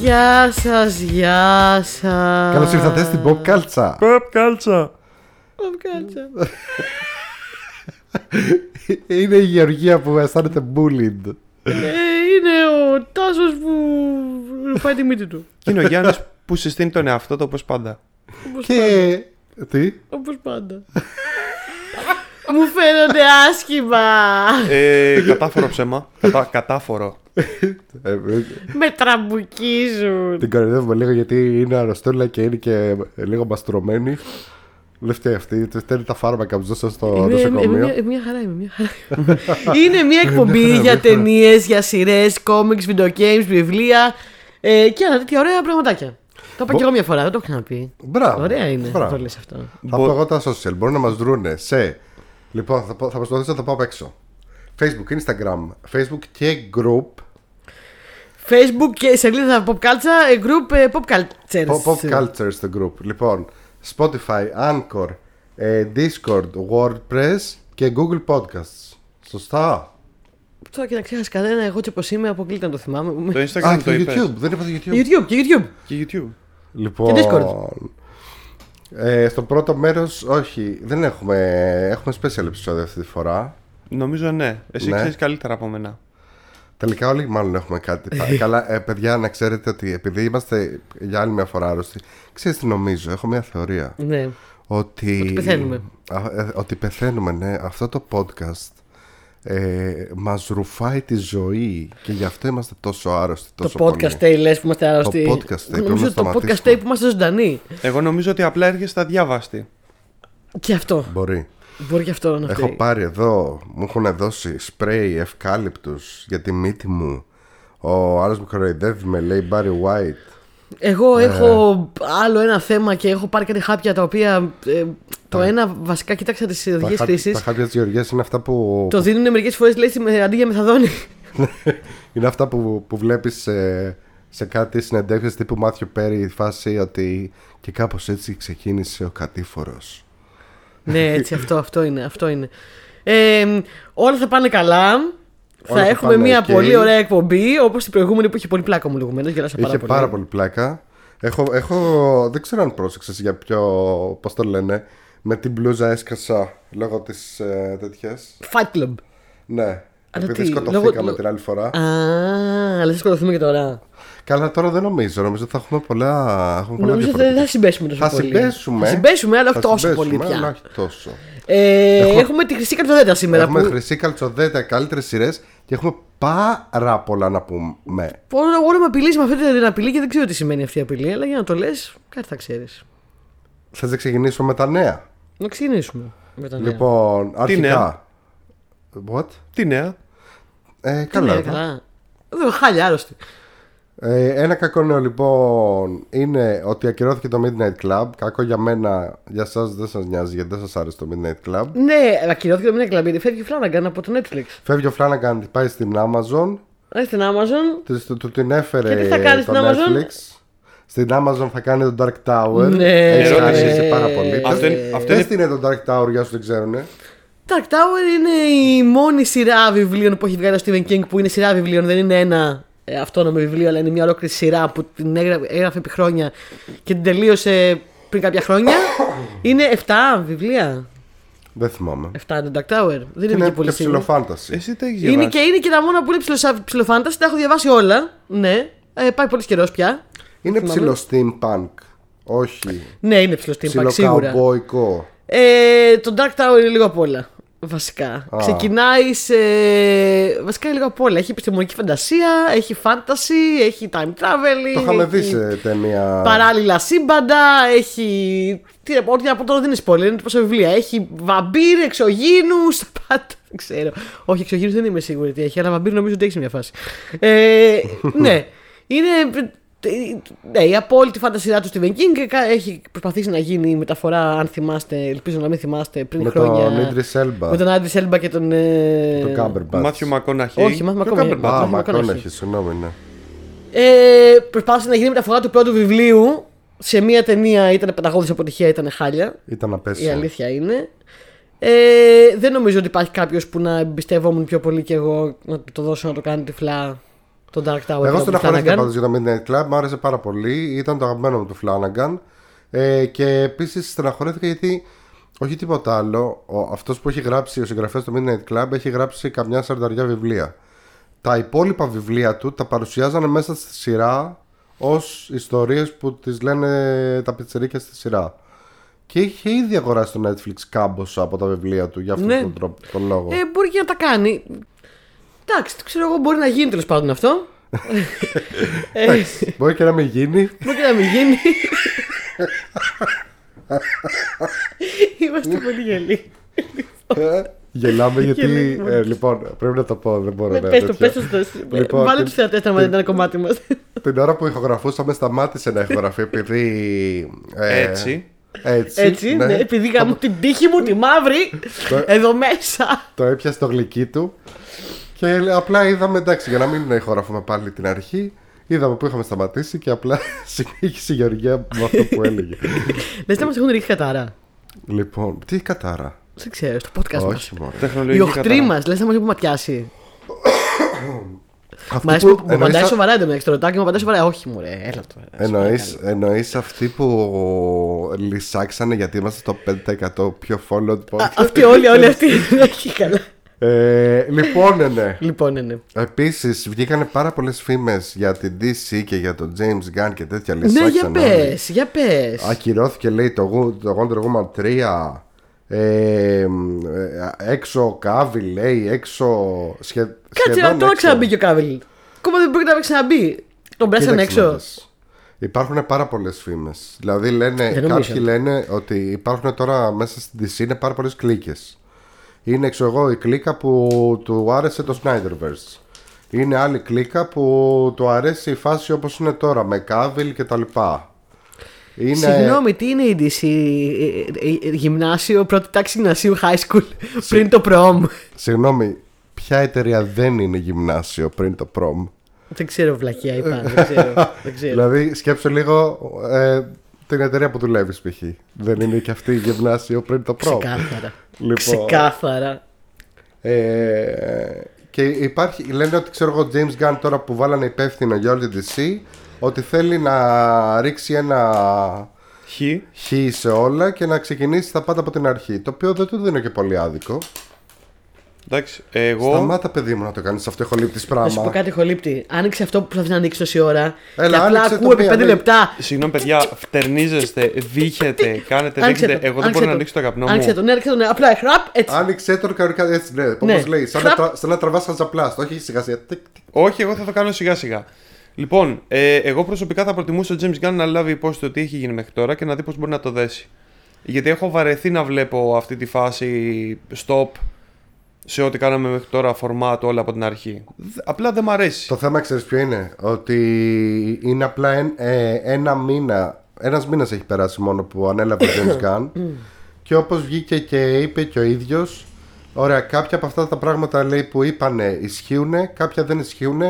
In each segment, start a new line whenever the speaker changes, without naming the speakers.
Γεια σας, γεια σας.
Καλώς ήρθατε στην Pop Κάλτσα.
Παπ κάλτσα.
Κάτσα.
Είναι η Γεωργία που αισθάνεται bullied.
Ε, είναι ο Τάσος που πάει τη μύτη του.
Και είναι ο Γιάννης που συστήνει τον εαυτό του όπως πάντα.
Όπως
Και. Τι.
Όπως πάντα. Μου φαίνονται άσχημα.
Ε, κατάφορο ψέμα. Κατά, κατάφορο.
Ε, ε,
Με τραμπουκίζουν.
Την κοροϊδεύουμε λίγο γιατί είναι αρρωστούλα και είναι και ε, λίγο μαστρωμένη. Λε και αυτή, τη στέλνει τα φάρμακα που ζούσαν στο
Είμαι- είμαι- είμαι Ναι, μια-
νοσοκομείο.
είμαι μια χαρά, είμαι μια χαρά. είναι μια εκπομπή για ταινίες, για σειρές, κόμιξ, video games, βιβλία ε, και άλλα τέτοια ωραία πραγματάκια. Το είπα και εγώ μια φορά, δεν το έχω ξαναπεί.
Μπράβο.
Ωραία είναι
μπράβο.
το λες αυτό.
Θα πω εγώ τα social. Μπορούν να μας βρούνε σε. Λοιπόν, θα, πω- θα προσπαθήσω να τα πάω απ' έξω. Facebook, Instagram, Facebook και group.
Facebook και σελίδα Pop Culture, group ε, Pop Cultures.
Pop, pop culture στο group. Λοιπόν, Spotify, Anchor, ε, Discord, WordPress και Google Podcasts. Σωστά.
Τώρα και να ξέχασα κανένα, εγώ έτσι όπως είμαι, αποκλείται να το θυμάμαι.
Το
Α,
Instagram
και
το είπες.
YouTube. Δεν είπα το YouTube.
YouTube και YouTube.
Και YouTube.
Λοιπόν,
Και Discord.
Ε, στο πρώτο μέρος, όχι, δεν έχουμε. Έχουμε special επεισόδιο αυτή τη φορά.
Νομίζω ναι. Εσύ
Ναι.
ξέρεις καλύτερα από μένα.
Τελικά όλοι μάλλον έχουμε κάτι. Πα- Καλά, ε, παιδιά, να ξέρετε ότι επειδή είμαστε για άλλη μια φορά άρρωστοι, ξέρεις τι νομίζω, έχω μια θεωρία.
Ναι.
Ότι,
Ότι πεθαίνουμε.
Α, ε, ότι πεθαίνουμε, ναι. Αυτό το podcast ε, μας ρουφάει τη ζωή και γι' αυτό είμαστε τόσο άρρωστοι.
Το
Τόσο
podcast
πολύ.
day λες που είμαστε άρρωστοι.
Το podcast day, πρέπει
Νομίζω
να
ότι το podcast
σταματήσουμε.
day που είμαστε ζωντανοί.
Εγώ νομίζω ότι απλά έρχεσαι αδιάβαστη.
Και αυτό.
Μπορεί.
Μπορεί και αυτό να φταίει.
Έχω πάρει εδώ, μου έχουν δώσει σπρέι ευκάλυπτους για τη μύτη μου. Ο άλλος που κοροϊδεύει με λέει Barry White.
Εγώ
Ε.
έχω άλλο ένα θέμα και έχω πάρει κάτι χάπια τα οποία. ε, το ένα βασικά κοίταξα τις
Τα
οδηγίε
χα-
χρήσης.
Τα χάπια της Γεωργίας είναι αυτά που,
Το δίνουν μερικές φορές λέει στη- με- αντί για μεθαδόνη.
είναι αυτά που, που βλέπεις σε, σε κάτι συνεντεύξεις τύπου Μάθιο Πέρι η φάση ότι και κάπως έτσι ξεκίνησε ο κατήφορος.
ναι, έτσι, αυτό, αυτό είναι. Αυτό είναι. Ε, όλα θα πάνε καλά. θα
θα
έχουμε
πάνε
μια
ok.
πολύ ωραία εκπομπή όπως την προηγούμενη που είχε πολύ πλάκα μου λεγόμενο. Γελάσα πάρα
Είχε
πολύ.
πάρα πολύ πλάκα. Έχω, έχω, δεν ξέρω αν πρόσεξες για ποιο, πώς το λένε, με την μπλούζα έσκασα λόγω της ε, τέτοιας.
Fight Club.
Ναι.
Αλλά
Επειδή
τι,
σκοτωθήκαμε
λόγω-
την άλλη φορά.
Α, αλλά θα σκοτωθούμε και τώρα.
Καλά, τώρα δεν νομίζω. Νομίζω ότι θα έχουμε πολλά. Έχουμε πολλά
Νομίζω ότι δεν
διαφορετικά.
θα συμπέσουμε τόσο
θα
πολύ.
συμπέσουμε.
Θα συμπέσουμε, αλλά όχι
Θα
τόσο πολύ
συμπέσουμε, αλλά
πια.
όχι τόσο.
Ε, Έχουμε τη χρυσή καρδοδέτα σήμερα.
Έχουμε
που-
χρυσή καλτσοδέτα, καλύτερες σειρές και έχουμε πάρα πολλά να πούμε.
Μπορώ εγώ να με απειλήσει με αυτή την απειλή και δεν ξέρω τι σημαίνει αυτή η απειλή, αλλά για να το λες, κάτι θα ξέρεις.
Θες να ξεκινήσω με τα νέα.
Να ξεκινήσουμε με τα νέα.
Λοιπόν, αρχικά. What?
Τι νέα.
Τι
Ε,
νέα, Ναι,
καλά.
καλά. Εδώ χάλια, άρρωστη.
Ε, ένα κακό νέο λοιπόν είναι ότι ακυρώθηκε το Midnight Club. Κακό για μένα, για εσά δεν σας νοιάζει γιατί δεν σας άρεσε το Midnight Club.
Ναι, ακυρώθηκε το μήνα κλαμπίδι. Φεύγει φλάναγκαν από το Netflix.
Φεύγει ο Flanagan, πάει στην Amazon.
Άρα στην Amazon.
Της- Του, του την έφερε
Και τι θα κάνει
το
στην Amazon?
Netflix. Στην Amazon θα κάνει το Dark Tower.
Ναι.
Έχει
Ερώτηση.
χαρίσει πάρα πολύ.
Αυτό είναι-
Πες-
αυτό
πες
είναι-
τι είναι το Dark Tower για όσους δεν ξέρουν.
Dark Tower είναι η μόνη σειρά βιβλίων που έχει βγάλει ο Stephen King που είναι σειρά βιβλίων, δεν είναι ένα ε, αυτόνομο βιβλίο, αλλά είναι μια ολόκληρη σειρά που την έγρα- έγραφε επί χρόνια και την τελείωσε πριν κάποια χρόνια. είναι 7 βιβλία.
Δεν θυμάμαι.
7 το Dark Tower. Δεν είναι,
Είναι
και πολύ Ε,
και
σύντομα.
ψηλοφάνταση.
Εσύ τα έχεις
Είναι
διαβάσει.
και, είναι και τα μόνα που είναι ψιλοσα- ψιλοφάνταση, τα έχω διαβάσει όλα. Ναι, ε, πάει πολύ καιρός πια.
Είναι ψηλό steampunk. Όχι.
Ναι, είναι ψηλό steampunk
Ψηλό
σίγουρα.
καουμπόικο.
Ε, το Dark Tower είναι λίγο απ' όλα. Βασικά. Ξεκινάει σε. Βασικά είναι λίγο απ' όλα. Έχει επιστημονική φαντασία, έχει fantasy, έχει time traveling.
Το είχαμε
έχει
δει σε ταινία.
Παράλληλα σύμπαντα, έχει. Τι να πω, ό,τι να πω τώρα δεν είναι spoiler, είναι τόσα βιβλία. Έχει βαμπύρ, εξωγήνους. Πάντα δεν ξέρω. Όχι, εξωγήνους δεν είμαι σίγουρη τι έχει, αλλά βαμπύρ νομίζω ότι έχει σε μια φάση. Ε, ναι. Είναι. Ναι, η απόλυτη φαντασία του Stephen King και κα- έχει προσπαθήσει να γίνει η μεταφορά, αν θυμάστε, ελπίζω να μην θυμάστε, πριν
Με
χρόνια.
τον Idris Elba.
Με τον Άντρι Σέλμπα και τον. Ε...
Το Cumberbatch.
Μάθιο Μακόναχη.
Όχι, Μάθιο
Το
Μακόναχη.
Cumberbatch.
Α,
Matthew
Μακόναχη,
McConaughey.
συγγνώμη, ναι.
Ε, προσπάθησε να γίνει η μεταφορά του πρώτου βιβλίου σε μία ταινία. Ήταν πενταγώδη αποτυχία, ήταν χάλια.
Ήταν
Η
απέσιο.
αλήθεια είναι. Ε, δεν νομίζω ότι υπάρχει κάποιος που να εμπιστευόμουν πιο πολύ και εγώ να του το δώσω να το κάνει τυφλά τον Dark Tower.
Εγώ
τον
στον
Flanagan.
αγχωρέθηκα πάντως για το Midnight Club, μου άρεσε πάρα πολύ. Ήταν το αγαπημένο μου του Φλάναγκαν. Ε, και επίσης στεναχωρέθηκα γιατί όχι τίποτα άλλο. Ο, αυτός που έχει γράψει ο συγγραφέας του Midnight Club έχει γράψει καμιά σαρδαριά βιβλία. Τα υπόλοιπα βιβλία του τα παρουσιάζανε μέσα στη σειρά ως ιστορίες που τις λένε τα πιτσερίκια στη σειρά. Και είχε ήδη αγοράσει το Netflix κάμποσα από τα βιβλία του για αυτόν
Ναι.
τον, τρόπο, τον λόγο.
Ε, μπορεί και να τα κάνει. Εντάξει, το ξέρω εγώ, μπορεί να γίνει τέλος πάντων αυτό. ε,
Μπορεί και να μην γίνει.
μπορεί και να μην γίνει. Είμαστε πολύ γελοί.
Ε, Γελάμε γιατί.
Γελάμε.
ε, λοιπόν, πρέπει να το πω, δεν μπορώ
Ναι,
να
πες το,
τέτοια.
πες το. στο- ε,
Λοιπόν,
Βάλε
την-
τους θεατές να μάθουν ένα κομμάτι μας.
Την ώρα που ηχογραφούσαμε, σταμάτησε να ηχογραφεί επειδή. ε,
Έτσι.
Έτσι.
Έτσι, ναι, επειδή κάνω την τύχη μου, τη μαύρη,
Ναι.
εδώ μέσα.
Το έπιασε το γλυκί του. Και απλά είδαμε, εντάξει, για να μην ηχογραφούμε πάλι την αρχή, είδαμε που είχαμε σταματήσει και απλά συνέχισε η Γεωργία με αυτό που έλεγε.
Λες να μας έχουν ρίξει κατάρα.
λοιπόν, τι κατάρα.
Δεν ξέρω, στο podcast μας.
Όχι, μόνο.
Οι
Τεχνολογική
οχτροί
κατάρα.
μας, λες να μας έχουν ματιάσει. Μ' αρέσει που απαντάει σοβαρά εντωμεταξύ το ρωτάκι μου, απαντάει σοβαρά. Όχι, μου ρε, έλα τώρα.
Εννοείς, εννοείς αυτοί που λυσάξανε γιατί είμαστε στο 5% πιο followed podcast.
Αυτοί όλοι, όλοι αυτοί. Έχει καλά.
Ε, λοιπόν, ναι.
Λοιπόν, ναι, ναι.
Επίσης, βγήκανε πάρα πολλές φήμες για την DC και για τον James Gunn και τέτοια λύση.
Ναι, για πε, για πες.
Ακυρώθηκε, λέει, το, Wo- το Wonder Woman 3. Ε, μ, ε, έξω κάβι, λέει, έξω. Σχε,
Κάτσε
σχεδόν
να τώρα
έξω.
ξαναμπεί και ο Κάβιλ. Ακόμα δεν πρόκειται να ξαναμπεί. Τον πέσανε
Κοίταξε να
έξω.
δεις. Υπάρχουν πάρα πολλές φήμες. Δηλαδή, λένε,
Δεν νομίζω.
κάποιοι λένε ότι υπάρχουν τώρα μέσα στην DC είναι πάρα πολλές κλίκες. Είναι, ξέρω εγώ, η κλίκα που του άρεσε το Snyderverse. Είναι άλλη κλίκα που του αρέσει η φάση όπως είναι τώρα, με Κάβιλ και τα λοιπά. Είναι...
Συγγνώμη, τι είναι η DC, ε, ε, ε, γυμνάσιο, πρώτη τάξη γυμνασίου high school πριν το prom.
Συγγνώμη, ποια εταιρεία δεν είναι γυμνάσιο πριν το prom.
Δεν ξέρω, βλακία είπα. Δεν ξέρω. δεν ξέρω.
Δηλαδή, σκέψου λίγο ε, την εταιρεία που δουλεύεις, π.χ. Δεν είναι και αυτή η γυμνάσιο πριν το prom.
Ξεκάθαρα.
Λοιπόν.
Ξεκάθαρα.
Ε, και υπάρχει, λένε ότι ξέρω εγώ, James Gunn τώρα που βάλανε υπεύθυνο για όλη τη DC, ότι θέλει να ρίξει ένα
Χ.
χ σε όλα και να ξεκινήσει τα πάντα από την αρχή. Το οποίο δεν του δίνω και πολύ άδικο.
Εντάξει. Εγώ.
Σταμάτα, παιδί μου, να το κάνεις αυτό ηχολήπτη
Να σου πω
πράγμα.
κάτι, Χολύπτη. Άνοιξε αυτό που προσπαθεί να ανοίξει τόση ώρα.
Έλα,
και απλά
άνοιξε το
ακούω επί
μία,
5
ναι.
λεπτά.
Συγγνώμη, παιδιά, φτερνίζεστε, βύχετε, Ε, κάνετε,
Άνοιξε
δείχνετε.
το,
Εγώ δεν
άνοιξε
μπορώ να ανοίξω το καπνό μου.
Άνοιξε το, ναι, άνοιξε το, ναι. Απλά χραπ, έτσι.
Άνοιξε τον κανονικά έτσι, ναι. Όπως
Ναι.
λέει, σαν να,
Χλαπ.
τρα- σαν να τραβάς χαζαπλάστα, όχι σιγά σιγά. Τικ, τικ.
Όχι, εγώ θα το κάνω σιγά σιγά. Λοιπόν, ε, εγώ προσωπικά θα προτιμούσα ο James Gunn να λάβει υπόψη το τι έχει γίνει μέχρι τώρα και να δει πώς μπορεί να το δέσει. Γιατί έχω βαρεθεί να βλέπω αυτή τη φάση stop σε ό,τι κάναμε μέχρι τώρα, format όλα από την αρχή. Δε- Απλά δεν μ' αρέσει.
Το θέμα ξέρεις ποιο είναι. Ότι είναι απλά εν- ε, ένα μήνα. Ένας μήνας έχει περάσει μόνο που ανέλαβε ο James Gunn. και όπως βγήκε και είπε και ο ίδιος, ωραία, κάποια από αυτά τα πράγματα λέει που είπανε ισχύουν, κάποια δεν ισχύουν,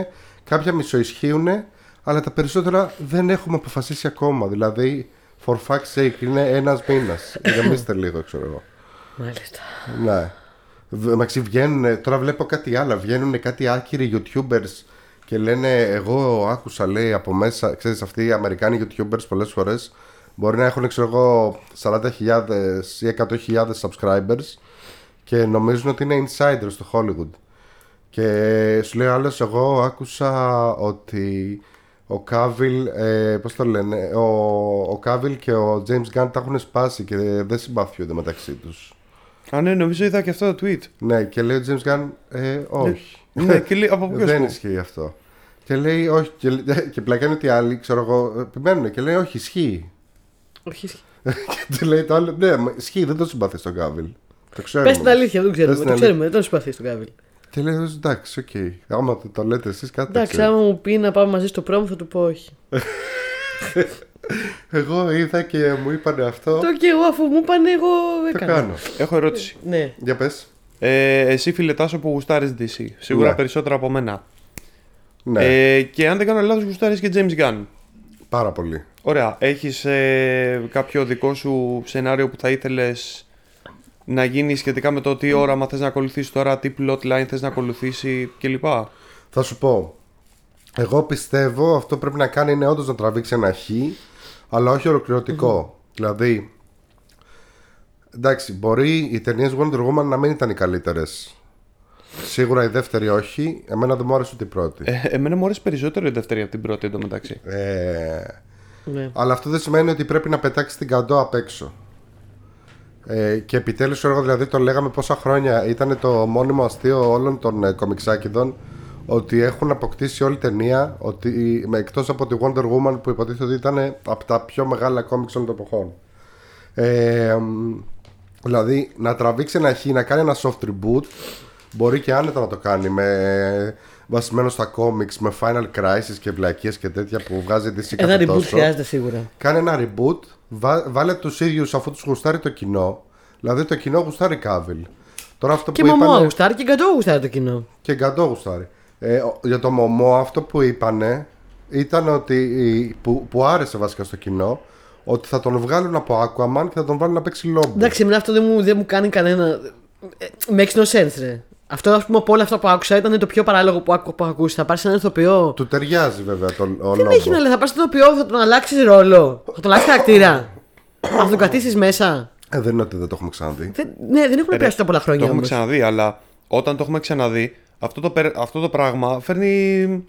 κάποια μισοϊσχύουν, αλλά τα περισσότερα δεν έχουμε αποφασίσει ακόμα. Δηλαδή, for fuck's sake, είναι ένας μήνας. Γεμίστε λίγο, ξέρω εγώ.
Μάλιστα.
Ναι. Β- Μαξί βγαίνουν, τώρα βλέπω κάτι άλλο. Βγαίνουν κάτι άκυροι YouTubers και λένε, εγώ άκουσα λέει από μέσα, ξέρεις αυτοί οι Αμερικάνοι YouTubers πολλές φορές μπορεί να έχουν ξέρω εγώ 40.000 ή 100.000 subscribers και νομίζουν ότι είναι insiders στο Hollywood. Και σου λέει ο άλλος, εγώ άκουσα ότι ο Κάβιλ, ε, πώς το λένε, ο, ο Κάβιλ και ο James Gunn τα έχουν σπάσει και δεν συμπαθιούνται μεταξύ τους.
Α, ναι, νομίζω είδα και αυτό το tweet.
Ναι, και λέει ο James Gunn, ε, όχι.
ναι, και λέει, από πού και
Δεν
πού.
ισχύει αυτό. Και λέει, όχι. Και, και πλακάνε ότι οι άλλοι, ξέρω εγώ, ε, επιμένουν και λέει, όχι, ισχύει.
Όχι.
και του λέει το άλλο, ναι, μα ισχύει, δεν το συμπαθείς τον Κάβιλ. Το ξέρουμε.
Πες την αλήθεια, δεν
Πες
ξέρουμε.
την
Το ξέρουμε, δεν τον συμπαθείς τον Κάβιλ.
Και λέει, εντάξει, οκ. Άμα το, το λέτε εσείς, κάτι δεν
Εντάξει,
ξέρω.
άμα μου πει να πάμε μαζί στο πρόμο, θα του πω όχι.
Εγώ είδα και μου είπανε αυτό.
Το και εγώ, αφού μου είπανε, εγώ
Το
έκανα.
κάνω.
Έχω ερώτηση.
Ναι.
Για πες.
Ε, εσύ φίλε Τάσο που γουστάρεις DC, σίγουρα
Ναι.
περισσότερα από μένα.
Ναι,
Ε, και αν δεν κάνω λάθος γουστάρεις και James Gunn.
πάρα πολύ.
Ωραία, έχεις ε, κάποιο δικό σου σενάριο που θα ήθελες να γίνεις σχετικά με το τι όραμα θες να ακολουθήσεις τώρα, τι plot line θες να ακολουθήσει κλπ.
Θα σου πω. Εγώ πιστεύω αυτό που πρέπει να κάνει είναι όντως να τραβήξει ένα χ, αλλά όχι ολοκληρωτικό. Δηλαδή, εντάξει, μπορεί οι ταινίες Wonder Woman να μην ήταν οι καλύτερες. Σίγουρα η δεύτερη όχι. Εμένα δεν μου άρεσε ούτε η πρώτη.
Ε, εμένα μου αρέσει περισσότερο η δεύτερη από την πρώτη εντωμεταξύ.
Ε,
Ναι.
αλλά αυτό δεν σημαίνει ότι πρέπει να πετάξει την καντό απ' έξω. Ε, και επιτέλους, εγώ δηλαδή το λέγαμε πόσα χρόνια ήταν το μόνιμο αστείο όλων των ε, κομιξάκιδων ότι έχουν αποκτήσει όλη ταινία ότι, με, εκτός από τη Wonder Woman που υποτίθεται ότι ήταν από τα πιο μεγάλα κόμιξ όλων των εποχών. Ε, μ, δηλαδή να τραβήξει ένα χ, να κάνει ένα soft reboot μπορεί και άνετα να το κάνει με βασισμένο στα κόμιξ, με Final Crisis και βλακίες και τέτοια που βγάζει τη
Ένα reboot χρειάζεται σίγουρα.
Κάνε ένα reboot, βά, βάλε τους ίδιους αφού τους γουστάρει το κοινό. Δηλαδή το κοινό γουστάρει Κάβιλ. Τώρα αυτό
Και
που
μαμό
είπανε.
γουστάρει και γκαντό γουστάρει το κοινό.
Και γκαντό γουστάρει. Ε, ο- για το μωμό αυτό που είπανε ήταν ότι. που, που άρεσε βασικά στο κοινό ότι θα τον βγάλουν από Aquaman και θα τον βάλουν να παίξει λόμπι.
Εντάξει, εμένα αυτό δεν μου, δεν μου κάνει κανένα. ε, Makes no sense, ρε. Αυτό, ας πούμε, από όλα αυτά που άκουσα ήταν το πιο παράλογο που, άκου, που ακούσει. Θα πάρεις έναν ηθοποιό.
Του ταιριάζει βέβαια το, ο
Δεν
λόμπο.
έχει να λέει, θα πάρεις έναν ηθοποιό, θα τον αλλάξεις ρόλο. Θα τον αλλάξεις χαρακτήρα. θα τον κρατήσεις μέσα.
Ε, δεν είναι ότι δεν το έχουμε ξαναδεί.
Δεν, ναι, δεν έχουν πιάσει τα πολλά
Το
χρόνια
έχουμε
όμως.
ξαναδεί, αλλά όταν το έχουμε ξαναδεί, αυτό το, περ- αυτό το πράγμα φέρνει.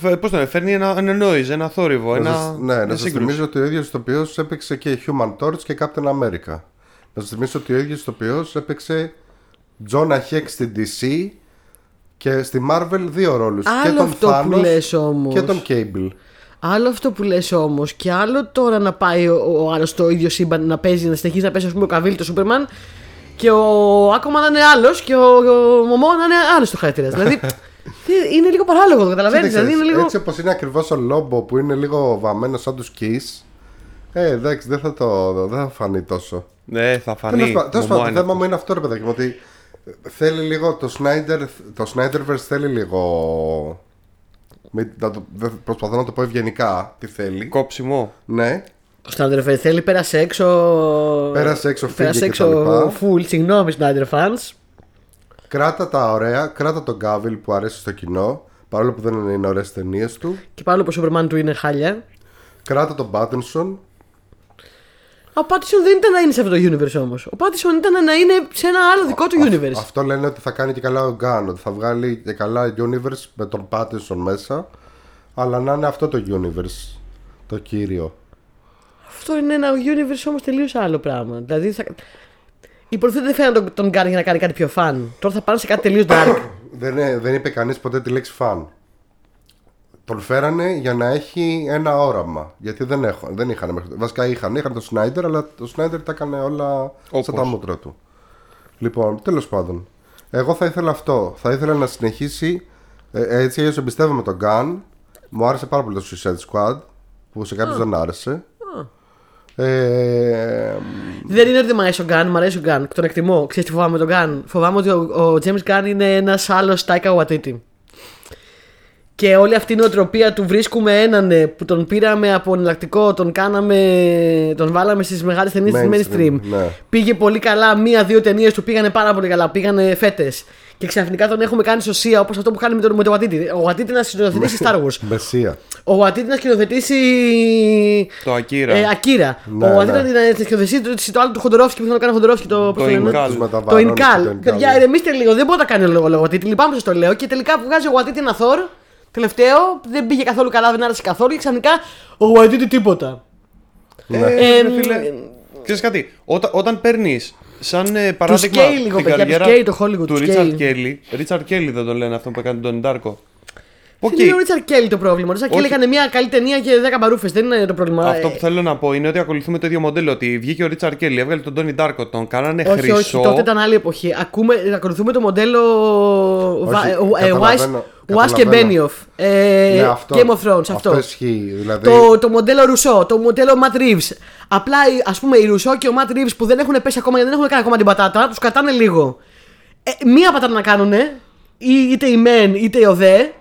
φε- Πώς το λένε, φέρνει ένα, ένα noise, ένα θόρυβο,
Να
ένα,
σας- ναι,
μια
να σας
σύγκρουση.
θυμίζω ότι ο ίδιος ηθοποιός έπαιξε και Human Torch και Captain America. Να σας θυμίσω ότι ο ίδιος ηθοποιός έπαιξε Jonah Hex στην DC και στη Marvel δύο ρόλους. Και
Άλλο
τον
αυτό που
Thanos
λες όμως.
Και τον Cable.
Άλλο αυτό που λες όμως, και άλλο τώρα να πάει ο, ο άλλος στο ίδιο σύμπαν να παίζει, να συνεχίζει να παίζει, ας πούμε, ο Καβίλ το Σούπερμαν και ο Άκομα να είναι άλλος και ο, ο Μωμό να είναι άλλος το χαρακτήρας. δηλαδή θε- είναι λίγο παράλογο, το καταλαβαίνεις.
Κοίταξε,
Δηλαδή είναι λίγο.
Έτσι όπως είναι ακριβώς ο Λόμπο που είναι λίγο βαμμένος σαν τους Kiss. Ε, εντάξει, δεν θα, το, δεν θα φανεί τόσο.
Ναι, θα φανεί.
Τέλος πάντων, τέλος
μωμό
πάντων, το
είναι.
θέμα μου είναι αυτό, ρε παιδάκι μου, ότι θέλει λίγο το Snyder, το Snyderverse θέλει λίγο. Μην, να το, δεν- προσπαθώ να το πω ευγενικά τι θέλει.
Κόψιμο.
Ναι,
Ο Σνάιντερ Φεν θέλει πέρασε έξω.
Πέρασε έξω, φύγε
Πέρασε
και
έξω.
τα λοιπά.
Full, συγγνώμη, Σνάιντερ fans.
κράτα τα ωραία, κράτα τον Γκάβιλ που αρέσει στο κοινό, παρόλο που δεν είναι ωραίες ταινίες του.
Και πάλι που ο Σούπερμαν του είναι χάλια.
Κράτα τον Πάτινσον.
Ο Πάτισον δεν ήταν να είναι σε αυτό το universe όμως. Ο Πάτισον ήταν να είναι σε ένα άλλο δικό του universe.
Αυτό λένε ότι θα κάνει και καλά ο Γκάν, ότι θα βγάλει και καλά universe με τον Πάτινσον μέσα, αλλά να είναι αυτό το universe το κύριο.
Αυτό είναι ένα universe όμως τελείως άλλο πράγμα. Δηλαδή θα... Η προθέτη δεν φαίνεται να τον, τον κάνει για να κάνει κάτι πιο φαν. Τώρα θα πάνε σε κάτι τελείως dark.
Δεν, ε, δεν είπε κανείς ποτέ τη λέξη φαν. Τον φέρανε για να έχει ένα όραμα. Γιατί δεν, έχω, δεν είχαν μέχρι Βασικά είχαν, είχαν τον Σνάιντερ, αλλά το Σνάιντερ τα έκανε όλα σαν
Όπως.
τα μούτρα του. Λοιπόν, τέλος πάντων. Εγώ θα ήθελα αυτό. Θα ήθελα να συνεχίσει. Ε, έτσι αλλιώ εμπιστεύομαι τον Γκάν. Μου άρεσε πάρα πολύ το Suicide Squad. Που σε κάποιους δεν άρεσε. Ε,
δεν είναι ότι δεν μου αρέσει ο Γκάν, μου αρέσει ο Γκάν. Τον εκτιμώ. Ξέρεις τι φοβάμαι τον Γκάν. Φοβάμαι ότι ο, ο James Γκάν είναι ένας άλλος Τάικα Waititi. Και όλη αυτή η νοοτροπία του βρίσκουμε έναν ε, που τον πήραμε από εναλλακτικό, τον κάναμε, τον βάλαμε στις μεγάλες ταινίες της
Mainstream,
mainstream.
ναι.
Πήγε πολύ καλά, μία-δύο ταινίες του πήγανε πάρα πολύ καλά, πήγανε φέτες. Και ξαφνικά τον έχουμε κάνει σωσία όπως αυτό που κάνει με τον, με τον Waititi. Ο Waititi να σκηνοθετήσει
Ναι.
Star Wars.
μεσία.
Ο Waititi να σκηνοθετήσει.
Το Ακύρα.
Ε, Ακύρα.
Ναι,
ο
ναι.
Waititi να σκηνοθετήσει το, το άλλο του Χοντορόφσκι που θέλω να κάνει ο Χοντορόφσκι. Το, πώς
Το
λένε,
Incal.
Τους
Το
Το
μεταβαρώνεις και το
Ινκάλ.
Incal.
Παιδιά, ηρεμήστε λίγο. Δεν μπορεί να κάνει λόγο λόγο Waititi. Λυπάμαι που σας το λέω. Και τελικά βγάζει ο Waititi ένα θόρ. Τελευταίο. Δεν πήγε καθόλου καλά, δεν άρεσε καθόλου. Και ξαφνικά ο Waititi τίποτα.
Ναι.
Ε,
Εμ,
ρε φίλε, ξέρεις κάτι, όταν, όταν παίρνεις σαν ε,
Του
παράδειγμα
Σκέι λίγο,
την
παιδιά, του
καριέρα
Σκέι, το Hollywood,
του
του
Ρίτσαρτ
Σκέι.
Κέλλη, Ρίτσαρτ Κέλλη δεν τον λένε αυτό που έκανε τον Ντάρκο. Οκ,
Δεν Είναι ο Ρίτσαρ Κέλλη το πρόβλημα. Ο Ρίτσαρ Κέλλη
Όχι.
έκανε μια καλή ταινία και 10 μπαρούφες. Δεν είναι το πρόβλημα.
αυτό
Ε,
που θέλω να πω είναι ότι ακολουθούμε το ίδιο μοντέλο, ότι βγήκε ο Ρίτσαρτ Κέλλη, έβγαλε τον Τόνι Ντάρκο, τον κάνανε
Ε, Όχι,
χρυσό.
όχι, τότε ήταν άλλη εποχή. Ακούμε, ακολουθούμε το μοντέλο Βα- ε, ε,
καταλαβαίνω,
Weiss- Weiss και
καταλαβαίνω.
Benioff. Ε,
Ναι, αυτό-
Game of Thrones, αυτό.
Αυτό ισχύει. Δηλαδή,
Το, το μοντέλο Ρουσό, το μοντέλο Matt Reeves. Απλά ας πούμε οι Ρουσό και ο Matt Reeves που δεν έχουν πέσει ακόμα γιατί δεν έχουν κάνει ακόμα την πατάτα, τους κρατάνε λίγο. Ε, μία πατάτα να κάνουν, είτε οι μεν είτε οι οδέ,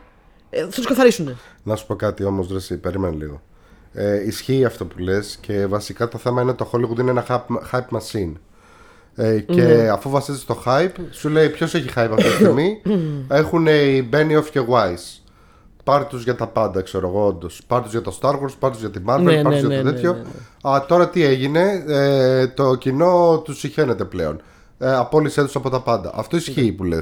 ε, θα τους καθαρίσουν.
Να σου πω κάτι όμως, Ρεσί, περίμενε λίγο. Ε, ισχύει αυτό που λες και βασικά το θέμα είναι ότι το Hollywood είναι ένα hype, hype machine. Ε, και
Ναι.
αφού βασίζεται στο hype, σου λέει ποιος έχει hype αυτή τη στιγμή. Έχουν οι Benioff και Wise. Πάρ τους για τα πάντα, ξέρω εγώ, όντως. Πάρ τους για το Star Wars, πάρ τους για τη Marvel,
Ναι,
πάρ
ναι,
τους για
ναι,
το
ναι,
τέτοιο.
ναι, ναι.
Α, τώρα τι έγινε, ε, το κοινό τους συχαίνεται πλέον. Ε, απόλυσέ τους από τα πάντα. Αυτό ισχύει που λες.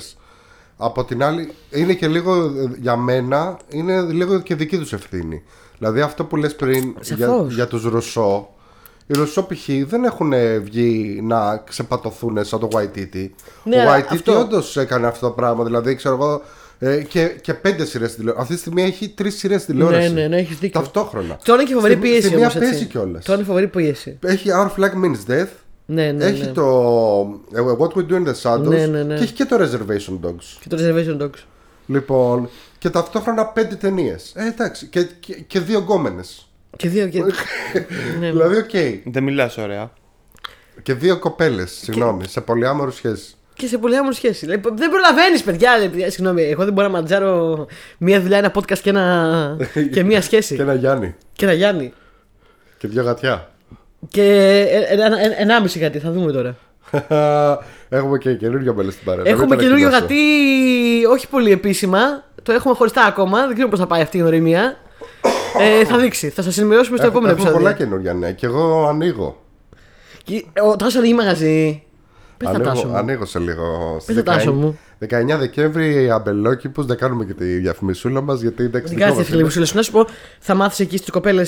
Από την άλλη, είναι και λίγο ε, για μένα, είναι λίγο και δική τους ευθύνη. Δηλαδή αυτό που λες πριν για,
Σαφώς.
για τους Ρωσό. Οι Ρωσό π.χ. δεν έχουν βγει να ξεπατωθούν σαν το YTT.
Ναι,
ο
αλλά
YTT
αυτό-
όντως έκανε αυτό το πράγμα. Δηλαδή, ξέρω εγώ, ε, και, και πέντε σειρές τηλεόραση. Αυτή τη στιγμή έχει τρεις σειρές τηλεόρασης.
ναι, ναι, έχεις δίκιο.
Ταυτόχρονα.
Τώρα είναι και φοβερή
Στη-
πίεση
Στη μία
όμως, έτσι.
παίζει κιόλας.
Τώρα είναι φοβερή πίεση.
Έχει Our Flag Means Death.
Ναι, ναι,
έχει
ναι.
το ε, What We Do in the Shadows.
Ναι, ναι, ναι.
Και έχει και το Reservation Dogs.
Και το Reservation Dogs.
Λοιπόν, και ταυτόχρονα πέντε ταινίες. Ε, εντάξει. Και, και, και δύο γκόμενες.
Και δύο. Και... ναι.
Δηλαδή, οκ.
Δεν μιλάς ωραία.
Και δύο κοπέλες, συγγνώμη, σε πολυάμορφη σχέση.
και σε πολύ άμορφη σχέση. Δηλαδή, Δεν προλαβαίνεις, παιδιά, ρε, παιδιά. Συγγνώμη, εγώ δεν μπορώ να μαντζάρω μία δουλειά, ένα podcast και, ένα... και μία σχέση.
Και ένα Γιάννη.
και ένα Γιάννη.
Και δύο γατιά.
Και ε- ε- ένα- ε- ενάμιση γατί, θα δούμε
Ε,
τώρα.
Έχουμε και καινούριο μέλο στην παρέα.
Έχουμε
Μην τα
καινούριο
ανακοινώσω.
γατί, όχι πολύ επίσημα. Το έχουμε χωριστά ακόμα. Δεν ξέρω πώς θα πάει αυτή η γνωριμία. Ε, θα δείξει. Θα σας ενημερώσουμε στο
Έχ-
επόμενο
έχουμε πολλά
επεισόδιο.
καινούργια, ναι. Και εγώ ανοίγω.
Και... Ο Τάσο ανοίγει μαγαζί. Πες τα Τάσο
Ανοίγω,
μου.
ανοίγω σε λίγο. στις
τα Τάσο μου.
19 Δεκέμβρη, αμπελόκηπους, δεν κάνουμε και τη διαφημισούλα μας, γιατί εντάξει...
Δεν
δικό
κάτσε,
μας
φίλε
είναι.
μου, σου λέω, να σου πω, θα μάθεις εκεί στις κοπέλες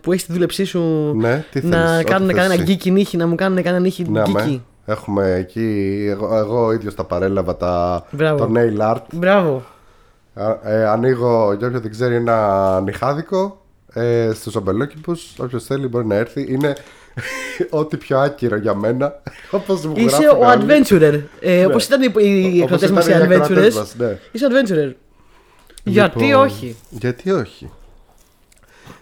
που έχεις τη δούλεψή σου
Ναι, τι θέλεις,
να
ό,τι
κάνουν
θες
κανένα
εσύ.
γκίκι νύχι, να μου κάνουν κανένα νύχι
Ναι,
γκίκι.
με. Έχουμε εκεί, εγώ, εγώ ίδιος τα παρέλαβα τα,
Μπράβο.
το nail art.
Μπράβο.
Α, ε, ανοίγω, για όποιον δεν ξέρει, ένα νυχάδικο ε, στους αμπελόκηπους. Όποιος θέλει μπορεί να έρθει. Είναι ό,τι πιο άκυρο για μένα, όπως μου
Είσαι
γράφουν
ο
όλοι.
adventurer. Ε, Όπως ήταν οι- οι
Ναι. Όπως
εκδοτέ μας οι
ήταν οι ακροατές
adventurers.
μας, ναι.
Είσαι adventurer. Γιατί
Λοιπόν,
όχι.
Γιατί όχι.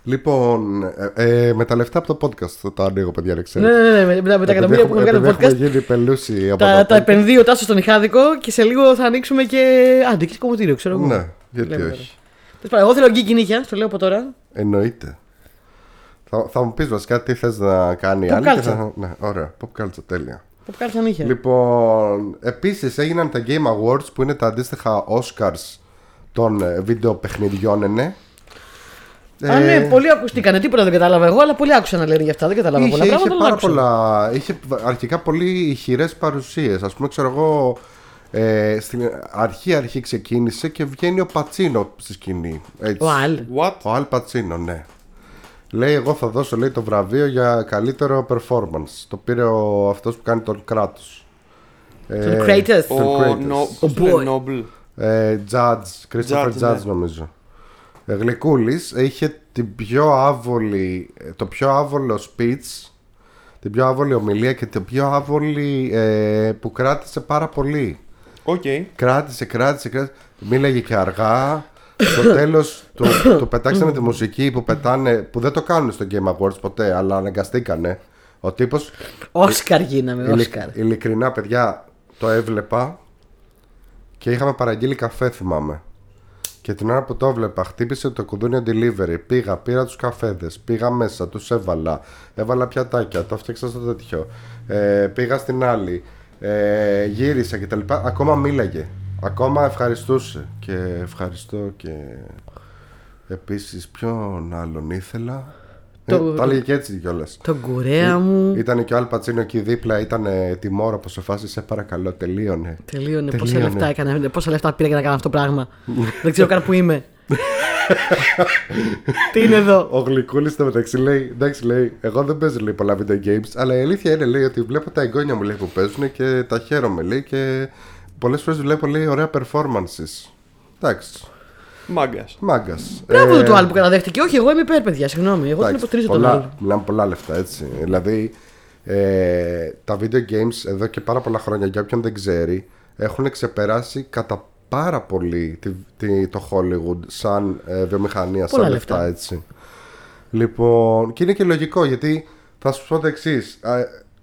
Λοιπόν, ε, ε, με τα λεφτά από το podcast θα το ανοίγω, παιδιά, δεν ξέρω.
Ναι, ναι, ναι, με, με τα- με τα
Επειδή
εκατομμύρια που
Ε, έχουμε-
έχουμε κάνει το
επειδή
podcast,
Έχουμε γίνει πελούσιοι από
τα,
το
τα
podcast.
επενδύει ο Τάσο στον Ιχάδικο και σε λίγο θα ανοίξουμε και. Άντε, και κομμωτήριο, ξέρω εγώ.
Ναι, γιατί
Λέμε
όχι.
Τέλος πάντων, εγώ θέλω γκίκι νύχια, το λέω από τώρα.
Εννοείται. Θα, θα μου πεις βασικά τι θες να κάνει η άλλη.
culture.
και θα- ναι, ωραία. Pop culture, τέλεια.
Θα κάνω τα νύχια.
Λοιπόν, επίσης έγιναν τα Game Awards που είναι τα αντίστοιχα Oscars των ε, βίντεο παιχνιδιών, ναι.
Α, ναι,
ε.
πολλοί ακουστήκανε, τίποτα δεν κατάλαβα εγώ, αλλά πολλοί άκουσαν να λένε για αυτά, δεν κατάλαβα
Είχε,
πολλά
είχε
πράγματα. αλλά
πάρα
άκουσα.
πολλά. Είχε αρχικά πολύ ηχηρές παρουσίες. Ας πούμε, ξέρω εγώ, ε, στην αρχή αρχή ξεκίνησε και βγαίνει ο Πατσίνο στη σκηνή. Έτσι.
Ο Αλ.
What?
Ο Αλ Πατσίνο, ναι. Λέει, εγώ θα δώσω λέει, το βραβείο για καλύτερο performance. Το πήρε ο, αυτός που κάνει τον κράτος. Ε,
Τον Kratos.
Ο,
Τον
νο...
Kratos.
πώς
Ο
λένε,
boy.
Νόμπλ.
Ε, Judge, Christopher
Judge,
Judge,
ναι.
νομίζω. Ε, Γλυκούλης είχε την πιο άβολη, ε, το πιο άβολο speech, την πιο άβολη ομιλία και την πιο άβολη ε, που κράτησε πάρα πολύ.
Οκ.
Κράτησε, κράτησε, κράτησε. Μίλαγε και αργά. Στο τέλος του, του πετάξανε τη μουσική που πετάνε, που δεν το κάνουν στο Game Awards ποτέ, αλλά αναγκαστήκανε. Ο τύπος
Όσκαρ γίναμε,
Ειλικ-
Όσκαρ.
Ειλικρινά, παιδιά, το έβλεπα και είχαμε παραγγείλει καφέ, θυμάμαι. Και την ώρα που το έβλεπα, χτύπησε το κουδούνιο delivery. Πήγα, πήρα τους καφέδες, πήγα μέσα, τους έβαλα. Έβαλα πιατάκια, το φτιάξα στο τέτοιο. Ε, πήγα στην άλλη. Ε, γύρισα κτλ. Ακόμα μίλαγε. Ακόμα ευχαριστούσε. Και ευχαριστώ και. Επίσης, ποιον άλλον ήθελα.
Το-
Ε, τα έλεγε και έτσι κιόλας.
Τον
Ε,
κουρέα μου.
Ήταν και ο Αλπατσίνο εκεί δίπλα, ήταν ε, τιμόρο από σε φάση σε παρακαλώ, τελείωνε.
Τελείωνε. Πόσα
Τελείωνε.
λεφτά έκανα, πόσα λεφτά πήρα για να κάνω αυτό το πράγμα. δεν ξέρω καν που είμαι. Τι είναι εδώ.
Ο Γλυκούλης στο μεταξύ λέει: Εντάξει, λέει, εγώ δεν παίζω λέει, πολλά video games, αλλά η αλήθεια είναι λέει, ότι βλέπω τα εγγόνια μου λέει, που παίζουν και τα χαίρομαι λέει, και πολλές φορές βλέπω λέει, ωραία performances. Εντάξει, Ε,
Μάγκας.
μάγκας.
Μπράβο του άλλου που καταδέχτηκε. Όχι, εγώ είμαι υπέρ, παιδιά. Συγγνώμη. Εγώ τον υποστηρίζω τον άλλο.
πολλά, Μιλάμε πολλά λεφτά έτσι. Δηλαδή, ε, τα video games εδώ και πάρα πολλά χρόνια, για όποιον δεν ξέρει, έχουν ξεπεράσει κατά πάρα πολύ τη, τη- το Hollywood σαν ε, βιομηχανία,
Πολλά
σαν λεφτά.
λεφτά.
έτσι. Λοιπόν, και είναι και λογικό γιατί θα σου πω το εξής.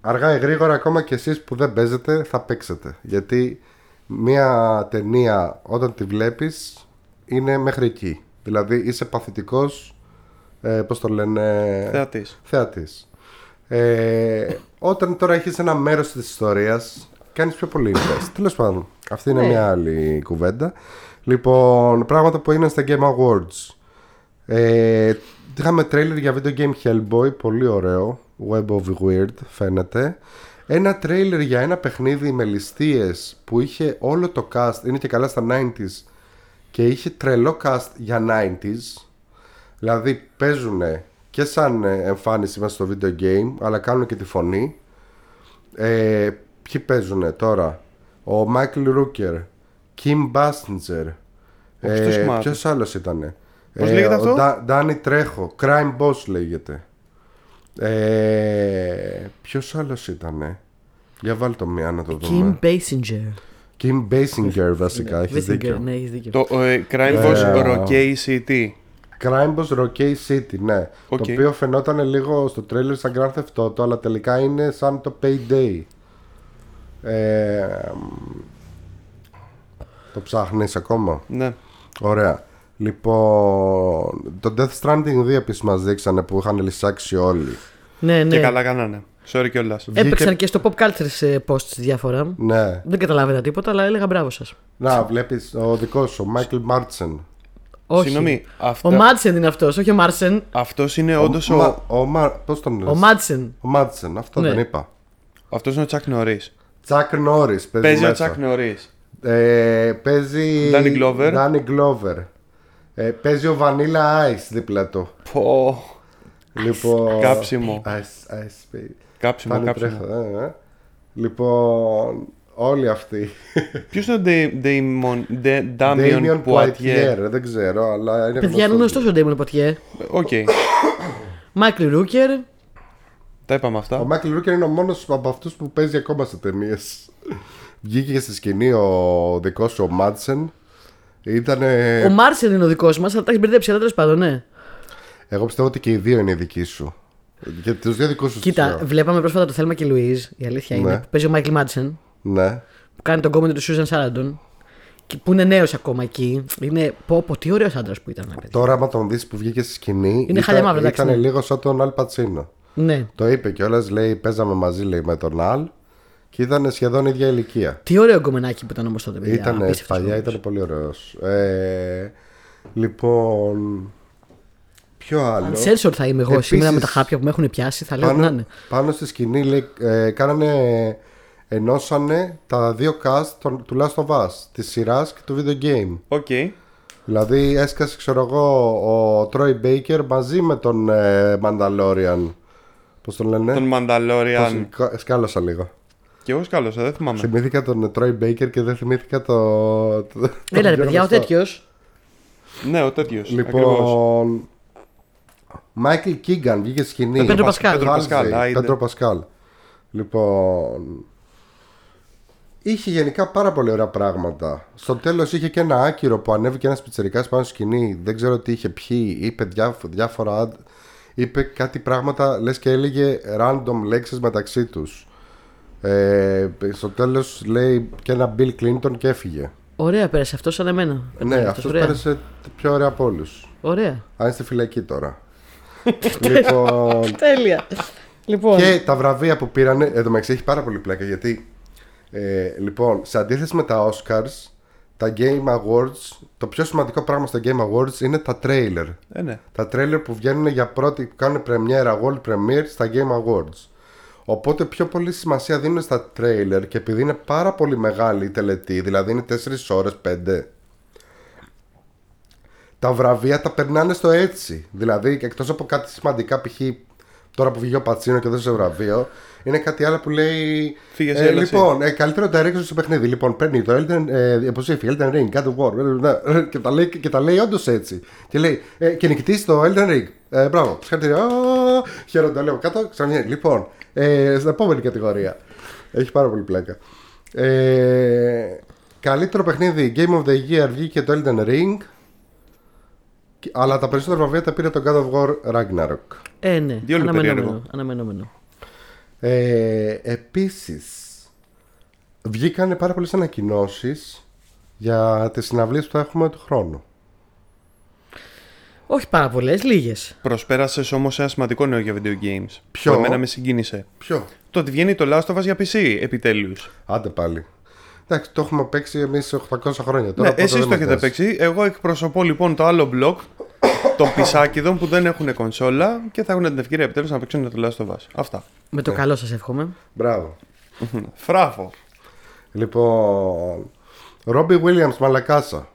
Αργά ή γρήγορα, ακόμα και εσείς που δεν παίζετε, θα παίξετε. Γιατί μία ταινία όταν τη βλέπεις είναι μέχρι εκεί. Δηλαδή είσαι παθητικός. Ε, Πώς το λένε
Θεατής.
Ε, θεατής. Ε, όταν τώρα έχεις ένα μέρος της ιστορίας κάνεις πιο πολύ invest. Τέλος πάντων, αυτή είναι
Ναι.
μια άλλη κουβέντα. Λοιπόν, πράγματα που είναι στα Game Awards. Ε, είχαμε τρέιλερ για video game Hellboy, πολύ ωραίο. Web of Weird φαίνεται. Ένα τρέιλερ για ένα παιχνίδι με ληστείες που είχε όλο το cast, είναι και καλά στα 90s και είχε τρελό cast για 90s. Δηλαδή παίζουν και σαν ε, εμφάνιση μέσα στο video game, αλλά κάνουν και τη φωνή. Ε, ποιοι παίζουν τώρα, ο Μάικλ Ρούκερ, Kim Basinger,
Χριστός
ε,
Μάρτης.
ποιος άλλος ήτανε. Ε,
Πώς λέγεται αυτό?
Ντάνι Τρέχο, Crime Boss λέγεται. Ε, ποιος άλλος ήτανε. Για βάλτε το μία να το
Kim
δούμε.
Basinger.
Kim Basinger βασικά, έχεις
Basinger,
δίκιο.
Ναι, έχεις δίκιο.
Το ε, Crime Boss Rockey City.
Crime Boss Rockay City, ναι.
Οκ.
Το οποίο φαινόταν λίγο στο τρέλερ σαν Grand Theft Auto, αλλά τελικά είναι σαν το Payday. Ε, το ψάχνεις ακόμα.
Ναι.
Ωραία. Λοιπόν, το Death Stranding 2 επίσης μας δείξανε που είχαν λυσάξει όλοι.
Ναι,
Και
ναι. Ε,
καλά κάνανε. Sorry κιόλας.
Έπαιξαν και στο pop culture ε, posts διάφορα.
Ναι.
Δεν καταλάβαινα τίποτα, αλλά έλεγα μπράβο σας.
Να, βλέπεις ο δικός σου, ο Michael Martsen.
Όχι.
Συγγνώμη.
Ο Μάτσεν είναι αυτός, όχι ο Μάρσεν.
Αυτός είναι όντω ο.
Μα- ο Μα- πώς τον λες?
Ο Μάτσεν.
Ο Madsen, αυτό
Ναι.
δεν είπα.
Αυτός είναι ο Τσακ Νωρί.
Τσακ Νόρις παίζει,
Παίζει ο
μέσα.
Τσακ Νωρί.
Ε, παίζει.
Danny Glover.
Danny Glover. Ε, παίζει ο Vanilla Ice δίπλα του.
Πω.
Λοιπόν.
Κάψιμο.
Ice, ice, baby.
Κάψιμο,
Πάνε
κάψιμο.
τρέχα, ε, ε. Λοιπόν, όλοι αυτοί.
Ποιος είναι ο Ντε- Ντέιμον- Ντε- Ντάμιον
Damien
Πουατιέ.
Poitier, δεν ξέρω, αλλά είναι
Παιδιά, είναι
γνωστός.
γνωστό ο Ντέιμον Ποτιέ.
Οκ.
Μάικλ Ρούκερ.
Τα είπαμε αυτά.
Ο Μάικλ Ρούκερ είναι ο μόνος από αυτούς που παίζει ακόμα σε ταινίες. Βγήκε και στη σκηνή ο δικός σου ο Μάτσεν. Ήτανε...
Ο Μάρσεν είναι ο δικός μας, αλλά τα έχει μπερδέψει, αλλά τέλος πάντων, ναι.
Εγώ πιστεύω ότι και οι δύο είναι οι δικοί σου. Και τους δύο δικούς σου. τους
Κοίτα,
λέω.
βλέπαμε πρόσφατα το Θέλμα και Λουίζ. Η αλήθεια είναι.
Ναι.
που Παίζει ο Μάικλ Μάτσεν
Ναι.
που κάνει τον κόμμα του Σούζαν Σάραντον. και Που είναι νέος ακόμα εκεί. Είναι. Πω, πω, τι ωραίος άντρας που ήταν. Παιδί.
Τώρα, άμα τον δεις που βγήκε στη σκηνή.
Είναι χαλιαμαύρο, εντάξει,
Ήταν
ναι.
λίγο σαν τον Αλ Πατσίνο.
Ναι.
Το είπε κιόλας, λέει, παίζαμε μαζί λέει, με τον Αλ και ήταν σχεδόν ίδια ηλικία.
Τι ωραίο γκομενάκι που ήταν όμως τότε. παιδιά.
Ήταν
Απίστευτος
παλιά,
γκόμενος.
ήταν πολύ ωραίος. Ε, λοιπόν. Ποιο άλλο.
Σένσορ θα είμαι εγώ
Επίσης-
σήμερα με τα χάπια που με έχουν πιάσει. Θα λέω να
πάνω,
είναι.
πάνω στη σκηνή λέει, ε, κάνανε, ενώσανε τα δύο cast των- του Last of Us, της σειράς και του video game.
Οκ.
Δηλαδή έσκασε ξέρω εγώ ο Troy Baker μαζί με τον ε, Mandalorian. Πώς τον λένε?
Τον Μανταλόριαν.
Πώς- Σκάλωσα λίγο.
Και εγώ σκάλωσα, δεν θυμάμαι.
Θυμήθηκα τον Troy Baker και δεν θυμήθηκα το... το- τον
Έλα ρε
Γιώργο
παιδιά, ο
Στά.
τέτοιος.
Ναι, ο τέτοιος. Ακριβώ.
Λοιπόν. Μάικλ Κίγκαν βγήκε στη σκηνή.
Πέντρο Πασκάλ.
Πέντρο Πασκάλ.
Πασκάλ, άιντε.
Πέντρο Πασκάλ. Λοιπόν. Είχε γενικά πάρα πολύ ωραία πράγματα. Στο τέλος είχε και ένα άκυρο που ανέβηκε ένας πιτσερικάς πάνω στη σκηνή. Δεν ξέρω τι είχε πιει. Είπε διάφο- διάφορα. άν- Είπε κάτι πράγματα, λες και έλεγε random λέξεις μεταξύ τους. Ε, στο τέλος λέει και ένα Bill Clinton και έφυγε.
Ωραία, πέρασε αυτό σαν εμένα.
Ναι,
Ε, Αυτός,
αυτός
ωραία.
πέρασε πιο ωραία από όλους.
Ωραία.
Αν είστε φυλακή τώρα. λοιπόν.
Τέλεια. Λοιπόν.
και τα βραβεία που πήρανε. Εδώ μεταξύ έχει πάρα πολύ πλάκα γιατί. Ε, λοιπόν, σε αντίθεση με τα Oscars, τα Game Awards, το πιο σημαντικό πράγμα στα Game Awards είναι τα trailer.
Ε, ναι.
Τα trailer που βγαίνουν για πρώτη, που κάνουν πρεμιέρα, world premiere στα Game Awards. Οπότε πιο πολύ σημασία δίνουν στα trailer και επειδή είναι πάρα πολύ μεγάλη η τελετή, δηλαδή είναι 4 ώρες, 5, τα βραβεία τα περνάνε στο έτσι. Δηλαδή, εκτός από κάτι σημαντικά, π.χ. τώρα που βγήκε ο Πατσίνο και έδωσε βραβείο, είναι κάτι άλλο που λέει.
Φύγε
ε,
σε έλαση.
λοιπόν, ε, καλύτερο direction σε παιχνίδι. Λοιπόν, παίρνει το Elden, ε, υποψήφι, Elden Ring, God of War. ε, ε, ε, και τα λέει, και τα λέει όντως έτσι. Και λέει, ε, και νικητής το Elden Ring. Ε, μπράβο, συγχαρητήρια. Α, Χαίρομαι, λέω κάτω. Ξαναβγαίνει. Λοιπόν, ε, στην επόμενη κατηγορία. Έχει πάρα πολύ πλάκα. Ε, καλύτερο παιχνίδι Game of the Year βγήκε το Elden Ring. Και- Αλλά τα περισσότερα βραβεία τα πήρε το God of War Ragnarok.
Ε, ναι.
Δύο λεπτά
Αναμενόμενο.
περίεργο.
αναμενόμενο.
Ε, επίσης, βγήκανε πάρα πολλές ανακοινώσεις για τις συναυλίες που θα έχουμε του χρόνου.
Όχι πάρα πολλές, λίγες.
Προσπέρασες όμως ένα σημαντικό νέο για video games.
Ποιο?
Που εμένα με συγκίνησε.
Ποιο.
Το ότι βγαίνει το Last of Us για PC, επιτέλους.
Άντε πάλι. Εντάξει, το έχουμε παίξει εμείς 800 χρόνια τώρα.
Ναι,
οπότε
εσείς
δεν
το
μας
έχετε
νοιάζει.
παίξει. Εγώ εκπροσωπώ λοιπόν το άλλο μπλοκ των πισάκιδων που δεν έχουν κονσόλα και θα έχουν την ευκαιρία επιτέλους να παίξουν το Last of Us. Αυτά.
Με
Ναι.
το καλό σας εύχομαι.
Μπράβο.
Φράφο.
Λοιπόν. Ρόμπι Williams, μαλακάσα.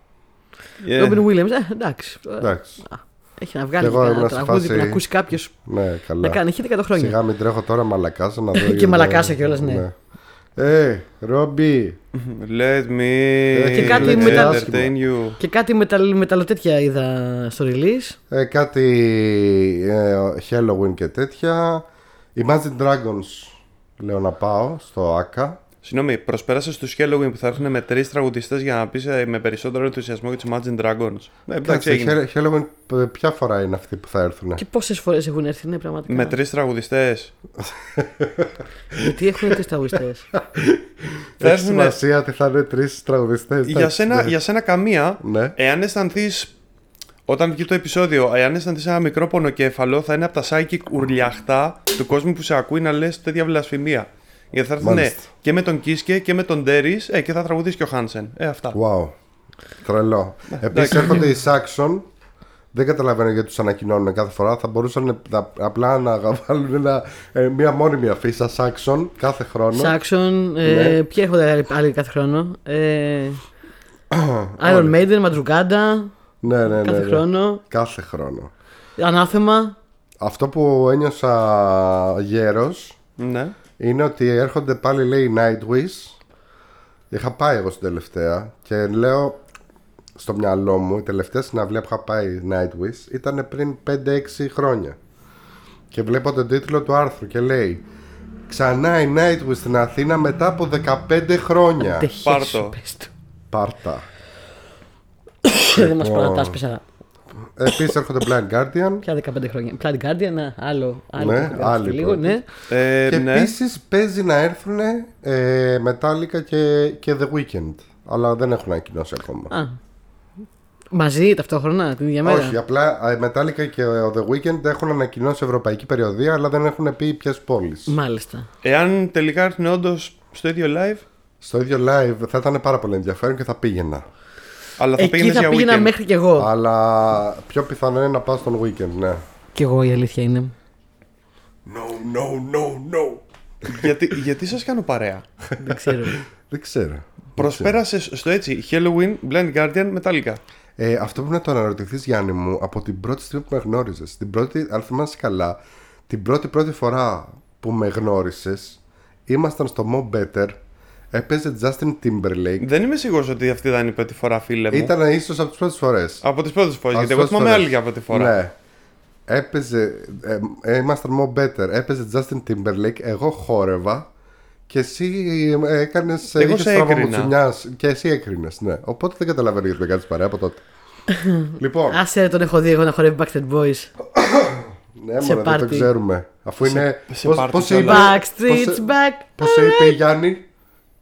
Yeah.
Ρόμπιν Βίλιαμ, ε, εντάξει.
Εντάξει.
Έχει να βγάλει
Κι
και
Ναι. εγώ
κανένα
ήμουν σε
τραγούδι που
φάση-
να ακούσει κάποιος.
Ναι, καλά.
Να κάνει hit 100 χρόνια.
Σιγά μην τρέχω τώρα μαλακάσα να δω.
Και μαλακάσα κιόλας, ναι.
Ε, Ρόμπι.
Let me
Και
κάτι
let's
μετά-
entertain you.
Και κάτι μεταλ, μεταλλοτέτια είδα στο release.
Ε, κάτι ε, Halloween και τέτοια. Imagine Dragons λέω να πάω στο ΑΚΑ.
Συγγνώμη, προσπέρασες τους Halloween που θα έρθουν με τρεις τραγουδιστές για να πεις με περισσότερο ενθουσιασμό για τους Imagine Dragons. Ναι,
Εντάξει,
εντάξει, έγινε.
Hall- Halloween ε, ποια φορά είναι αυτή που θα έρθουν.
Και πόσες φορές έχουν έρθει, ναι, πραγματικά.
Με τρεις τραγουδιστές.
Γιατί έχουν τρεις τραγουδιστές.
Θα
Έχει
έρθουν
σημασία ότι θα είναι τρεις τραγουδιστές.
για σένα, για σένα καμία.
Ναι.
Εάν αισθανθείς. Όταν βγει το επεισόδιο, εάν αισθανθείς ένα μικρό πονοκέφαλο, θα είναι από τα psychic ουρλιαχτά του κόσμου που σε ακούει να λες τέτοια βλασφημία. Γιατί θα έρθουν ναι,
Μάλιστα.
και με τον Κίσκε και με τον Τέρι ε, και θα τραγουδίσει και ο Χάνσεν. Ε, αυτά.
Wow. Τρελό.
Ναι,
Επίσης έρχονται οι Saxon. Δεν καταλαβαίνω γιατί τους ανακοινώνουν κάθε φορά. Θα μπορούσαν να- απλά να βάλουν ένα, ε, μία μόνιμη αφίσα Saxon κάθε χρόνο.
Σάξον, ε, ποιοι έρχονται άλλοι- άλλοι κάθε χρόνο. Ε, Iron Maiden, Μαντρουγκάντα,
Ναι, ναι, ναι,
κάθε
ναι.
χρόνο.
Κάθε χρόνο.
Ανάθεμα.
Αυτό που ένιωσα γέρος
Ναι.
είναι ότι έρχονται πάλι λέει οι Nightwish. Είχα πάει εγώ στην τελευταία και λέω στο μυαλό μου η τελευταία συναυλία που είχα πάει Nightwish ήταν πριν 5-6 χρόνια. Και βλέπω τον τίτλο του άρθρου και λέει Ξανά η Nightwish στην Αθήνα μετά από 15 χρόνια.
Τεχέ
πάρ'
σου,
το.
πες του.
Πάρτα.
Δεν μα παρατά πεσαρά.
Επίσης έρχονται Blind Guardian.
Πια 15 χρόνια. Planet Guardian, ένα άλλο. άλλο
Ναι,
που γράφει
άλλη
λίγο,
πρώτη.
ναι.
Ε,
Και
ναι.
επίσης παίζει να έρθουν ε, Metallica και, και The Weeknd. Αλλά δεν έχουν ανακοινώσει ακόμα.
Α. Μαζί ταυτόχρονα την ίδια μέρα.
Όχι, απλά ε, Metallica και ο The Weeknd έχουν ανακοινώσει ευρωπαϊκή περιοδία, αλλά δεν έχουν πει ποιες πόλεις.
Μάλιστα.
Εάν τελικά έρθουν όντως στο ίδιο live,
Στο ίδιο live θα ήταν πάρα πολύ ενδιαφέρον και θα πήγαινα.
αλλά θα
Εκεί
πήγαινες
θα
για
πήγαινα
weekend.
μέχρι κι εγώ.
Αλλά πιο πιθανό είναι να πάω στον Weekend, ναι.
Κι εγώ η αλήθεια είναι.
No, no, no, no.
γιατί γιατί σας κάνω παρέα.
Δεν ξέρω.
Δεν ξέρω.
Προσπέρασες στο έτσι Halloween, Blind Guardian, Metallica.
Ε, αυτό που να το αναρωτηθείς, Γιάννη μου, από την πρώτη στιγμή που με γνώριζες. Την πρώτη, αν θυμάσαι καλά, την πρώτη πρώτη φορά που με γνώρισες, ήμασταν στο Mo Better, έπαιζε Justin Timberlake.
Δεν είμαι σίγουρος ότι αυτή ήταν η πρώτη φορά, φίλε μου.
Ήταν ίσως από τις πρώτες φορές.
Από τις πρώτες φορές.
Ας
Γιατί εγώ
δώσω
θυμάμαι
το
άλλη
ρες.
για πρώτη φορά.
Ναι. Έπαιζε. ε, ε, Ήμασταν more better. Έπαιζε Justin Timberlake. Εγώ χόρευα. Και εσύ ε, έκανες.
Εγώ σε έκρινα.
Και εσύ έκρινες. Ναι. Οπότε δεν καταλαβαίνω γιατί δεν κάνεις παρέα από τότε. λοιπόν,
Άσε τον έχω δει εγώ να χορεύει Backstreet Boys.
ναι,
σε
μόνο δεν το
party.
ξέρουμε. Αφού είναι.
σε
πώς-
party
πώς
κιόλας.
είπε-
Backstreet's
πώς-
back.
πώς είπε η Γιάννη.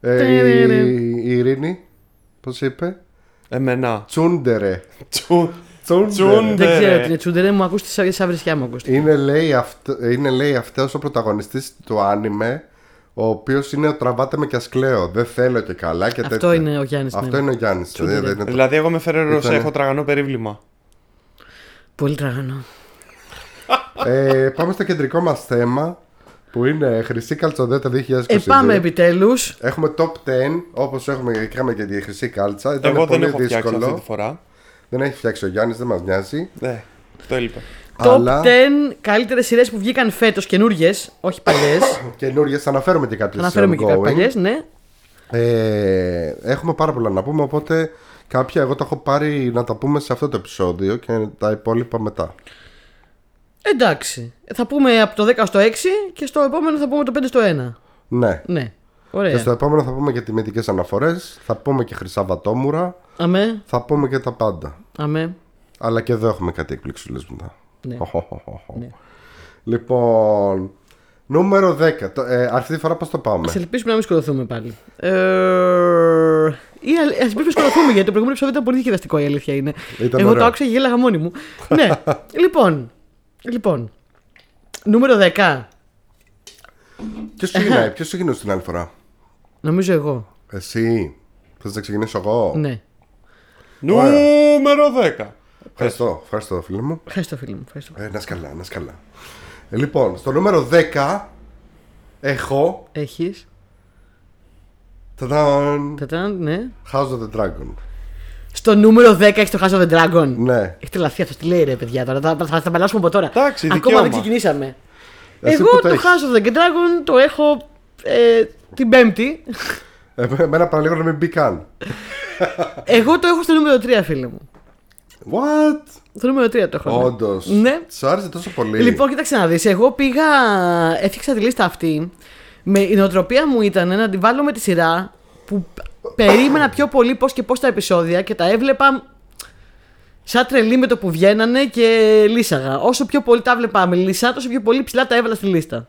ε, η-
Τερερε.
Η Ειρήνη. Πώς είπε.
Εμένα.
Τσούντερε.
Τσου.
Τσούντερε.
Δεν
Ναι,
ξέρω
ρε.
τι είναι τσούντερε, μου ακούσει τη αυρεσιά μου ακούστηκε.
Είναι λέει, αυτό, είναι λέει αυτός ο πρωταγωνιστής του άνιμε Ο οποίος είναι ο τραβάτε με κι ας κλαίω Δεν θέλω και καλά και
Αυτό
τέτοια.
είναι ο ναι. Γιάννης.
Αυτό είναι ο Γιάννης δεν-
Τσούντερε.
δεν είναι το-
Δηλαδή, εγώ με φέρε ροζά,
Ήτανε.
έχω τραγανό περίβλημα.
Πολύ τραγανό.
ε, Πάμε στο κεντρικό μας θέμα Που είναι Χρυσή Καλτσοδέτα 2022
Ε, πάμε επιτέλους.
Έχουμε top 10 όπως έχουμε, είχαμε και τη Χρυσή Κάλτσα Ήταν
Εγώ δεν
πολύ
έχω φτιάξει
δύσκολο
αυτή τη φορά.
Δεν έχει φτιάξει ο Γιάννης δεν μας νοιάζει
Ναι, το έλειπε.
Top 10 καλύτερες σειρές που βγήκαν φέτος, καινούριες, όχι παλιές.
Καινούριες αναφέρουμε και κάποιες
Αναφέρομαι και
ongoing.
κάποιες παλιέ, ναι.
Ε, έχουμε πάρα πολλά να πούμε, οπότε κάποια εγώ τα έχω πάρει να τα πούμε σε αυτό το επεισόδιο και τα υπόλοιπα μετά.
Εντάξει. Θα πούμε από το 10 στο 6 και στο επόμενο θα πούμε το 5 στο 1.
Ναι.
Ναι.
Και στο
Ωραία.
επόμενο θα πούμε και τιμητικές αναφορές, θα πούμε και χρυσά βατόμουρα,
Αμέ.
θα πούμε και τα πάντα.
Αμέ.
Αλλά και εδώ έχουμε κάτι εκπληξούλες μετά.
Ναι.
Χοχοχοχο.
Ναι.
Λοιπόν, νούμερο 10. Το- ε, αυτή τη φορά πώς το πάμε.
Ας ελπίσουμε να μην σκοτωθούμε πάλι. Ε, Ή α ας μην σκοτωθούμε γιατί το προηγούμενο επεισόδιο ήταν πολύ διασκεδαστικό η αλήθεια είναι.
Ήταν
Εγώ
ωραίο.
το άκουσα και γέλαγα μόνη μου. ναι. Λοιπόν. Λοιπόν. Νούμερο 10.
Ποιο ξεκινάει, ποιο ξεκινούσε την άλλη φορά.
Νομίζω εγώ.
Εσύ. Θες να ξεκινήσω εγώ.
Ναι.
Νούμερο 10.
Ευχαριστώ, ευχαριστώ φίλε μου.
Ευχαριστώ, φίλοι μου. Ευχαριστώ.
Ε, να είσαι καλά, να είσαι καλά. Ε, λοιπόν, στο νούμερο 10 έχω.
Έχεις.
Τadam,
ναι.
House of the Dragon.
Στο νούμερο 10 έχεις το House of the Dragon.
Ναι.
Έχει τρελαθεί αυτός. Τι λέει ρε παιδιά τώρα. Θα, θα, θα μπαλάσουμε από τώρα.
Εντάξει,
Ακόμα
δικαίωμα.
δεν ξεκινήσαμε.
Εσύ
Εγώ
που
το
το έχεις.
House of the Dragon το έχω ε, την Πέμπτη.
Ε, Εμένα παραλίγο να μην μπει καν.
Εγώ το έχω στο νούμερο 3, φίλε μου.
What?
Το νούμερο 3 το έχω. ναι.
Όντως.
Ναι.
Σου άρεσε τόσο πολύ.
Λοιπόν, κοίταξε να δεις. Εγώ πήγα. Έφτιαξα τη λίστα αυτή. Με, η νοοτροπία μου ήταν να τη βάλω με τη σειρά που περίμενα πιο πολύ πώς και πώς τα επεισόδια και τα έβλεπα σαν τρελή με το που βγαίνανε και λύσαγα. Όσο πιο πολύ τα έβλεπα με λύσα, τόσο πιο πολύ ψηλά τα έβαλα στη λίστα.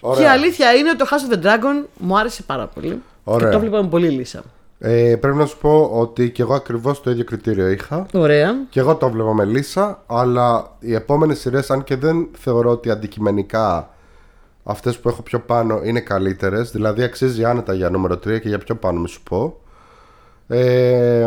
Ωραία.
Και η αλήθεια είναι ότι το House of the Dragon μου άρεσε πάρα πολύ.
Ωραία.
Και το έβλεπα με πολύ λύσα.
Ε, πρέπει να σου πω ότι και εγώ ακριβώς το ίδιο κριτήριο είχα.
Ωραία.
Και εγώ το βλέπω με Λίσσα, αλλά οι επόμενες σειρές, αν και δεν θεωρώ ότι αντικειμενικά αυτές που έχω πιο πάνω είναι καλύτερες, δηλαδή αξίζει άνετα για νούμερο 3 και για πιο πάνω, μη σου πω. Ε,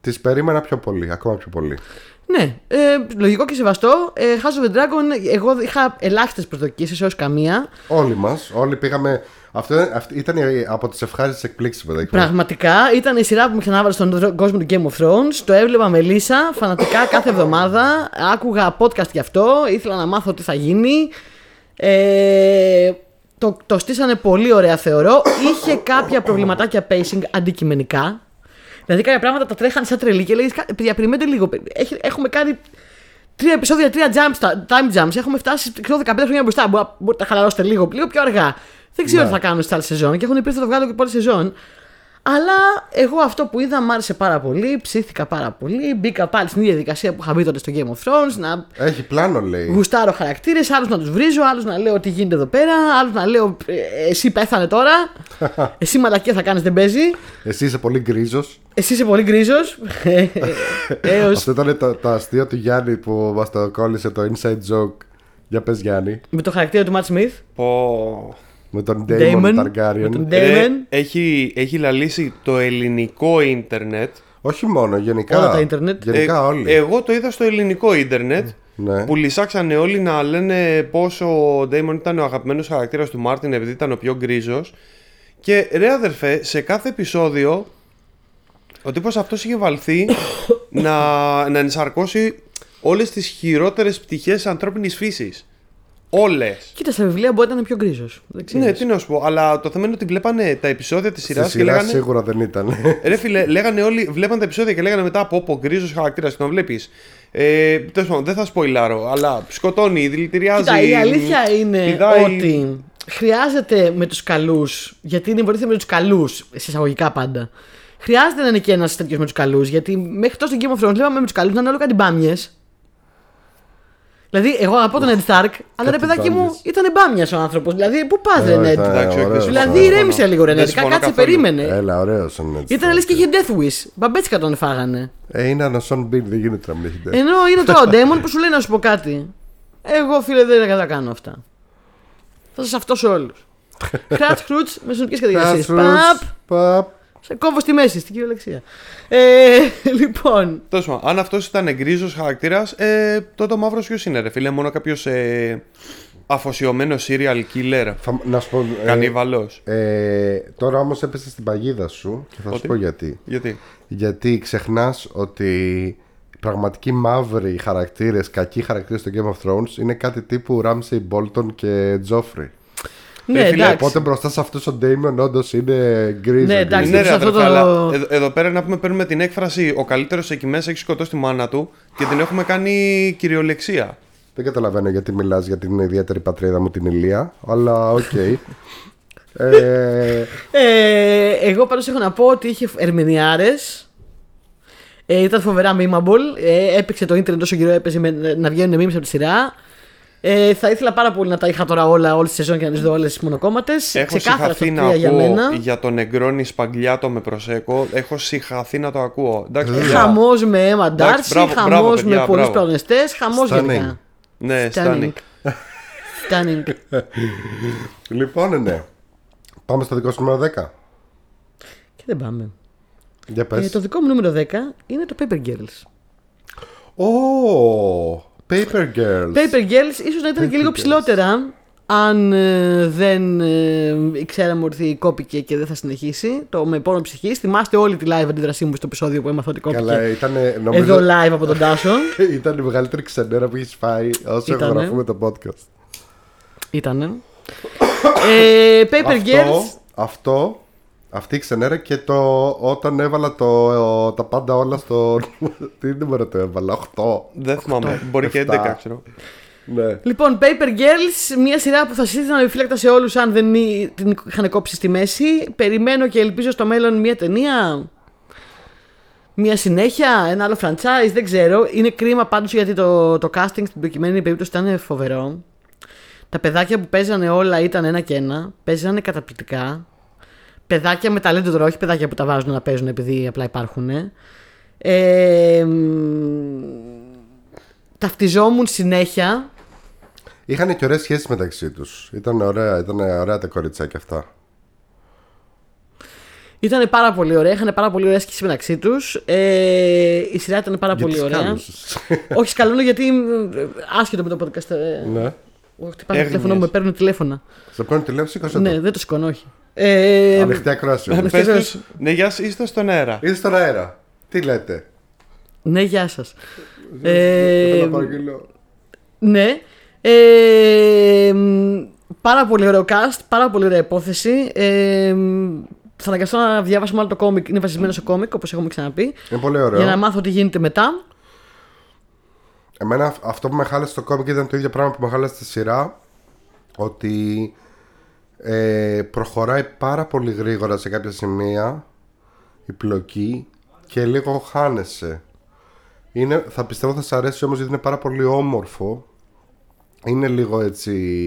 τις περίμενα πιο πολύ, ακόμα πιο πολύ.
Ναι, ε, λογικό και σεβαστό. Ε, House of the Dragon, εγώ είχα ελάχιστες προσδοκίες, έως καμία.
Όλοι μας, όλοι πήγαμε. Αυτό, αυτή ήταν η- από τις ευχάριστες εκπλήξεις, παιδάκι. μου.
Πραγματικά ήταν η σειρά που με ξανάβαλε στον κόσμο του Game of Thrones. Το έβλεπα με Λίσσα φανατικά κάθε εβδομάδα. Άκουγα podcast γι' αυτό. Ήθελα να μάθω τι θα γίνει. Ε, το, το στήσανε πολύ ωραία, θεωρώ. Είχε κάποια προβληματάκια pacing αντικειμενικά. Δηλαδή κάποια πράγματα τα τρέχανε σαν τρελή και λέει: Παιδιά, περιμένετε λίγο. Έχει- έχουμε κάνει τρία επεισόδια, τρία jumps, τα- time jumps. Έχουμε φτάσει ξέρω, 15 χρόνια μπροστά. Μπορεί- Μπορείτε να χαλαρώσετε λίγο, λίγο πιο αργά. Δεν ξέρω τι θα κάνουν στην άλλη σεζόν και έχουν πει ότι θα το βγάλω και πολλή σεζόν. Αλλά εγώ αυτό που είδα μ' άρεσε πάρα πολύ, ψήθηκα πάρα πολύ. Μπήκα πάλι στην ίδια διαδικασία που είχα μπει τότε στο Game of Thrones, να
Έχει πλάνο, λέει.
γουστάρω χαρακτήρες, άλλους να τους βρίζω, άλλους να λέω τι γίνεται εδώ πέρα, άλλους να λέω «Ε, εσύ πέθανε τώρα, εσύ μαλακία θα κάνεις, δεν παίζει.
Εσύ είσαι πολύ γκρίζος.
Εσύ είσαι πολύ Ε, γκρίζος. Έως.
Αυτό ήταν το, το αστείο του Γιάννη που μας το κόλλησε το inside joke. Για πες Γιάννη.
Με το χαρακτήρα του Ματ Σμιθ.
Πω.
Με τον
Damon,
Damon
με
Targaryen.
τον
Ρε,
Damon.
έχει, έχει λαλήσει το ελληνικό ίντερνετ.
Όχι μόνο, γενικά.
Όλα τα ίντερνετ.
Γενικά
Ε,
όλοι.
Εγώ το είδα στο ελληνικό ίντερνετ.
Ναι.
Που λυσάξανε όλοι να λένε πόσο ο Ντέιμον ήταν ο αγαπημένος χαρακτήρας του Μάρτιν επειδή ήταν ο πιο γκρίζος Και ρε αδερφέ, σε κάθε επεισόδιο ο τύπος αυτός είχε βαλθεί να, να ενσαρκώσει όλες τις χειρότερες πτυχές της ανθρώπινης φύσης Όλες
Κοίτα, στα βιβλία μπορεί να είναι πιο γκρίζος.
Ναι, τι να σου πω, αλλά το θέμα είναι ότι βλέπανε τα επεισόδια της
Στη
σειράς και
σειρά
λέγανε Ε.
σίγουρα δεν ήταν.
Ρε φίλε, λέγανε όλοι, βλέπαν τα επεισόδια και λέγανε μετά από πω, γκρίζος χαρακτήρας, τον βλέπεις. Ε, τέλος πάντων, δεν θα σποϊλάρω, αλλά σκοτώνει, δηλητηριάζει.
Κοίτα, η αλήθεια είναι
πηδάει.
ότι χρειάζεται με τους καλούς, γιατί είναι βοήθεια με τους καλούς, εισαγωγικά πάντα. Χρειάζεται να είναι και ένας τέτοιος με τους καλούς, γιατί μέχρι τόσο στο Game of Thrones λέγαμε με τους καλούς να είναι όλο κάτι μπάμιες. Δηλαδή, εγώ αγαπώ τον Ed Stark, αλλά ρε
Κάτι
παιδάκι μου
μπάμιες.
ήταν μπάμιας ο άνθρωπος. Δηλαδή, πού πας,
Ε,
ρε Ned.
ήταν
Εντάξει, όχι,
ωραίος.
δεν
Δηλαδή,
συμφωνώ.
ηρέμησε λίγο, ρε
Δεν
Ned.
συμφωνώ
Κάτσε,
καθόλου. Ε,
περίμενε.
Έλα, ωραίος ο Νέτ.
Ήταν λες και είχε Death Wish. Μπαμπέτσικα τον φάγανε.
Ε, είναι ένα Σον Μπιν, δεν γίνεται να μην έχει Death.
Ενώ είναι τώρα ο Ντέμον που σου λέει να σου πω κάτι. Εγώ φίλε δεν θα τα κάνω αυτά. Θα σας αυτό σε όλους. Κράτ χρούτ με συνοπτικέ
Crash
κατηγορίε.
Roots,
Ε, Παπ!
παπ.
Σε κόβω στη μέση, στην κυριολεξία. Ε, λοιπόν.
Τέλος πάντων, αν αυτός ήταν γκρίζος χαρακτήρας, ε, τότε ο μαύρος ποιος είναι, ρε φίλε, μόνο κάποιος ε, αφοσιωμένο serial killer.
Θα- Να σου πω. ε,
Κανίβαλο.
ε, τώρα όμως έπεσε στην παγίδα σου και θα σου
Ότι?
πω γιατί.
Γιατί.
Γιατί ξεχνάς ότι οι πραγματικοί μαύροι χαρακτήρες, κακοί χαρακτήρες στο Game of Thrones είναι κάτι τύπου Ramsey Bolton και Τζόφρι.
Ναι,
Ε, φίλε,
εντάξει.
Οπότε μπροστά σε αυτούς ο Ντέιμον όντως είναι γκρίζο.
Ναι, εντάξει,
Ναι, ρε
σε αυτό το-
αδερφέ, αλλά εδώ, εδώ πέρα να πούμε παίρνουμε την έκφραση Ο καλύτερος εκεί μέσα έχει σκοτώσει τη μάνα του και την έχουμε κάνει κυριολεξία.
Δεν καταλαβαίνω γιατί μιλάς για την ιδιαίτερη πατρίδα μου την Ηλία, αλλά οκ. ε,
Ε, εγώ πάντως έχω να πω ότι είχε ερμηνιάρε. Ε, ήταν φοβερά memeable. Ε, έπαιξε το ίντερνετ όσο γύρω έπαιζε με, να βγαίνουν memes από τη σειρά. Ε, θα ήθελα πάρα πολύ να τα είχα τώρα όλα, όλη τη σεζόν και να τις δω όλες τις μονοκόμματες.
Έχω
Ξεκάθαρα στο
συγχαθεί να
τρία
ακούω
για
για,
μένα.
τον Εγκρόνη Σπαγγλιάτο με προσέκο. Έχω συγχαθεί να το ακούω. Εντάξει, παιδιά.
Χαμός με αίμα
Ε, Εντάξει,
Ντάρση,
μπράβο, μπράβο,
χαμός με
παιδιά,
πολλούς
μπράβο.
πλανεστέ, χαμός
Stunning.
γενικά.
Ναι,
Stunning.
Στάνι.
Stunning.
Λοιπόν, ναι. Πάμε στο δικό σου νούμερο 10.
Και δεν πάμε.
Για πες.
Ε, το δικό μου νούμερο 10 είναι το Paper Girls.
Ω, Paper Girls.
Paper Girls ίσως να ήταν και λίγο
Girls.
ψηλότερα αν ε, δεν ε, ξέραμε ότι κόπηκε και δεν θα συνεχίσει. Το με πόνο ψυχή. Θυμάστε όλη τη live αντίδρασή μου στο επεισόδιο που έμαθα ότι κόπηκε.
Καλά, ήταν νομίζω.
Εδώ live από τον Τάσο.
Ήταν η μεγαλύτερη ξενέρα που έχεις φάει όσο
Ήτανε.
εγγραφούμε το podcast.
Ήτανε. ε, Paper
Αυτό,
Girls.
αυτό, αυτή η ξενέρα και το όταν έβαλα το, τα πάντα όλα στο. Τι νούμερο το έβαλα, 8.
Δεν θυμάμαι. Μπορεί και
εφτά.
11, ξέρω.
Ναι.
Λοιπόν, Paper Girls, μια σειρά που θα συζήτηνα επιφύλακτα σε όλους αν δεν ή- την είχαν κόψει στη μέση. Περιμένω και ελπίζω στο μέλλον μια ταινία. Μια συνέχεια, ένα άλλο franchise, δεν ξέρω. Είναι κρίμα πάντως γιατί το, το casting στην προκειμένη περίπτωση ήταν φοβερό. Τα παιδάκια που παίζανε όλα ήταν ένα και ένα. Παίζανε καταπληκτικά. Παιδάκια με ταλέντο τώρα, όχι παιδάκια που τα βάζουν να παίζουν επειδή απλά υπάρχουν. Ε, μ, ταυτιζόμουν συνέχεια
Είχαν και ωραίες σχέσεις μεταξύ τους. Ήταν ωραία, ήταν ωραία τα κοριτσάκια αυτά.
Ήταν πάρα πολύ ωραία, είχαν πάρα πολύ ωραία σχέση μεταξύ τους. Ε, η σειρά ήταν πάρα πολύ
τις
ωραία.
κάλουσες.
Όχι, σκαλώνω γιατί. μ, ε, Άσχετο με το podcast. ε,
ναι.
Όχι, χτυπάνε το
Έγνοιες.
τηλέφωνο μου, με παίρνουν τηλέφωνα.
Σε παίρνει τηλέφωνο, σήκωσε
Ναι,
το.
δεν το σηκώνω, όχι. Ε,
Ανοιχτή ακρόαση.
Ανοιχτή.
Πες
Ευτυχώς.
τους, ναι, γεια σας, είστε στον αέρα.
Είστε στον αέρα. Τι λέτε.
ναι, γεια σας.
Θέλω
Ε,
να πάρω κιλό.
ναι. Ε, μ, πάρα πολύ ωραίο cast, πάρα πολύ ωραία υπόθεση. Ε, μ, θα αναγκαστώ να διαβάσω μάλλον το κόμικ. Είναι βασισμένο σε κόμικ, όπως έχουμε ξαναπεί.
Είναι πολύ
Για να
ωραίο.
μάθω τι γίνεται μετά.
Εμένα αυ- αυτό που με χάλασε στο κόμικ ήταν το ίδιο πράγμα που με χάλασε στη σειρά. Ότι ε, προχωράει πάρα πολύ γρήγορα σε κάποια σημεία η πλοκή και λίγο χάνεσαι. Είναι, θα πιστεύω θα σ' αρέσει όμως γιατί είναι πάρα πολύ όμορφο. Είναι λίγο έτσι...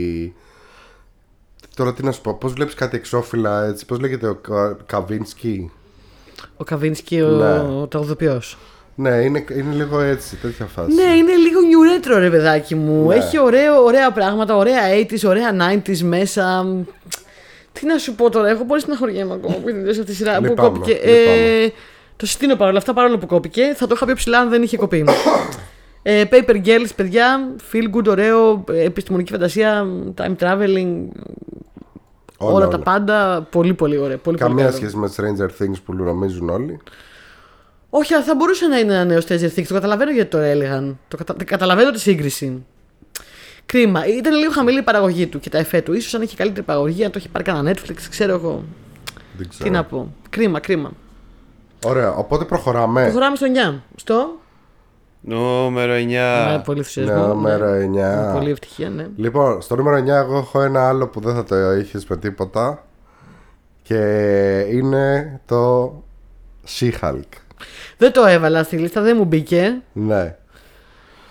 Τώρα τι να σου πω, πώς βλέπεις κάτι εξώφυλλα έτσι, πώς λέγεται ο Κα- Καβίνσκι.
Ο Καβίνσκι, ο,
Ναι.
ο τραγουδοποιός.
Ναι, είναι, είναι λίγο έτσι, τέτοια φάση.
Ναι, είναι λίγο new retro ρε παιδάκι μου.
Ναι.
Έχει ωραίο, ωραία πράγματα, ωραία 80s, ωραία 90s μέσα. Τι να σου πω τώρα, έχω πολύ στεναχωριέμαι ακόμα που είδε αυτή τη σειρά που
Λυπάμαι,
κόπηκε.
λυπάμαι.
Ε, το συστήνω παρόλα αυτά, παρόλο που κόπηκε. Θα το είχα πει ψηλά αν δεν είχε κοπεί. ε, paper Girls, παιδιά, feel good, ωραίο, ε, επιστημονική φαντασία, time traveling, όλα,
Όλα,
τα
όλα.
πάντα. Πολύ, πολύ ωραία. Πολύ, πολύ
Καμία
καλό.
σχέση με Stranger Things που νομίζουν όλοι.
Όχι, αλλά θα μπορούσε να είναι ένα νέο Stranger Things. Το καταλαβαίνω γιατί το έλεγαν. Το κατα... Καταλαβαίνω τη σύγκριση. Κρίμα. Ήταν λίγο χαμηλή η παραγωγή του και τα εφέ του. σω αν είχε καλύτερη παραγωγή, αν το είχε πάρει κανένα Netflix, ξέρω εγώ.
Δεν ξέρω.
Τι να πω. Κρίμα, κρίμα.
Ωραία, οπότε προχωράμε.
Προχωράμε στο 9. Στο.
Νούμερο
Με
9.
Ναι, πολύ ενθουσιασμό.
Νούμερο
Ναι.
9.
Με Πολύ ευτυχία, ναι.
Λοιπόν, στο νούμερο 9 εγώ έχω ένα άλλο που δεν θα το είχες με τίποτα. Και είναι το She-Hulk.
Δεν το έβαλα στη λίστα, δεν μου μπήκε.
Ναι.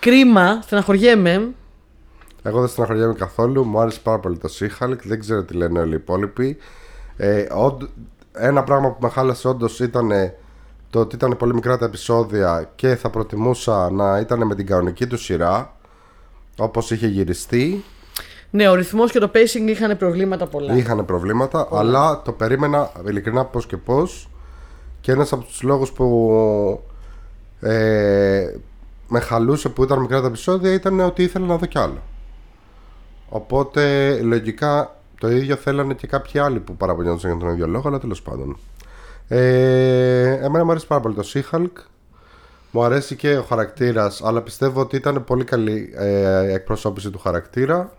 Κρίμα, στεναχωριέμαι.
Εγώ δεν στεναχωριέμαι καθόλου. Μου άρεσε πάρα πολύ το She-Hulk. Δεν ξέρω τι λένε όλοι οι υπόλοιποι. Ε, όντ- Ένα πράγμα που με χάλασε όντως ήταν το ότι ήταν πολύ μικρά τα επεισόδια και θα προτιμούσα να ήταν με την κανονική του σειρά όπως είχε γυριστεί.
Ναι, ο ρυθμός και το pacing είχαν προβλήματα πολλά.
Είχαν προβλήματα, αλλά το περίμενα ειλικρινά πώς και πώς. Και ένας από τους λόγους που ε, με χαλούσε που ήταν μικρά τα επεισόδια ήταν ότι ήθελα να δω κι άλλο. Οπότε λογικά το ίδιο θέλανε και κάποιοι άλλοι που παραπονιόντουσαν για τον ίδιο λόγο, αλλά τέλος πάντων. Ε, εμένα μου αρέσει πάρα πολύ το She-Hulk. Μου αρέσει και ο χαρακτήρας, αλλά πιστεύω ότι ήταν πολύ καλή ε, εκπροσώπηση του χαρακτήρα.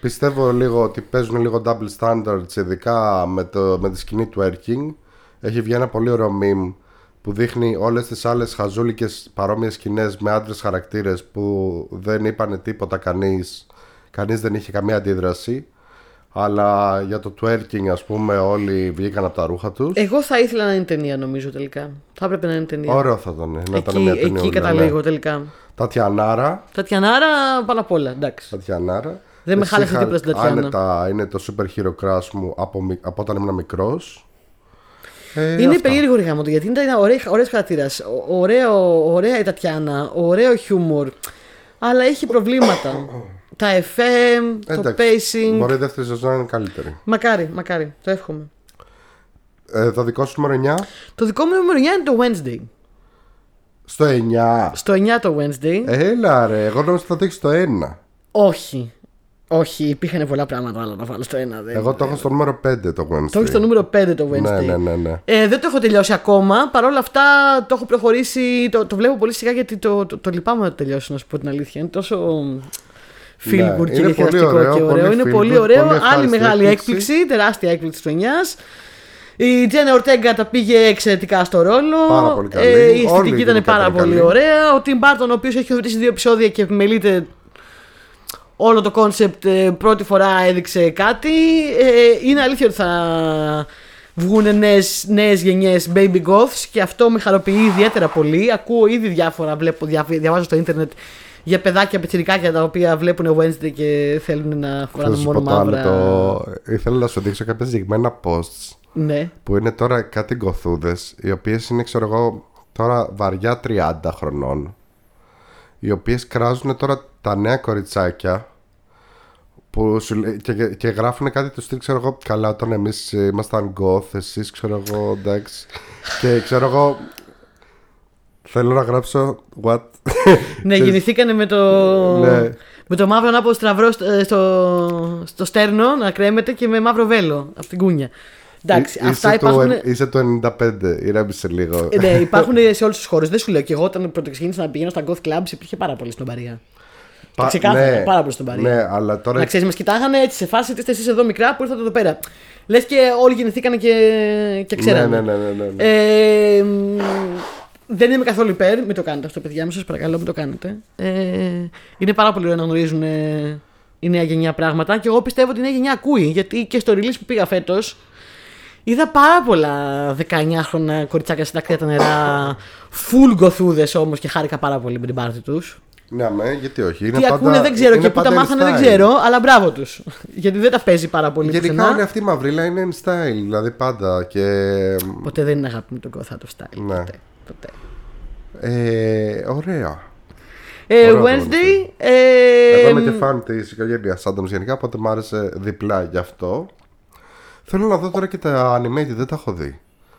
Πιστεύω λίγο ότι παίζουν λίγο double standards, ειδικά με, το, με τη σκηνή twerking. Έχει βγει ένα πολύ ωραίο meme που δείχνει όλες τις άλλες χαζούλικες παρόμοιες σκηνές με άντρες χαρακτήρες που δεν είπανε τίποτα κανείς. Κανείς δεν είχε καμία αντίδραση. Αλλά για το twerking ας πούμε όλοι βγήκαν από τα ρούχα τους.
Εγώ θα ήθελα να είναι ταινία, νομίζω τελικά. Θα έπρεπε να είναι ταινία.
Ωραίο θα ήταν να ήταν
Ε, εκεί
μια
εκεί
ταινιούλα, ναι.
καταλήγω τελικά.
Τατιανάρα.
Τατιανάρα πάνω απ' όλα. Εντάξει.
Τατιανάρα.
Δεν με
Εσύ
χάλασε
είχα-
τίποτα στην Τατιάνα.
Άνετα είναι το super hero crush μου από, μικ- από όταν ήμουν Ε, μικρό.
Είναι περίεργο ρε γάμο το γιατί ήταν ωραίος χαρακτήρας. Ωραία η Τατιάνα, ωραίο χιούμορ. Αλλά έχει προβλήματα. τα εφέ, το pacing.
Μπορεί η δεύτερη σεζόν να είναι καλύτερη.
Μακάρι, μακάρι, το εύχομαι.
Ε, το δικό σου νούμερο 9.
Το δικό μου νούμερο 9 είναι το Wednesday.
Στο 9.
Στο 9 το Wednesday.
Ε. Έλα ρε, εγώ νόμιζα ότι θα το έχεις στο 1.
Όχι. Όχι, υπήρχαν πολλά πράγματα άλλα να βάλω στο 1. Δεν...
Εγώ το έχω στο νούμερο 5 το Wednesday.
Το έχει στο νούμερο 5 το Wednesday.
Ναι, ναι, ναι. ναι.
Ε, δεν το έχω τελειώσει ακόμα. Παρ' όλα αυτά το έχω προχωρήσει. Το, το βλέπω πολύ σιγά γιατί το, το, το λυπάμαι να το τελειώσω, να σου πω την αλήθεια. Είναι τόσο.
Ναι,
Φίλιμπουργκ και
είναι πολύ
διασκεδαστικό
ωραίο,
και ωραίο.
πολύ
είναι
feel
πολύ
good,
ωραίο.
πολύ
Άλλη
ευχάριστη
μεγάλη
έκπληξη.
έκπληξη, τεράστια έκπληξη της χρονιάς. Η Τζένα Ορτέγκα τα πήγε εξαιρετικά στο ρόλο. Ε,
Πάρα πολύ καλή.
η
Όλοι
αισθητική ήταν
γενικά
πάρα
ήταν
πολύ
καλή.
ωραία. Ο Τιμ Μπάρτον, ο οποίος έχει οδηγήσει δύο επεισόδια και επιμελείται όλο το κόνσεπτ πρώτη φορά έδειξε κάτι. Ε, είναι αλήθεια ότι θα βγουν νέες, νέες γενιές baby goths και αυτό με χαροποιεί ιδιαίτερα πολύ. Ακούω ήδη διάφορα, βλέπω, δια- διαβάζω στο ίντερνετ για παιδάκια, πιτσιρικάκια τα οποία βλέπουν Wednesday και θέλουν να
Θα
φοράνε
σου
μόνο
πω το άλλο.
μαύρα.
Το... Ήθελα να σου δείξω κάποια συγκεκριμένα posts
Ναι.
που είναι τώρα κάτι γκοθούδες, οι οποίες είναι, ξέρω εγώ, τώρα βαριά 30 χρονών. Οι οποίες κράζουν τώρα τα νέα κοριτσάκια που σου λέ- και, και, και γράφουν κάτι του στυλ, ξέρω εγώ, καλά όταν εμείς ήμασταν γκοθ, εσείς ξέρω εγώ, εντάξει. και ξέρω εγώ. Θέλω να γράψω what.
ναι, γεννηθήκανε με το...
Ναι.
Με το μαύρο να πω στραβρό στο, ε, στο, στο στέρνο να κρέμεται και με μαύρο βέλο από την κούνια. Εντάξει,
Ε-
αυτά
είσαι του
υπάρχουν.
εν- Είσαι του 95, ηρέμησε λίγο.
Ε, ναι, υπάρχουν σε όλους τους χώρους. Δεν σου λέω. Και εγώ όταν πρώτο ξεκίνησα να πηγαίνω στα goth clubs υπήρχε πάρα πολύ στην Παρία.
Πα-
ξεκάθαρα, πάρα πολύ στον Παρή.
Ναι, αλλά τώρα
Να ξέρεις, μας κοιτάγανε έτσι σε φάση τι είστε εσείς εδώ μικρά που ήρθατε εδώ πέρα. Λες και όλοι γεννηθήκανε και, και ξέρανε.
Ναι, ναι, ναι, ναι, ναι, ναι.
Ε, μ, δεν είμαι καθόλου υπέρ. Μην το κάνετε αυτό, παιδιά μου. Σας παρακαλώ, μην το κάνετε. Ε, είναι πάρα πολύ ωραίο να γνωρίζουν ε, η νέα γενιά πράγματα. Και εγώ πιστεύω ότι η νέα γενιά ακούει. Γιατί και στο release που πήγα φέτος, είδα πάρα πολλά 19χρονα κοριτσάκια στην άκρη τα νερά. Φουλ γκοθούδες όμως και χάρηκα πάρα πολύ με την πάρτι τους.
Ναι, αμέ, γιατί όχι. Είναι
Τι
πάντα,
ακούνε δεν ξέρω
είναι
και πού τα
πάντα in
μάθανε δεν
style.
ξέρω, αλλά μπράβο τους. Γιατί δεν τα παίζει πάρα πολύ
Γενικά
πουθενά.
όλη αυτή η μαυρίλα είναι in style, δηλαδή πάντα. Και
Ποτέ δεν είναι αγάπη μου τον κοθά το style.
Ναι.
Ποτέ. ποτέ.
ε, ωραία.
Ε,
Ωραίο το
Wednesday. Ε,
Εγώ είμαι και φαν της οικογένειας Άνταμ γενικά, οπότε μου άρεσε διπλά γι' αυτό. Θέλω να δω τώρα και τα animated, δεν τα έχω δει.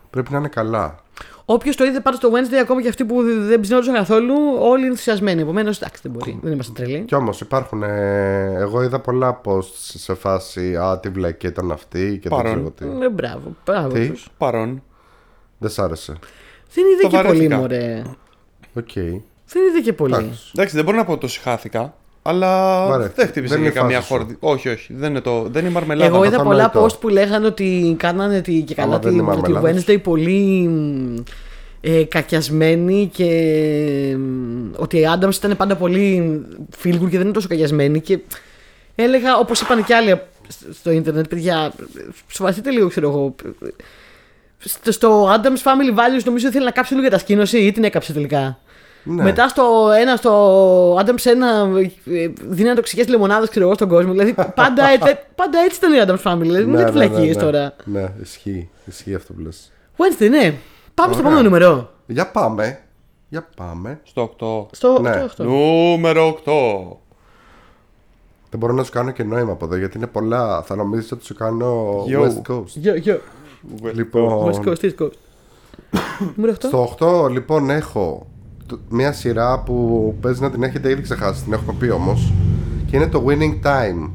Πρέπει να είναι καλά.
Όποιος το είδε πάνω στο Wednesday, ακόμα και αυτοί που δεν ψινόντουσαν καθόλου, όλοι είναι ενθουσιασμένοι. Επομένως, εντάξει, δεν μπορεί. Δεν είμαστε τρελοί.
Κι όμως υπάρχουν. ε, εγώ είδα πολλά posts σε φάση Α, τι βλακή ήταν αυτή και δεν
Παρόν.
ξέρω τι.
Ε, μπράβο, μπράβο
Τι?
τους.
Παρόν.
Δεν σ' άρεσε.
Δεν είδε
Το
και πολύ,
βαρέθηκα.
μωρέ.
Οκ.
Δεν είδε και πολύ.
Εντάξει.
Εντάξει, δεν μπορώ να πω ότι το συχάθηκα, αλλά
Βαρέθηκα.
δεν χτύπησε
Δεν
και
είναι η
καμία
φάση σου.
χόρδη. Όχι, όχι, δεν είναι, το, δεν είναι η μαρμελάδα.
Εγώ
το
είδα
θα
πολλά
νοητώ.
post που λέγανε ότι κάνανε τη, και καλά
Αλλά δεν
τη,
είναι
τη
μαρμελάδες.
Wednesday πολύ μ, ε, κακιασμένη και μ, ότι η Adams ήταν πάντα πολύ φίλγκουρ και δεν είναι τόσο κακιασμένη και έλεγα όπως είπαν και άλλοι στο ίντερνετ παιδιά σοβαρθείτε λίγο ξέρω εγώ στο, στο Adams Family Values νομίζω ήθελε να κάψει λίγο για τα σκήνωση ή την έκαψε τελικά.
Ναι.
Μετά στο ένα, στο Adams 1, ε, δίνανε τοξικές λεμονάδες ξέρω εγώ στον κόσμο. Δηλαδή πάντα, ε, τε- πάντα έτσι ήταν η Adams Family. Δηλαδή μην λέτε φλακίε τώρα.
Ναι, ισχύει. Ισχύει αυτό που λες.
Wednesday, ναι. Πάμε στο επόμενο νούμερο.
Για πάμε. Για πάμε.
Στο 8.
Στο
Ναι.
8.
Νούμερο 8.
Δεν μπορώ να σου κάνω και νόημα από εδώ γιατί είναι πολλά. Θα νομίζεις ότι σου κάνω
Yo.
West Coast.
Yo, yo. West
Λοιπόν,
Coast, East Coast. Νούμερο 8.
στο 8 λοιπόν έχω τ- μια σειρά που παίζει να την έχετε ήδη ξεχάσει. Την έχουμε πει όμως. Και είναι το Winning Time.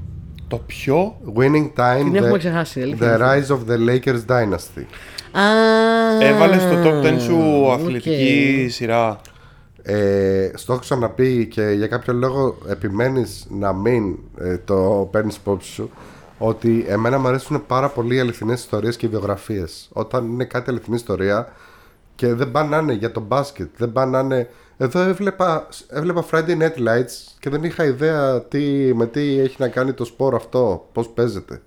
Το πιο.
Winning Time.
Την έχουμε ξεχάσει, αλήθεια.
The Rise of the Lakers Dynasty.
Έβαλε στο top 10 σου αθλητική σειρά.
Ε, στο έχω ξαναπεί και για κάποιο λόγο επιμένεις να μην ε, το παίρνεις υπόψη σου ότι εμένα μου αρέσουν πάρα πολύ οι αληθινές ιστορίες και οι βιογραφίες. Όταν είναι κάτι αληθινή ιστορία και δεν πάνε να είναι για το μπάσκετ, δεν πάνε να είναι... Εδώ έβλεπα, έβλεπα Friday Night Lights και δεν είχα ιδέα τι, με τι έχει να κάνει το σπορ αυτό, πώς παίζεται.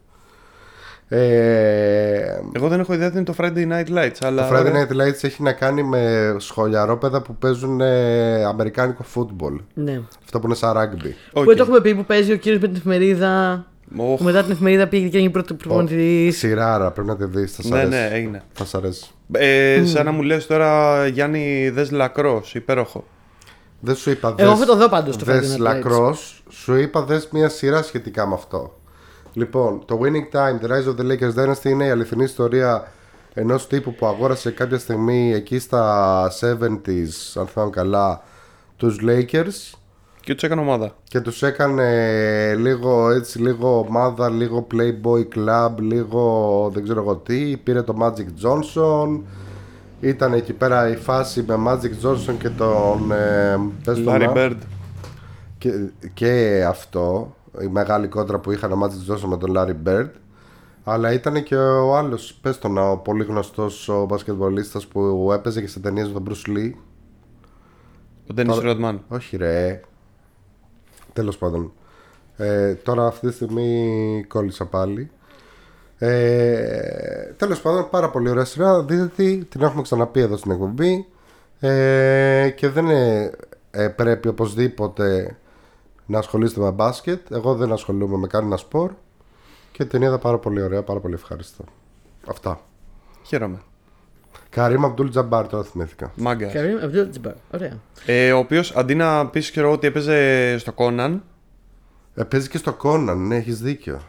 Ε,
Εγώ δεν έχω ιδέα τι είναι το Friday Night Lights, αλλά.
το Friday
ωραία.
Night Lights έχει να κάνει με σχολιαρόπαιδα που παίζουν ε, αμερικάνικο φούτμπολ.
Ναι.
Αυτό που είναι σαν rugby.
Οκ.
Που το έχουμε πει που παίζει ο κύριος με την εφημερίδα.
Οχ,
Που μετά την εφημερίδα πήγε και έγινε πρώτο προπονητή.
Σειράρα, πρέπει να τη δεις. Θα σ'
Ναι,
αρέσει.
ναι, έγινε.
Θα σ' αρέσει.
Ε, σαν να μου λες τώρα Γιάννη δες λακρός, υπέροχο
Δεν σου είπα.
Εγώ
δες-
θα το δω πάντως το Friday
Δες
Night Lights.
λακρός, σου είπα δες μια σειρά σχετικά με αυτό. Λοιπόν, το Winning Time, The Rise of the Lakers Dynasty είναι η αληθινή ιστορία ενός τύπου που αγόρασε κάποια στιγμή εκεί στα 70s, αν θυμάμαι καλά, τους Lakers
και τους έκανε ομάδα.
και τους έκανε λίγο έτσι, λίγο ομάδα, λίγο Playboy Club, λίγο δεν ξέρω εγώ τι, πήρε το Magic Johnson, ήταν εκεί πέρα η φάση με Magic Johnson και τον... Ε, πες το
Larry
να-
Bird.
και, και αυτό, η μεγάλη κόντρα που είχαν ο Μάτζι Τζόνσον με τον Λάρι Μπέρντ. Αλλά ήταν και ο άλλος, πες το να, ο πολύ γνωστός ο μπασκετμπολίστας που έπαιζε και σε ταινίες με τον Bruce Lee.
Ο Dennis Rodman.
Όχι, ρε. Τέλος πάντων. Ε, τώρα αυτή τη στιγμή κόλλησα πάλι. Ε, Τέλος πάντων, πάρα πολύ ωραία σειρά. Δείτε τη, την έχουμε ξαναπεί εδώ στην εκπομπή. Ε, και δεν ε, ε, πρέπει οπωσδήποτε να ασχολείστε με μπάσκετ. Εγώ δεν ασχολούμαι με κανένα σπορ. Και την είδα πάρα πολύ ωραία, πάρα πολύ ευχάριστα. Αυτά.
Χαίρομαι.
Καρύμ Αμπτούλ Τζαμπάρ, τώρα θυμήθηκα.
Μάγκας.
Καρύμ Αμπτούλ Τζαμπάρ. Ωραία.
Ε, ο οποίος αντί να πεις ξέρω εγώ, ότι έπαιζε στο Conan,
Ε, παίζει και στο Κόναν, ναι, έχεις δίκιο.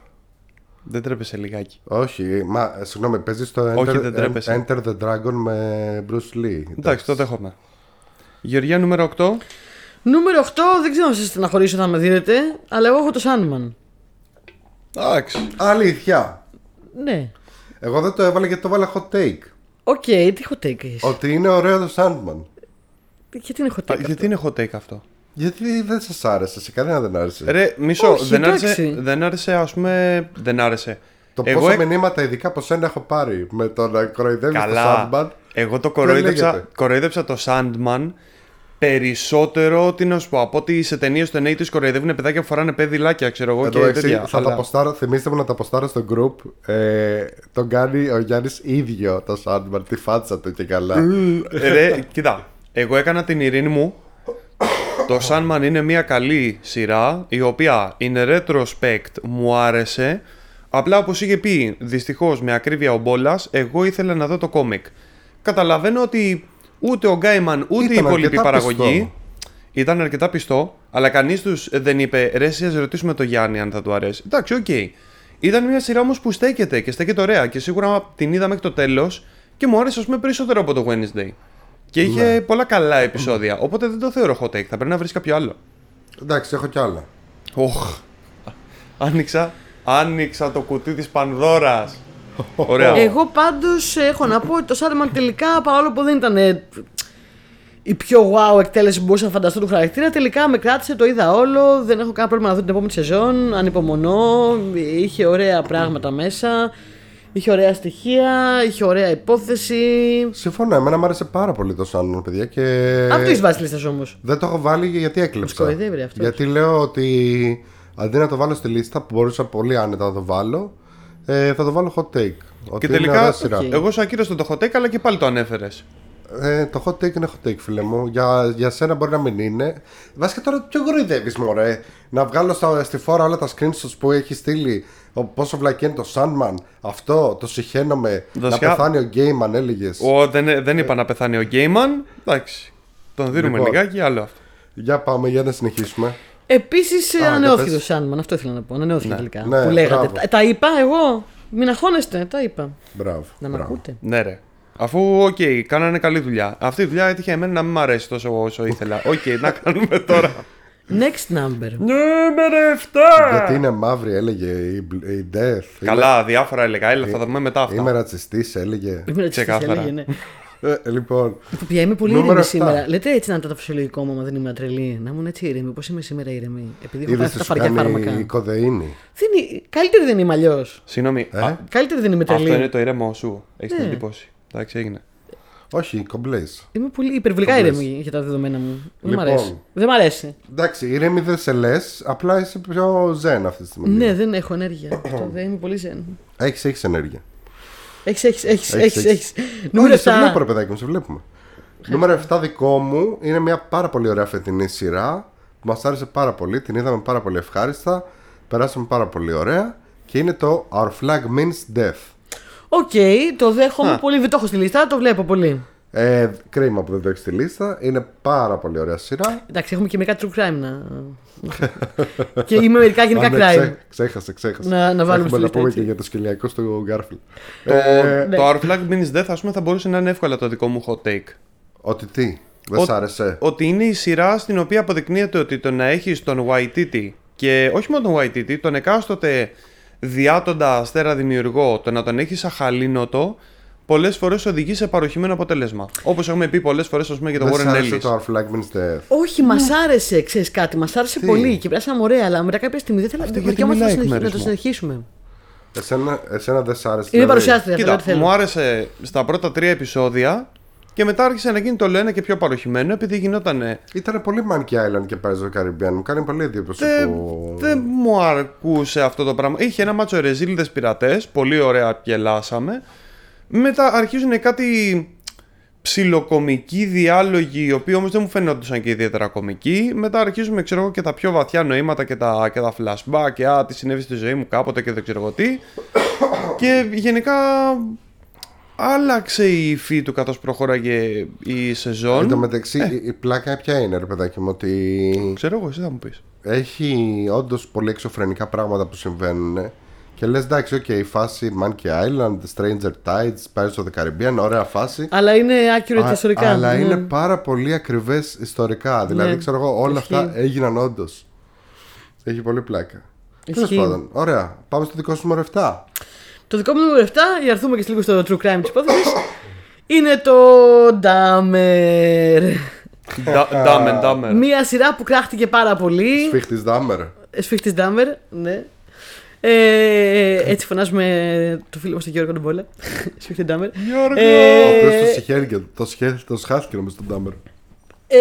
δεν τρέπεσε λιγάκι.
Όχι, μα ε, συγγνώμη, παίζει στο Enter, ε,
Όχι, δεν τρέπεσαι.
Enter the Dragon με Bruce Lee.
Εντάξει, το δέχομαι. Γεωργία νούμερο 8.
Νούμερο 8, δεν ξέρω αν σας στεναχωρήσω όταν με δίνετε, αλλά εγώ έχω το Sandman.
Εντάξει.
Αλήθεια.
Ναι.
Εγώ δεν το έβαλα γιατί το έβαλα hot take.
Οκ, τι έχω take έχεις.
Ότι είναι ωραίο το Sandman.
Γιατί είναι hot take.
Α,
αυτό?
Γιατί είναι hot take αυτό.
Γιατί δεν σας άρεσε, σε κανένα δεν άρεσε.
Ρε, μισό.
Όχι,
δεν, άρεσε,
εντάξει.
δεν άρεσε, ας πούμε. Δεν άρεσε.
το
εγώ
πόσα
έκ-
μηνύματα ειδικά από σένα έχω πάρει με το να κοροϊδεύεις το
Καλά.
Sandman.
Εγώ το κοροϊδεύσα,
λέγεται.
κοροϊδεύσα το Sandman περισσότερο, τι να σου πω, από ότι σε ταινίες των 80s κοροϊδεύουν παιδάκια που φοράνε παιδιλάκια, ξέρω εγώ
Εν τω
και
μεταξύ,
τέτοια.
θα τα αποστάρω, θυμίστε μου να τα αποστάρω στο group. Ε, τον κάνει ο Γιάννης ίδιο το Sandman, τη φάτσα του και καλά.
Ε. Ρε, κοίτα, εγώ έκανα την ειρήνη μου. Το Sandman είναι μια καλή σειρά, η οποία in retrospect μου άρεσε. Απλά όπως είχε πει δυστυχώς με ακρίβεια ο Μπόλας, εγώ ήθελα να δω το κόμικ. Καταλαβαίνω ότι ούτε ο Γκάιμαν ούτε
Ήταν
η υπόλοιπη
αρκετά
παραγωγή
πιστό.
ήταν αρκετά πιστό, αλλά κανείς τους δεν είπε «Ρε, εσύ ας ρωτήσουμε το Γιάννη αν θα του αρέσει». Εντάξει, οκ. Ήταν μια σειρά όμως που στέκεται και στέκεται ωραία και σίγουρα την είδα μέχρι το τέλος και μου άρεσε ας πούμε περισσότερο από το Wednesday. Και είχε
Ναι.
πολλά καλά επεισόδια, οπότε δεν το θεωρώ hot take, θα πρέπει να βρεις κάποιο άλλο.
Εντάξει, έχω κι άλλα.
Οχ, άνοιξα, άνοιξα το κουτί της Πανδώρας. Ωραία.
Εγώ πάντως έχω να πω ότι το Sandman τελικά, παρόλο που δεν ήταν ε, η πιο wow εκτέλεση που μπορούσα να φανταστώ του χαρακτήρα, τελικά με κράτησε, το είδα όλο. Δεν έχω κανένα πρόβλημα να δω την επόμενη σεζόν. Ανυπομονώ. Είχε ωραία πράγματα μέσα. Είχε ωραία στοιχεία. Είχε ωραία υπόθεση.
Συμφωνώ, εμένα μου άρεσε πάρα πολύ το Sandman, παιδιά. Και...
Ε,
Αυτό είσαι βάση λίστας όμως.
Δεν το έχω βάλει γιατί έκλεψα.
Μας κοροϊδεύει αυτό.
Γιατί λέω ότι αντί να το βάλω στη λίστα που μπορούσα πολύ άνετα να το βάλω, ε, θα το βάλω hot take. Ότι
και
είναι ωραία
τελικά,
σειρά.
Οκ.
εγώ σου ακύρωσα το hot take, αλλά και πάλι το ανέφερες.
Ε, το hot take είναι hot take, φίλε μου. Για, για σένα μπορεί να μην είναι. Βασικά τώρα ποιο γοροϊδεύει, μωρέ. Να βγάλω στα, στη φόρα όλα τα screenshots που έχει στείλει. Ο, πόσο βλακένει το Sandman. Αυτό το συχαίνομαι. Να
Βασικά-
πεθάνει ο Γκέιμαν, έλεγες.
Ο, δεν, δεν είπα να πεθάνει ο Γκέιμαν. Εντάξει. Τον δίνουμε
Ε, Λοιπόν.
λιγάκι, άλλο αυτό.
Για πάμε, για να συνεχίσουμε.
Επίσης,
Α,
ανανεώθηκε το
για πες.
Sandman. Αυτό ήθελα να πω. Ανανεώθηκε τελικά.
Ναι,
που λέγατε.
μπράβο.
Τα, τα είπα εγώ. Μην αγχώνεστε, τα είπα.
Μπράβο.
Να με
μπράβο.
ακούτε.
Ναι, ρε. Αφού, οκ, κάνανε καλή δουλειά. Αυτή η δουλειά έτυχε εμένα να μην μ' αρέσει τόσο όσο ήθελα. Οκ, να κάνουμε τώρα.
Next number.
Ναι,
Νούμερο 7!
Γιατί είναι μαύρη, έλεγε η, Bl- η Death.
Καλά, διάφορα έλεγα. Έλα, θα τα πούμε μετά αυτά.
Ε, Είμαι ρατσιστής, έλεγε.
Είμαι ρατσιστής,
Ξεκάθαρα.
έλεγε, ναι.
Ε, λοιπόν,
Πια είμαι πολύ
Νούμερο
ήρεμη
εφτά.
σήμερα. Λέτε έτσι να είναι το φυσιολογικό μου, άμα δεν είμαι ατρελή. Να ήμουν έτσι ήρεμη. Πώς είμαι σήμερα ήρεμη. Επειδή έχω
είδες
πάρει
τι
τα
σου
φαριά φάρμακα.
κάνει η κοδεΐνη.
Δεν είναι- Καλύτερη δεν είμαι αλλιώς.
Συγγνώμη.
Ε?
α,
Καλύτερη δεν είμαι
αυτό
τρελή.
είναι το ήρεμό σου. Έχεις την
Ναι.
εντύπωση. Εντάξει, έγινε.
Όχι, κομπλές.
Είμαι πολύ υπερβολικά
Το
ήρεμη για τα δεδομένα μου. Δεν μ'
Λοιπόν.
αρέσει. Δεν μ' αρέσει.
Εντάξει, ηρέμη δεν σε λες, απλά είσαι πιο ζεν αυτή τη στιγμή.
Ναι, δεν έχω ενέργεια. Αυτό δεν είμαι πολύ ζεν.
Έχεις, έχεις ενέργεια.
Έχεις, έχεις, έχεις.
Έχεις,
Έχεις, έχεις. Νούμερο
Όχι, σε
7.
βλέπω, ρε παιδάκι μου, σε βλέπουμε. Νούμερο 7 δικό μου είναι μια πάρα πολύ ωραία φετινή σειρά που μας άρεσε πάρα πολύ. Την είδαμε πάρα πολύ ευχάριστα. Περάσαμε πάρα πολύ ωραία. Και είναι το Our Flag Means Death.
Οκ, το δέχομαι
Α.
πολύ. Δεν το έχω στη λίστα, το βλέπω πολύ.
Ε, κρίμα που δεν το έχεις στη λίστα. Είναι πάρα πολύ ωραία σειρά.
Εντάξει, έχουμε και μερικά true crime να. και είμαι μερικά γενικά
Α, ναι,
crime.
ξέ- ξέχασε, ξέχασε.
Να- να βάλουμε στη
Έχουμε να
λίστα,
πούμε
έτσι.
και για το σκυλιακό στο Garfield.
Το,
Ε,
ναι.
το Our Flag Means Death, ας πούμε, θα μπορούσε να είναι εύκολα το δικό μου hot take.
ότι τι, δεν
Ο-
σ' άρεσε.
Ότι είναι η σειρά στην οποία αποδεικνύεται ότι το να έχεις τον Waititi και όχι μόνο τον Waititi, τον εκάστοτε διάτοντα αστέρα δημιουργό, το να τον έχεις αχαλήνοτο, πολλές φορές οδηγεί σε παροχημένο αποτέλεσμα. Όπως έχουμε πει πολλές φορές, ας πούμε, για τον
Δεν σ'
Warren
άρεσε
Ellis.
το Our Flag Means Death.
Όχι, μας άρεσε, ξέρεις κάτι, μας άρεσε
Τι?
πολύ και περάσαμε ωραία, αλλά μετά κάποια στιγμή δεν θέλαμε
Αυτό
δεν
γιατί
δικαιόμαστε να, συνεχι- να
μιλάει εκ μέρους
το
μου.
συνεχίσουμε.
Εσένα, εσένα δεν σ' άρεσε.
Είναι
δηλαδή.
παρουσιάστρια, δηλαδή
Κοίτα,
δεν θέλω.
μου άρεσε στα πρώτα τρία επεισόδια και μετά άρχισε να γίνει το λένε και πιο παροχημένο επειδή γινόταν.
Ήταν πολύ Monkey Island και Pirates of the Caribbean. Μου κάνει πολύ εντύπωση
Δεν
που.
δε μου αρκούσε αυτό το πράγμα. Είχε ένα μάτσο ρεζίλιδες πειρατές, πολύ ωραία γελάσαμε. Μετά αρχίζουν κάτι ψιλοκομικοί διάλογοι, οι οποίοι όμως δεν μου φαινόντουσαν και ιδιαίτερα κομικοί. Μετά αρχίζουμε, ξέρω εγώ, και τα πιο βαθιά νοήματα και τα, και τα flashback και α, τι συνέβη στη ζωή μου κάποτε και δεν ξέρω εγώ τι. και γενικά άλλαξε η υφή του καθώς προχώραγε η
Εν τω
σεζόν.
μεταξύ, η- η πλάκα ποια είναι, ρε παιδάκι μου, ότι
Ξέρω εγώ, εσύ θα μου πεις.
έχει όντως πολύ εξωφρενικά πράγματα που συμβαίνουν. Και λες, εντάξει, οκ, η φάση Monkey Island, Stranger Tides, Pirates of the Caribbean, ωραία φάση.
Αλλά είναι άκυρο και
Α-
ιστορικά.
αλλά
ναι.
είναι πάρα πολύ ακριβές ιστορικά. Δηλαδή,
Ναι.
ξέρω εγώ, όλα
Ισχύει.
αυτά έγιναν όντως. Έχει πολύ πλάκα. Τέλος
Ισχύει.
πάντων, ωραία. Πάμε στο δικό σου νούμερο 7.
Το δικό μου νούμερο 7, για να έρθουμε και σε λίγο στο true crime της υπόθεσης, είναι το Dahmer.
Ε. Ντα- Ντάμερ, ντάμερ.
Μία σειρά που κράχτηκε πάρα πολύ.
Σφίχτης
Ε.
Δάμερ.
Σφίχτη Ντάμερ, ναι. Ε, έτσι φωνάζουμε το φίλο μας τον Γιώργο Ντομπόλα. Σφίχτη Ντάμερ.
Γιώργο!
Ο
Ε,
οποίος το συχέρικε, το, σχέ- το σχάθηκε νομίζω τον Ντάμερ.
Ε,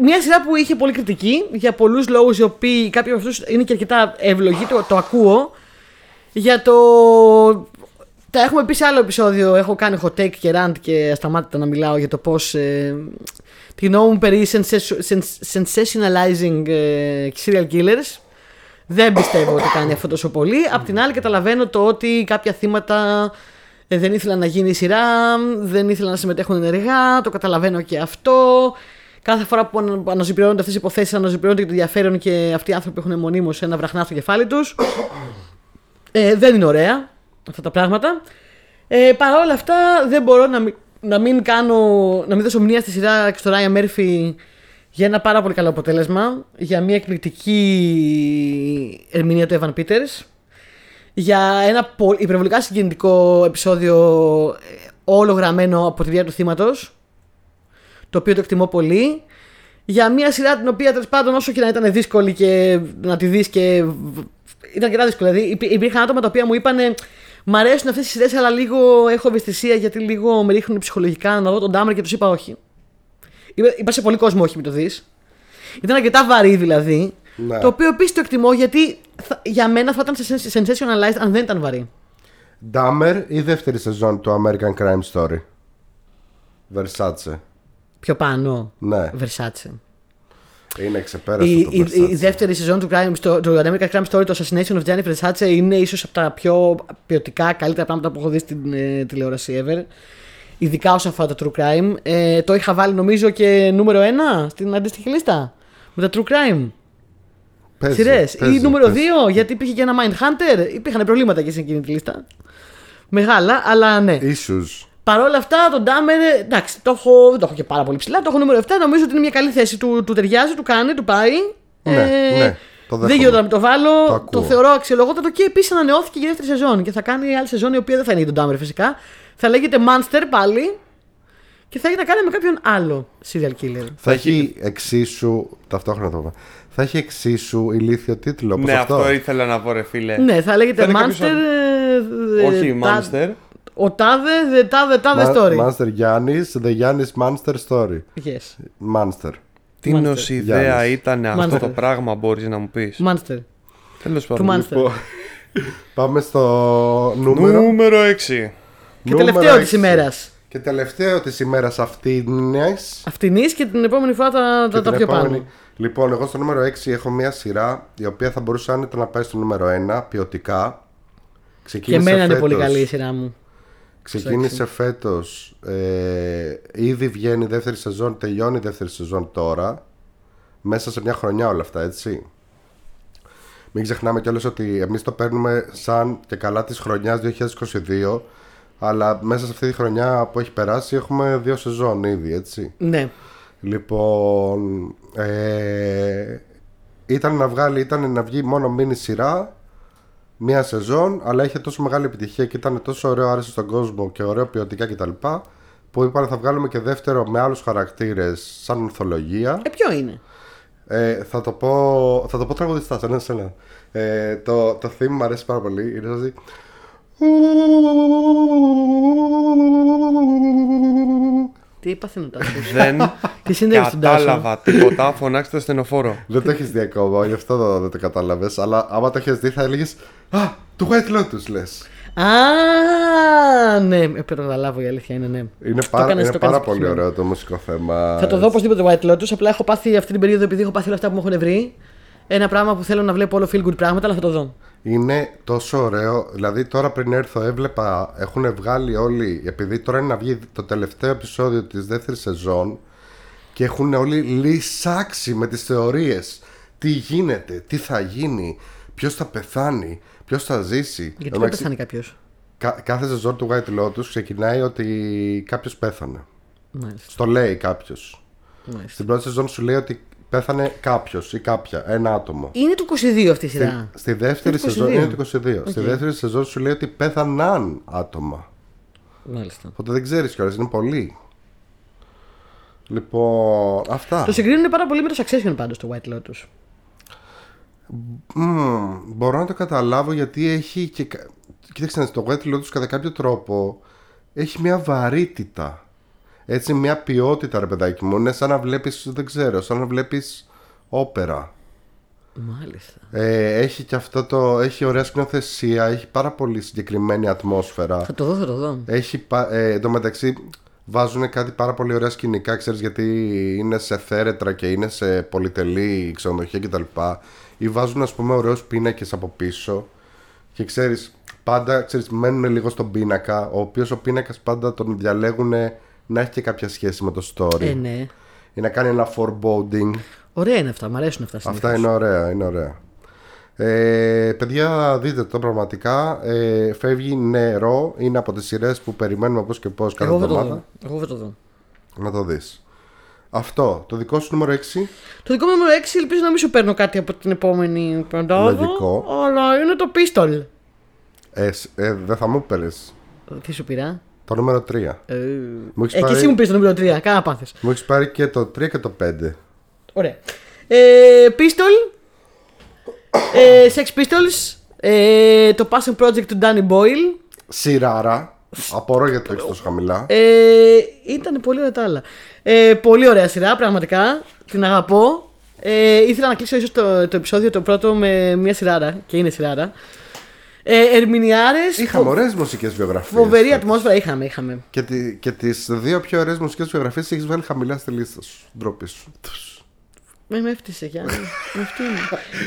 μια σειρά που είχε πολλή κριτική για πολλούς λόγους οι οποίοι κάποιοι από αυτούς είναι και αρκετά ευλογοί, το, το ακούω. Για το... Τα έχουμε πει σε άλλο επεισόδιο, έχω κάνει hot take και rant και ασταμάτητα να μιλάω για το πώς... Ε, τη γνώμη μου περί sensa- sens- sensationalizing ε, serial killers. Δεν πιστεύω ότι κάνει αυτό τόσο πολύ. Απ' την άλλη, καταλαβαίνω το ότι κάποια θύματα ε, δεν ήθελαν να γίνει η σειρά, δεν ήθελαν να συμμετέχουν ενεργά. Το καταλαβαίνω και αυτό. Κάθε φορά που ανα- που αναζωπηρώνονται αυτές οι υποθέσεις, αναζωπηρώνεται και το ενδιαφέρον και αυτοί οι άνθρωποι έχουν μονίμως ένα βραχνά στο κεφάλι τους. Ε, δεν είναι ωραία αυτά τα πράγματα. Ε, Παρ' όλα αυτά, δεν μπορώ να μην, να μην κάνω, να μην δώσω μνήμα στη σειρά και στο Ryan Murphy για ένα πάρα πολύ καλό αποτέλεσμα. Για μια εκπληκτική ερμηνεία του Evan Peters. Για ένα πο- υπερβολικά συγκινητικό επεισόδιο ε, όλο γραμμένο από τη βία του θύματος το οποίο το εκτιμώ πολύ. Για μια σειρά την οποία τέλος πάντων όσο και να ήταν δύσκολη και να τη δεις και. β- ήταν αρκετά δύσκολη. Δηλαδή υπή- υπήρχαν άτομα τα οποία μου είπαν Μ' αρέσουν αυτές οι σειρές, αλλά λίγο έχω ευαισθησία γιατί λίγο με ρίχνουν ψυχολογικά να δω τον Ντάμερ και τους είπα όχι. Είπα, είπα σε πολύ κόσμο όχι, μην το δεις. Ήταν αρκετά βαρύ δηλαδή.
Ναι.
Το οποίο επίσης το εκτιμώ γιατί θα- για μένα θα ήταν sens- sensationalized αν δεν ήταν βαρύ.
Ντάμερ ή δεύτερη σεζόν του American Crime Story. Versace.
Πιο πάνω.
Ναι,
Versace.
είναι ξεπέραστο
Η,
το ναι.
η, η
Versace.
δεύτερη σεζόν του, crime, Sto- του American Crime Story, το Assassination of Gianni Versace, είναι ίσως από τα πιο ποιοτικά, καλύτερα πράγματα που έχω δει στην ε, τηλεόραση ever. Ειδικά όσον αφορά το True Crime. Ε, το είχα βάλει νομίζω και νούμερο 1 στην αντίστοιχη λίστα. Με τα True Crime.
Παίζει,
Σειρές.
παίζει,
Ή νούμερο
παίζει.
2, γιατί υπήρχε και ένα Mindhunter. Υπήρχαν προβλήματα και σε εκείνη τη λίστα. Μεγάλα, αλλά
Ε,
ναι.
Issues.
Παρ' όλα αυτά, τον Ντάμερ, εντάξει, το έχω, δεν το έχω και πάρα πολύ ψηλά. Το έχω νούμερο 7. Νομίζω ότι είναι μια καλή θέση. Του, του ταιριάζει, του κάνει, του πάει. Ε,
Ναι, ναι, το δέχομαι.
δεν γίνεται να μην το βάλω.
Το
Το,
ακούω.
θεωρώ αξιολογότατο και επίσης ανανεώθηκε για δεύτερη σεζόν. Και θα κάνει άλλη σεζόν η οποία δεν θα είναι για τον Ντάμερ φυσικά. Θα λέγεται Monster πάλι. Και θα έχει να κάνει με κάποιον άλλο serial killer.
Θα έχει εξίσου. Ταυτόχρονα το είπα. Θα έχει εξίσου ηλίθιο τίτλο. όπως Ε,
Ναι, αυτό ήθελα να πω, ρε φίλε.
Ναι, θα λέγεται
Θα είναι
Monster.
κάποιος
ε, ε,
Όχι
τα-
Monster.
Ο τάδε, δε τάδε, τάδε
Μα-
story.
Monster Γιάννης, The Γιάννης Monster Story.
Yes.
Monster.
Τι
Μάλιστα.
νοσηδέα
Γιάννης.
ήταν αυτό
Μάλιστα.
το πράγμα, μπορείς να μου πεις.
Monster.
Τέλος
Του
πάντων.
Monster.
Λοιπόν, Πάμε στο νούμερο.
Νούμερο 6.
Και τελευταίο της
έξι.
ημέρας.
Και τελευταίο της ημέρας αυτής
Αυτινή και την επόμενη φορά τα, τα,
Και
τα
την
πιο
επόμενη-
πάνω.
Λοιπόν, εγώ στο νούμερο 6 έχω μια σειρά η οποία θα μπορούσε άνετα να πάει στο νούμερο 1 ποιοτικά.
Και
Ξεκίνησε
εμένα είναι
φέτος.
πολύ καλή η σειρά μου.
Ξεκίνησε φέτος. Ε, ήδη βγαίνει η δεύτερη σεζόν, τελειώνει η δεύτερη σεζόν τώρα. Μέσα σε μια χρονιά όλα αυτά, έτσι. Μην ξεχνάμε κιόλας ότι εμείς το παίρνουμε σαν και καλά της χρονιάς 2022 αλλά μέσα σε αυτή τη χρονιά που έχει περάσει έχουμε δύο σεζόν ήδη, έτσι.
Ναι.
Λοιπόν, ε, ήταν να βγάλει, ήταν να βγει μόνο μίνι σειρά, μία σεζόν, αλλά είχε τόσο μεγάλη επιτυχία και ήταν τόσο ωραίο, άρεσε στον κόσμο και ωραίο ποιοτικά κτλ. Που είπαν θα βγάλουμε και δεύτερο με άλλους χαρακτήρες σαν ορθολογία.
Ε, ποιο είναι.
Ε, θα, το πω, θα το πω τραγουδιστάς, σαν ένα σε ένα. Ε, το, το theme μου αρέσει πάρα πολύ. Είναι σαν...
Τι είπα θέλω να τα ακούσω.
Δεν
Τι συνέβη στην τάση. ε.
κατάλαβα τίποτα. Φωνάξτε στενοφόρο.
Δεν το έχεις δει ακόμα, γι' αυτό το- δεν το κατάλαβες. Αλλά άμα το έχεις δει, θα έλεγες Α, του White Lotus λες.
Α, ναι, ε, πρέπει να τα λάβω η αλήθεια είναι, ναι.
Είναι πάρα,
κάνεις-
είναι
το
πάρα
κάνεις
πολύ
πεισμένο.
ωραίο το μουσικό θέμα.
Θα το δω οπωσδήποτε White Lotus. Απλά έχω πάθει αυτή την περίοδο επειδή έχω πάθει όλα αυτά που μου έχουν βρει. Ένα πράγμα που θέλω να βλέπω όλο feel good πράγματα, αλλά θα το δω.
Είναι τόσο ωραίο. Δηλαδή, τώρα πριν έρθω, έβλεπα. Έχουν βγάλει όλοι. Επειδή τώρα είναι να βγει το τελευταίο επεισόδιο της δεύτερης σεζόν. Και έχουν όλοι λυσάξει με τις θεωρίες. Τι γίνεται, τι θα γίνει, ποιος θα πεθάνει, ποιος θα ζήσει.
Γιατί δεν
Εντάξει,
πεθάνει κάποιος.
κα- κάθε σεζόν του White Lotus ξεκινάει ότι κάποιος πέθανε.
Μάλιστα.
Στο λέει κάποιος.
μάλιστα.
Στην πρώτη σεζόν σου λέει ότι πέθανε κάποιος ή κάποια, ένα άτομο.
Είναι του 22 αυτή η σειρά.
Στη δεύτερη
Είναι του
σεζόν
22.
είναι το 22. Στη δεύτερη σεζόν σου λέει ότι πέθαναν άτομα.
Μάλιστα.
Οπότε δεν ξέρεις κιόλας, είναι πολλοί. Λοιπόν, αυτά.
Το συγκρίνουν πάρα πολύ με το Succession πάντως το White Lotus.
Μμμ, μπορώ να το καταλάβω γιατί έχει και. κα- Κοίταξε, να δεις, το White Lotus κατά κάποιο τρόπο έχει μια βαρύτητα. Έτσι, μια ποιότητα, ρε παιδάκι μου. Είναι σαν να βλέπεις, δεν ξέρω, σαν να βλέπεις όπερα.
Μάλιστα.
Ε, έχει και αυτό το. Έχει ωραία σκηνοθεσία, έχει πάρα πολύ συγκεκριμένη ατμόσφαιρα.
Θα το δω, θα το δω.
Έχει. πα- Ε, εν τω μεταξύ, βάζουν κάτι πάρα πολύ ωραία σκηνικά, ξέρεις, γιατί είναι σε θέρετρα και είναι σε πολυτελή ξενοδοχεία κτλ. Ή βάζουν, ας πούμε, ωραίους πίνακες από πίσω. Και ξέρεις, πάντα ξέρεις, μένουν λίγο στον πίνακα, ο οποίος ο πίνακας πάντα τον διαλέγουν να έχει και κάποια σχέση με το story.
Ε, ναι.
Ή να κάνει ένα foreboding.
Ωραία είναι αυτά, μου αρέσουν αυτά συνήθως.
Αυτά είναι ωραία, είναι ωραία. Ε, παιδιά, δείτε το πραγματικά. Ε, φεύγει νερό. Είναι από τις σειρές που περιμένουμε πώς και πώς κάθε
Εγώ θα το
εβδομάδα.
δω. Εγώ θα το δω.
Να το δεις. Αυτό. Το δικό σου νούμερο 6.
Το δικό μου νούμερο 6 ελπίζω να μην σου παίρνω κάτι από την επόμενη πεντάδα.
Λογικό.
Αλλά είναι το Pistol.
Ε, σ- ε, δεν θα μου πέρε.
Τι σου πειρά.
Το νούμερο 3.
Ε,
Μου έχεις
ε, και εσύ
πάρει,
μου πήρε το νούμερο 3. Κάνα πάθε.
μου έχεις πάρει και το 3 και το 5.
Ωραία. Ε, Pistol. Ε, Sex Pistols. Ε, το Passion Project του Danny Boyle.
Σειράρα. Απορώ γιατί το έχεις τόσο χαμηλά.
Ε, ήταν πολύ ωραία τα άλλα. Ε, πολύ ωραία σειρά, πραγματικά. Την αγαπώ. Ε, ήθελα να κλείσω ίσως το, το επεισόδιο το πρώτο με μια σειράρα. Και είναι σειράρα. Ε, Ερμηνιάρε.
Είχαμε ωραίες μουσικές βιογραφίες.
Φοβερή ατμόσφαιρα είχαμε. είχαμε.
Και, τη, και τις δύο πιο ωραίες μουσικές βιογραφίες έχεις βάλει χαμηλά στη λίστα σου. Ντροπή σου.
Με με έφτιασε, Γιάννη. με φτύνει.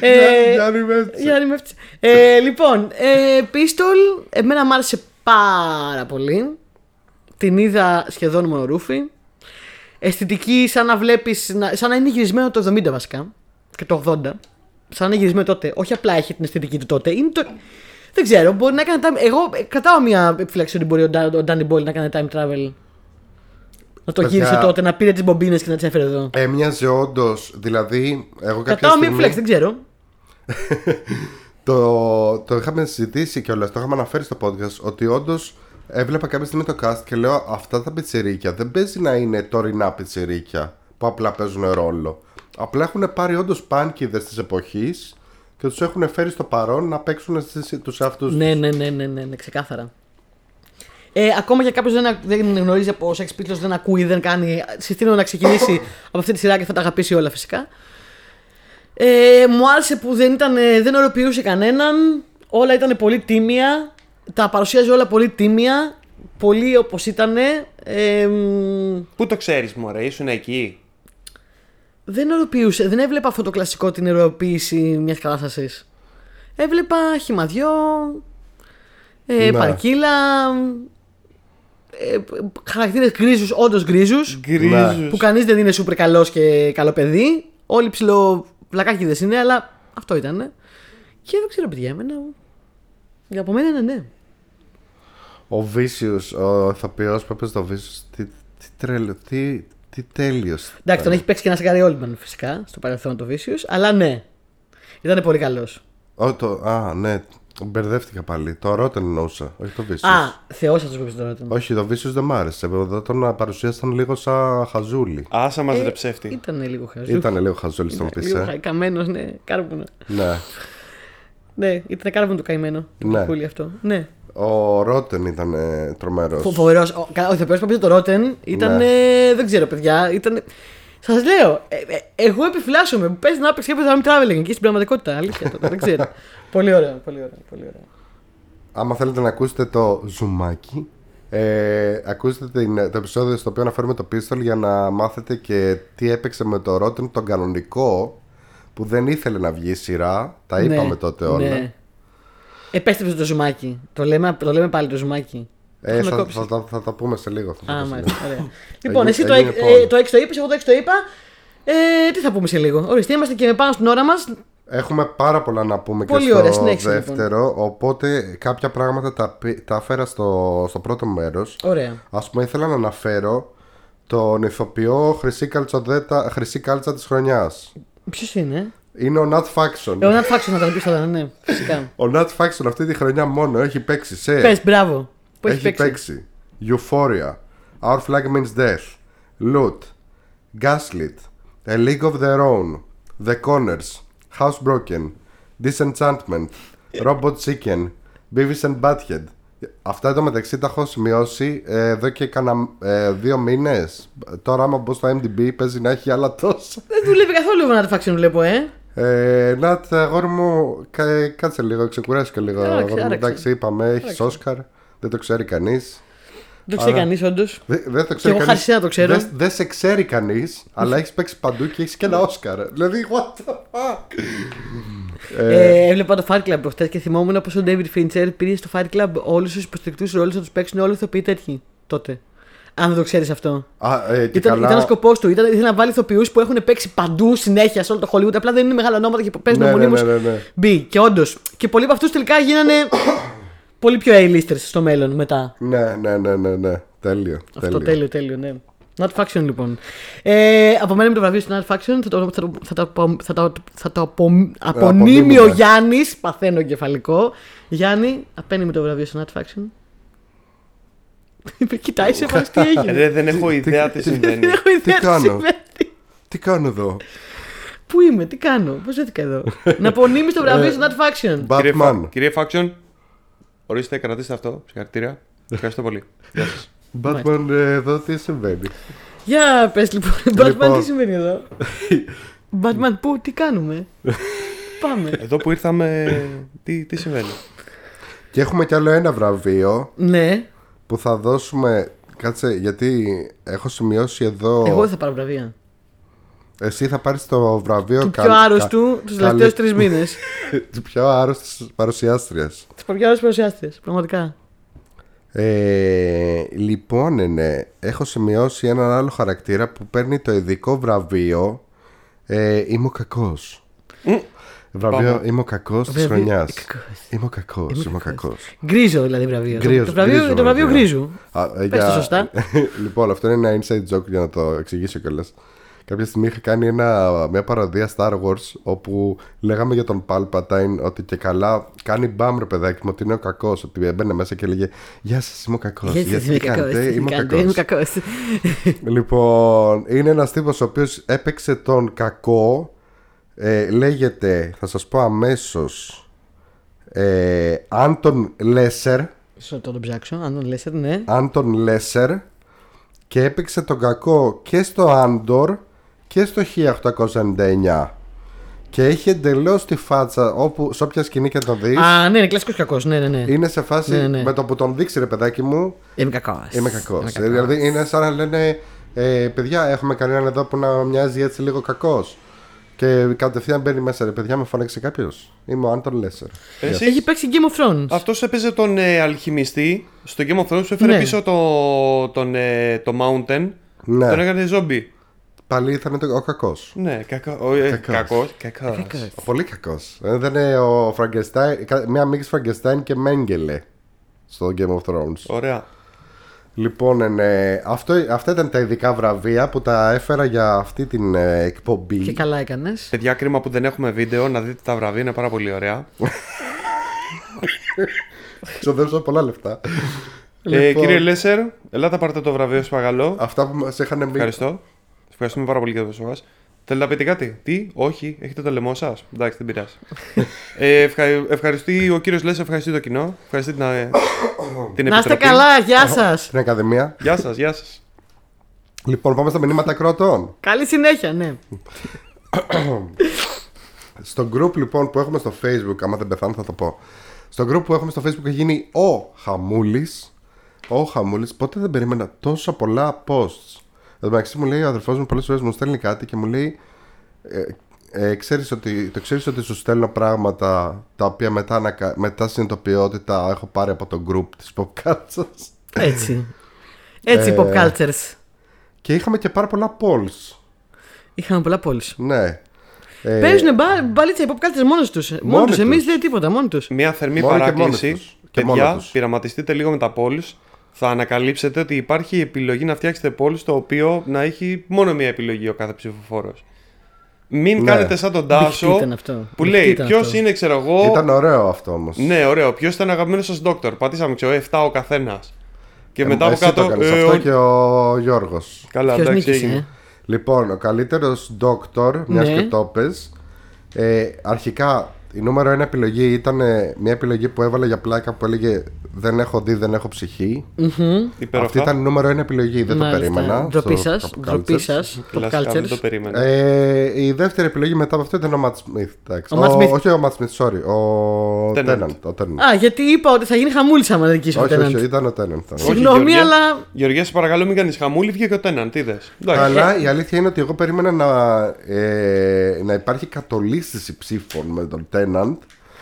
Γιάννη,
ε,
Γιάννη, με-
Γιάννη, με έφτιασε. Ε, λοιπόν, ε, Pistol, εμένα μου άρεσε πάρα πολύ. Την είδα σχεδόν μονορούφη. Αισθητική, σαν να βλέπεις. σαν να είναι γυρισμένο το 70 βασικά. Και το 80. Σαν να είναι γυρισμένο τότε. Όχι απλά έχει την αισθητική του τότε. Είναι το... Δεν ξέρω, μπορεί να έκανε time. Εγώ ε, κρατάω μια επιφύλαξη ότι μπορεί ο Dan- ο Danny Boyle να κάνει time travel. Να το
Παιδιά,
γύρισε τότε, να πήρε τις μπομπίνες και να τις έφερε εδώ.
Έμοιαζε όντως, δηλαδή, εγώ κάποια
Κρατάω μία
στιγμή
επιφύλαξη, δεν ξέρω.
το, το είχαμε συζητήσει και όλα, το είχαμε αναφέρει στο podcast, ότι όντως έβλεπα κάποια στιγμή το cast και λέω αυτά τα πιτσιρίκια δεν παίζει να είναι τωρινά πιτσιρίκια που απλά παίζουν ρόλο. Απλά έχουν πάρει όντως πάνκιδες της εποχής και τους έχουν φέρει στο παρόν να παίξουν στις- τους αυτούς
Ναι, ναι, ναι, ναι, ναι, ναι ξεκάθαρα. ναι, Ε, ακόμα και κάποιος δεν, δεν γνωρίζει από σεξ πίτλο, δεν ακούει, δεν κάνει. Συστήνω να ξεκινήσει από αυτή τη σειρά και θα τα αγαπήσει όλα φυσικά. Ε, μου άρεσε που δεν, ήταν, ε, δεν οροποιούσε κανέναν. Όλα ήταν πολύ τίμια. Τα παρουσίαζε όλα πολύ τίμια. Πολύ όπως ήταν. Ε, μ,
Πού το ξέρεις, Μωρέ, ήσουν εκεί.
δεν οροποιούσε. Δεν έβλεπα αυτό το κλασικό την ερωποίηση μιας κατάστασης. Έβλεπα χυμαδιό. Ε,
Ναι.
παρκύλα. Ε, Χαρακτήρες γκρίζους, όντως γκρίζους.
Γκρίζους.
Που κανείς δεν είναι σούπερ καλός και καλό παιδί. Όλοι ψηλό πλακάκιδε είναι, αλλά αυτό ήταν. Και δεν ξέρω, παιδιά, εμένα. Για από μένα είναι ναι.
Ο Βίσιος, ο ηθοποιό που έπαιζε το Βίσιος, τι, τι τρελο, τι, τι τέλειος.
Εντάξει, τον έχει παίξει και ένας Γκάρι Όλμαν φυσικά στο παρελθόν το Vicious, αλλά ναι. Ήταν πολύ καλός.
Ω, το, α, ναι, μπερδεύτηκα πάλι. Το Ρότεν εννοούσα, όχι το Βίσιο.
Α, θεό αυτό που τώρα τον.
Όχι, το Βίσιο δεν μ' άρεσε. Εδώ τον παρουσίασαν λίγο σαν χαζούλι.
Άσα μας ρε ψεύτη.
Ήταν Ε, λίγο χαζού.
Ήταν λίγο χαζούλι στον
Λίγο
πίσω.
χα- καμένος, ναι, κάρβουνο.
Ναι.
Ναι, ήταν κάρβουνο το καημένο. Το
Ναι.
κουκούλι αυτό. Ναι.
Ο Ρότεν ήταν ε, τρομερός.
Φοβερός. Ο κα- ο ηθοποιό που έπαιζε το Ρότεν ήταν.
Ναι.
ε, δεν ξέρω, παιδιά. Ήταν... Σας λέω, ε, ε, εγώ επιφυλάσσομαι. Πες να έπαιξε και έπαιζε traveling εκεί στην πραγματικότητα. Αλήθεια τώρα, δεν ξέρω. πολύ ωραίο, πολύ ωραίο. Πολύ ωραίο.
Άμα θέλετε να ακούσετε το ζουμάκι, ε, ακούστε την, το επεισόδιο στο οποίο αναφέρουμε το πίστολ για να μάθετε και τι έπαιξε με το Rotten τον κανονικό που δεν ήθελε να βγει η σειρά. Τα
Ναι,
είπαμε τότε όλα.
Επέστρεψε το ζουμάκι. Το λέμε, το λέμε πάλι το ζουμάκι.
Ε,
Έχουμε
θα,
κόψει.
θα, τα- θα τα πούμε σε λίγο. θα τα
Α,
πούμε σε
μάλιστα.
λίγο.
Ωραία. λοιπόν,
Έγινε-
εσύ το,
έγινε
έκ-
πόλη.
ε, το 6 το είπες, εγώ το 6 το είπα. Ε, τι θα πούμε σε λίγο. Ορίστε, είμαστε και πάνω στην ώρα μας.
Έχουμε πάρα πολλά να πούμε
Πολύ
και στο
ωραία, συνέχισε, λοιπόν.
δεύτερο. Οπότε κάποια πράγματα τα, πει- τα έφερα στο, στο πρώτο μέρος.
Ωραία.
Ας πούμε ήθελα να αναφέρω τον ηθοποιό χρυσή, καλτσοδέτα, χρυσή κάλτσα της χρονιάς.
Ποιος είναι,
Είναι ο Νατ Φάξον.
Εγώ να φάξω να τα πει τώρα, ναι, φυσικά.
Ο Νατ Φάξον αυτή τη χρονιά μόνο έχει παίξει σε.
Πες, μπράβο. Που Ε. έχει,
έχει παίξει. Euphoria. Our Flag Means Death. Loot. Gaslit. A League of Their Own. The Conners. Housebroken. Disenchantment. Robot Chicken. Beavis and Butthead. Αυτά το μεταξύ τα έχω σημειώσει ε, εδώ και κάνα ε, δύο μήνες. Τώρα, άμα μπω στο MDB, παίζει να έχει άλλα τόσα.
Δεν δουλεύει καθόλου εγώ να τα φάξω, βλέπω, ε.
Ε, να, τα, αγόρι μου, κα- κάτσε λίγο, ξεκουράσου και λίγο.
Εντάξει,
αγόρι μου.
Ε, άραξε.
Εντάξει, είπαμε, έχεις Όσκαρ, δεν το ξέρει κανείς.
Δεν το ξέρει κανείς, όντως.
Δεν, δεν το ξέρει
εγώ
κανείς.
χάρισα να το ξέρω.
Δεν, δεν σε ξέρει κανείς, αλλά έχεις παίξει παντού και έχεις και ένα Όσκαρ. Δηλαδή, what the fuck.
Ε, έβλεπα το Fight Club προχτές και θυμόμουν πω ο David Fincher πήρε στο Fight Club όλους τους υποστηρικτούς ρόλους να τους παίξουν όλοι οι ηθοποιοί τέτοιοι τότε. Αν δεν το ξέρεις αυτό.
Α, ε, και
Ήταν,
καλά.
ήταν ο σκοπός του. Ήταν, ήθελε να βάλει ηθοποιούς που έχουν παίξει παντού συνέχεια σε όλο το Hollywood. Απλά δεν είναι μεγάλα ονόματα και παίζουν
Ναι, ναι,
μονίμω.
ναι, ναι, ναι.
Μπει. Και όντως. Και πολλοί από αυτούς τελικά γίνανε πολύ πιο A-listers στο μέλλον μετά.
Ναι, ναι, ναι, ναι, ναι. Τέλειο.
Αυτό τέλειο, τέλειο, ναι. Not Faction λοιπόν. Ε, από μένα με το βραβείο στην Not Faction θα το, θα το, θα το, απο- θα το, θα το απο- απονείμει ο
απονείμουμε.
Γιάννης. Παθαίνω κεφαλικό. Γιάννη, απένει με το βραβείο στην Not Faction. Είπε, κοιτάει σε φάση τι έγινε.
Ρε, Ε, δεν έχω ιδέα τι συμβαίνει.
Δεν έχω ιδέα τι
Ε, κάνω.
συμβαίνει.
Τι κάνω εδώ.
Πού είμαι, τι κάνω, πώς βρέθηκα εδώ. Να απονείμει το
Ε,
βραβείο στην Not Faction.
Κύριε Φα-
Batman.
Κύριε Φάξον, ορίστε, κρατήστε αυτό. Συγχαρητήρια. Ευχαριστώ πολύ. Γεια σας.
Batman, ε, εδώ τι συμβαίνει.
Για πες λοιπόν, Batman,
Λοιπόν.
τι συμβαίνει εδώ. Batman, πού, τι κάνουμε. Πάμε.
Εδώ που ήρθαμε, τι, τι συμβαίνει.
Και έχουμε κι άλλο ένα βραβείο
Ναι,
που θα δώσουμε. Κάτσε, γιατί έχω σημειώσει εδώ.
εγώ δεν θα πάρω βραβεία.
Εσύ θα πάρεις το βραβείο
του
κα-
πιο
κα-
άρρωστου τους
καλέ-
τελευταίους τρεις μήνες.
Του πιο άρρωστου παρουσιάστριας.
Τους πιο άρρωστους παρουσιάστρε, πραγματικά.
Ε, λοιπόν, ε, ναι, έχω σημειώσει έναν άλλο χαρακτήρα που παίρνει το ειδικό βραβείο. Ε, είμαι ο κακός. Ε, Βραβείο
Πάμε.
Είμαι ο κακός της
Βραβείο
χρονιά.
κακός.
Είμαι ο κακός. Είμαι ο κακό.
Γκρίζο δηλαδή βραβείο.
Γκρίζο,
το βραβείο,
γκρίζο
το βραβείο
βραβείο.
γκρίζου. Πες το σωστά.
λοιπόν, αυτό είναι ένα inside joke για να το εξηγήσω κιόλας. Κάποια στιγμή είχα κάνει ένα, μια παροδία Star Wars όπου λέγαμε για τον Palpatine ότι και καλά κάνει μπαμ ρε παιδάκι μου ότι είναι ο κακός. Ότι έμπαινε μέσα και έλεγε Γεια σας, είμαι ο κακός.
Γιατί είμαι κακό. Είμαι κακό.
Λοιπόν, είναι ένας τύπος ο οποίος έπαιξε τον κακό ε, Λέγεται, θα σας πω αμέσως ε, Άντον Λέσσερ
Σω το τον ψάξω, αν τον λες, ναι.
Άντων Λέσσερ και έπαιξε τον κακό και στο Άντορ και στο 1899. Και έχει εντελώς τη φάτσα όπου σε όποια σκηνή και τον δεις.
Α, ναι, είναι κλασικός κακός. Ναι, ναι, ναι.
Είναι σε φάση
Ναι, ναι.
με το που τον δείξει ρε παιδάκι μου,
Είμαι κακός.
είμαι κακός. Δηλαδή είναι σαν να λένε ε, παιδιά, έχουμε κανέναν εδώ που να μοιάζει έτσι λίγο κακός. Και κατευθείαν μπαίνει μέσα ρε παιδιά, με φωνάξει κάποιος. Είμαι ο Άντων Λέσσερ. Ε,
Εσύ,
Έχει παίξει Game of Thrones.
αυτός έπαιζε τον ε, αλχημιστή στο Game of Thrones που έφερε
Ναι.
πίσω το, τον, ε, το Mountain.
Ναι.
Τον έκανε zombie.
Πάλι ήταν το- ο κακός.
Ναι, κακό. ο, ε,
Κακός.
Κακός. κακός.
Κακός.
Πολύ κακός. Δεν είναι ο Φραγκεστάιν, κα- μία μίξη Φραγκεστάιν και Μέγκελε στο Game of Thrones.
Ωραία.
Λοιπόν, ε, ναι, αυτό, αυτά ήταν τα ειδικά βραβεία που τα έφερα για αυτή την ε, εκπομπή.
Και καλά έκανες.
Παιδιά, κρίμα που δεν έχουμε βίντεο να δείτε τα βραβεία, είναι πάρα πολύ ωραία.
Ξοδεύσα πολλά λεφτά.
Ε,
Λοιπόν,
κύριε Λέσσερ, ελάτε πάρτε το βραβείο, σας παρακαλώ.
αυτά που μας είχαν μείνει.
Ευχαριστώ. Σας ευχαριστούμε πάρα πολύ για το πρόσωπό σα. Θέλετε να πείτε κάτι. Τι, όχι, έχετε το λαιμό σας. Εντάξει, δεν πειράζει. ε, ευχα- ευχαριστεί ο κύριος Λέσσερ, ευχαριστεί το κοινό. Ευχαριστεί την, ε, την
Να είστε
επιτροπή.
καλά, γεια σα.
Στην Ακαδημία.
Γεια σας, γεια σας.
Λοιπόν, πάμε στα μηνύματα κρότων.
Καλή συνέχεια, ναι.
Στο group λοιπόν που έχουμε στο facebook Άμα δεν πεθάνω θα το πω Στο group που έχουμε στο facebook έχει γίνει ο Χαμούλης Ο Χαμούλης Πότε δεν περίμενα τόσα πολλά posts Εν τω μεταξύ μου λέει ο αδερφός μου πολλές φορές μου στέλνει κάτι Και μου λέει ε, ε, ξέρεις ότι, Το ξέρεις ότι σου στέλνω πράγματα Τα οποία μετά, ανακα- μετά συνειδητοποιώ Ότι τα έχω πάρει από το group της popcatchers
Έτσι.
Ε,
Έτσι, pop cultures.
Και είχαμε και πάρα πολλά polls
Είχαμε πολλά πόλεις.
Ναι Ε,
Παίζουν μπα- μπαλίτσα οι pop cultures μόνοι τους.
μόνοι
Μόνοι τους. Εμεί
τους.
δεν τίποτα, μόνοι τους.
Μια θερμή
Μόνο και μόνος
παράκληση.
τους. Και μόνος
Παιδιά,
τους.
πειραματιστείτε λίγο με τα πόλεις. Θα ανακαλύψετε ότι υπάρχει επιλογή να φτιάξετε πόλεις το οποίο να έχει μόνο μία επιλογή ο κάθε ψηφοφόρος. Μην
Ναι.
κάνετε σαν τον
Μειχτή
Τάσο
ήταν αυτό.
που
Μειχτή
λέει
ήταν
ποιος
αυτό.
είναι, ξέρω εγώ.
Ήταν ωραίο αυτό όμως
Ναι, ωραίο. Ποιος ήταν αγαπημένος σας ντόκτορ. Πατήσαμε, ξέρω, 7 ο καθένας. Και μετά από
Ε, Εσύ
κάτω.
το έκανες
ε,
αυτό
ο-
και ο Γιώργος
Καλά,
Ποιος
εντάξει,
νίκησε.
έγινε.
ε?
Λοιπόν, ο καλύτερος Doctor, μιας
Ναι.
και το πες, ε, αρχικά η νούμερο ένα επιλογή ήταν ε, μια επιλογή που έβαλα για πλάκα που έλεγε Δεν έχω δει, δεν έχω ψυχή. Αυτή
Υπέροχα.
ήταν η νούμερο ένα επιλογή, δεν
Μάλιστα.
το περίμενα.
Ντροπή
στο
σας.
Pop Cultures.
Ντροπή σας. Pop
Κλασικά, δεν το
cultures.
περίμενα.
Ε, η δεύτερη επιλογή μετά από αυτό ήταν ο Ματ Σμιθ. εντάξει.
Ο Matt Smith.
Όχι ο Ματ Σμιθ, sorry. Ο
Tenant.
Τέναντ. Ο Tenant.
Α, γιατί είπα ότι θα γίνει χαμούλης άμα δεν νικήσει ο
όχι, όχι,
Τέναντ.
ήταν ο Τέναντ.
Όχι,
Συγγνώμη,
Γεωργία.
αλλά.
Γεωργία, σε παρακαλώ, μην κάνεις χαμούλη, βγήκε ο Τέναν, τι είδε.
Αλλά η αλήθεια είναι ότι εγώ περίμενα να, ε, να υπάρχει κατολίσθηση ψήφων με τον Τέναντ.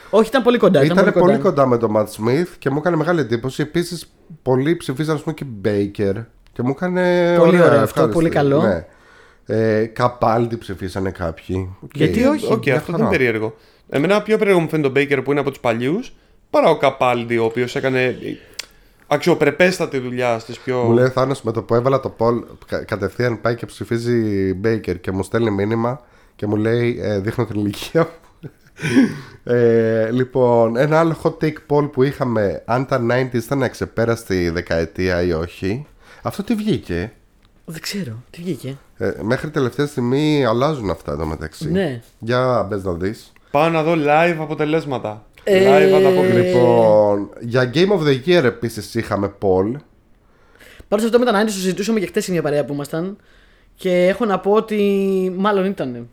Όχι, ήταν πολύ κοντά.
Ήταν πολύ, κοντά. με τον Ματ Σμιθ και μου έκανε μεγάλη εντύπωση. Επίσης, πολλοί ψηφίσαν, ας πούμε, και Μπέικερ. Και μου έκανε.
Πολύ ωραίο αυτό,
ευχάριστη.
πολύ καλό.
Ναι. Ε, Καπάλτη ψηφίσανε κάποιοι. Οκ.
Γιατί όχι,
Οκ,
μια
αυτό
χαρά.
ήταν περίεργο. Εμένα πιο περίεργο μου φαίνεται ο Μπέικερ που είναι από τους παλιούς παρά ο Καπάλντι, ο οποίος έκανε αξιοπρεπέστατη δουλειά στις πιο.
Μου λέει ο Θάνος με το που έβαλα το Πολ, κα- κατευθείαν πάει και ψηφίζει Μπέικερ και μου στέλνει μήνυμα και μου λέει: ε, Δείχνω την ηλικία μου. ε, λοιπόν, ένα άλλο hot take poll που είχαμε, αν τα 90s ήταν αξεπέραστη δεκαετία ή όχι. Αυτό τι βγήκε.
Δεν ξέρω, τι βγήκε.
Ε, μέχρι τελευταία στιγμή αλλάζουν αυτά εδώ μεταξύ.
Ναι.
Για μπε να δεις.
Πάω να δω live αποτελέσματα.
Ε,
Live ανταπόκριση.
Λοιπόν, για Game of the Year επίσης είχαμε poll.
Πάντως αυτό με τα 90 το συζητούσαμε και χθε σε μια παρέα που ήμασταν. Και έχω να πω ότι μάλλον ήταν.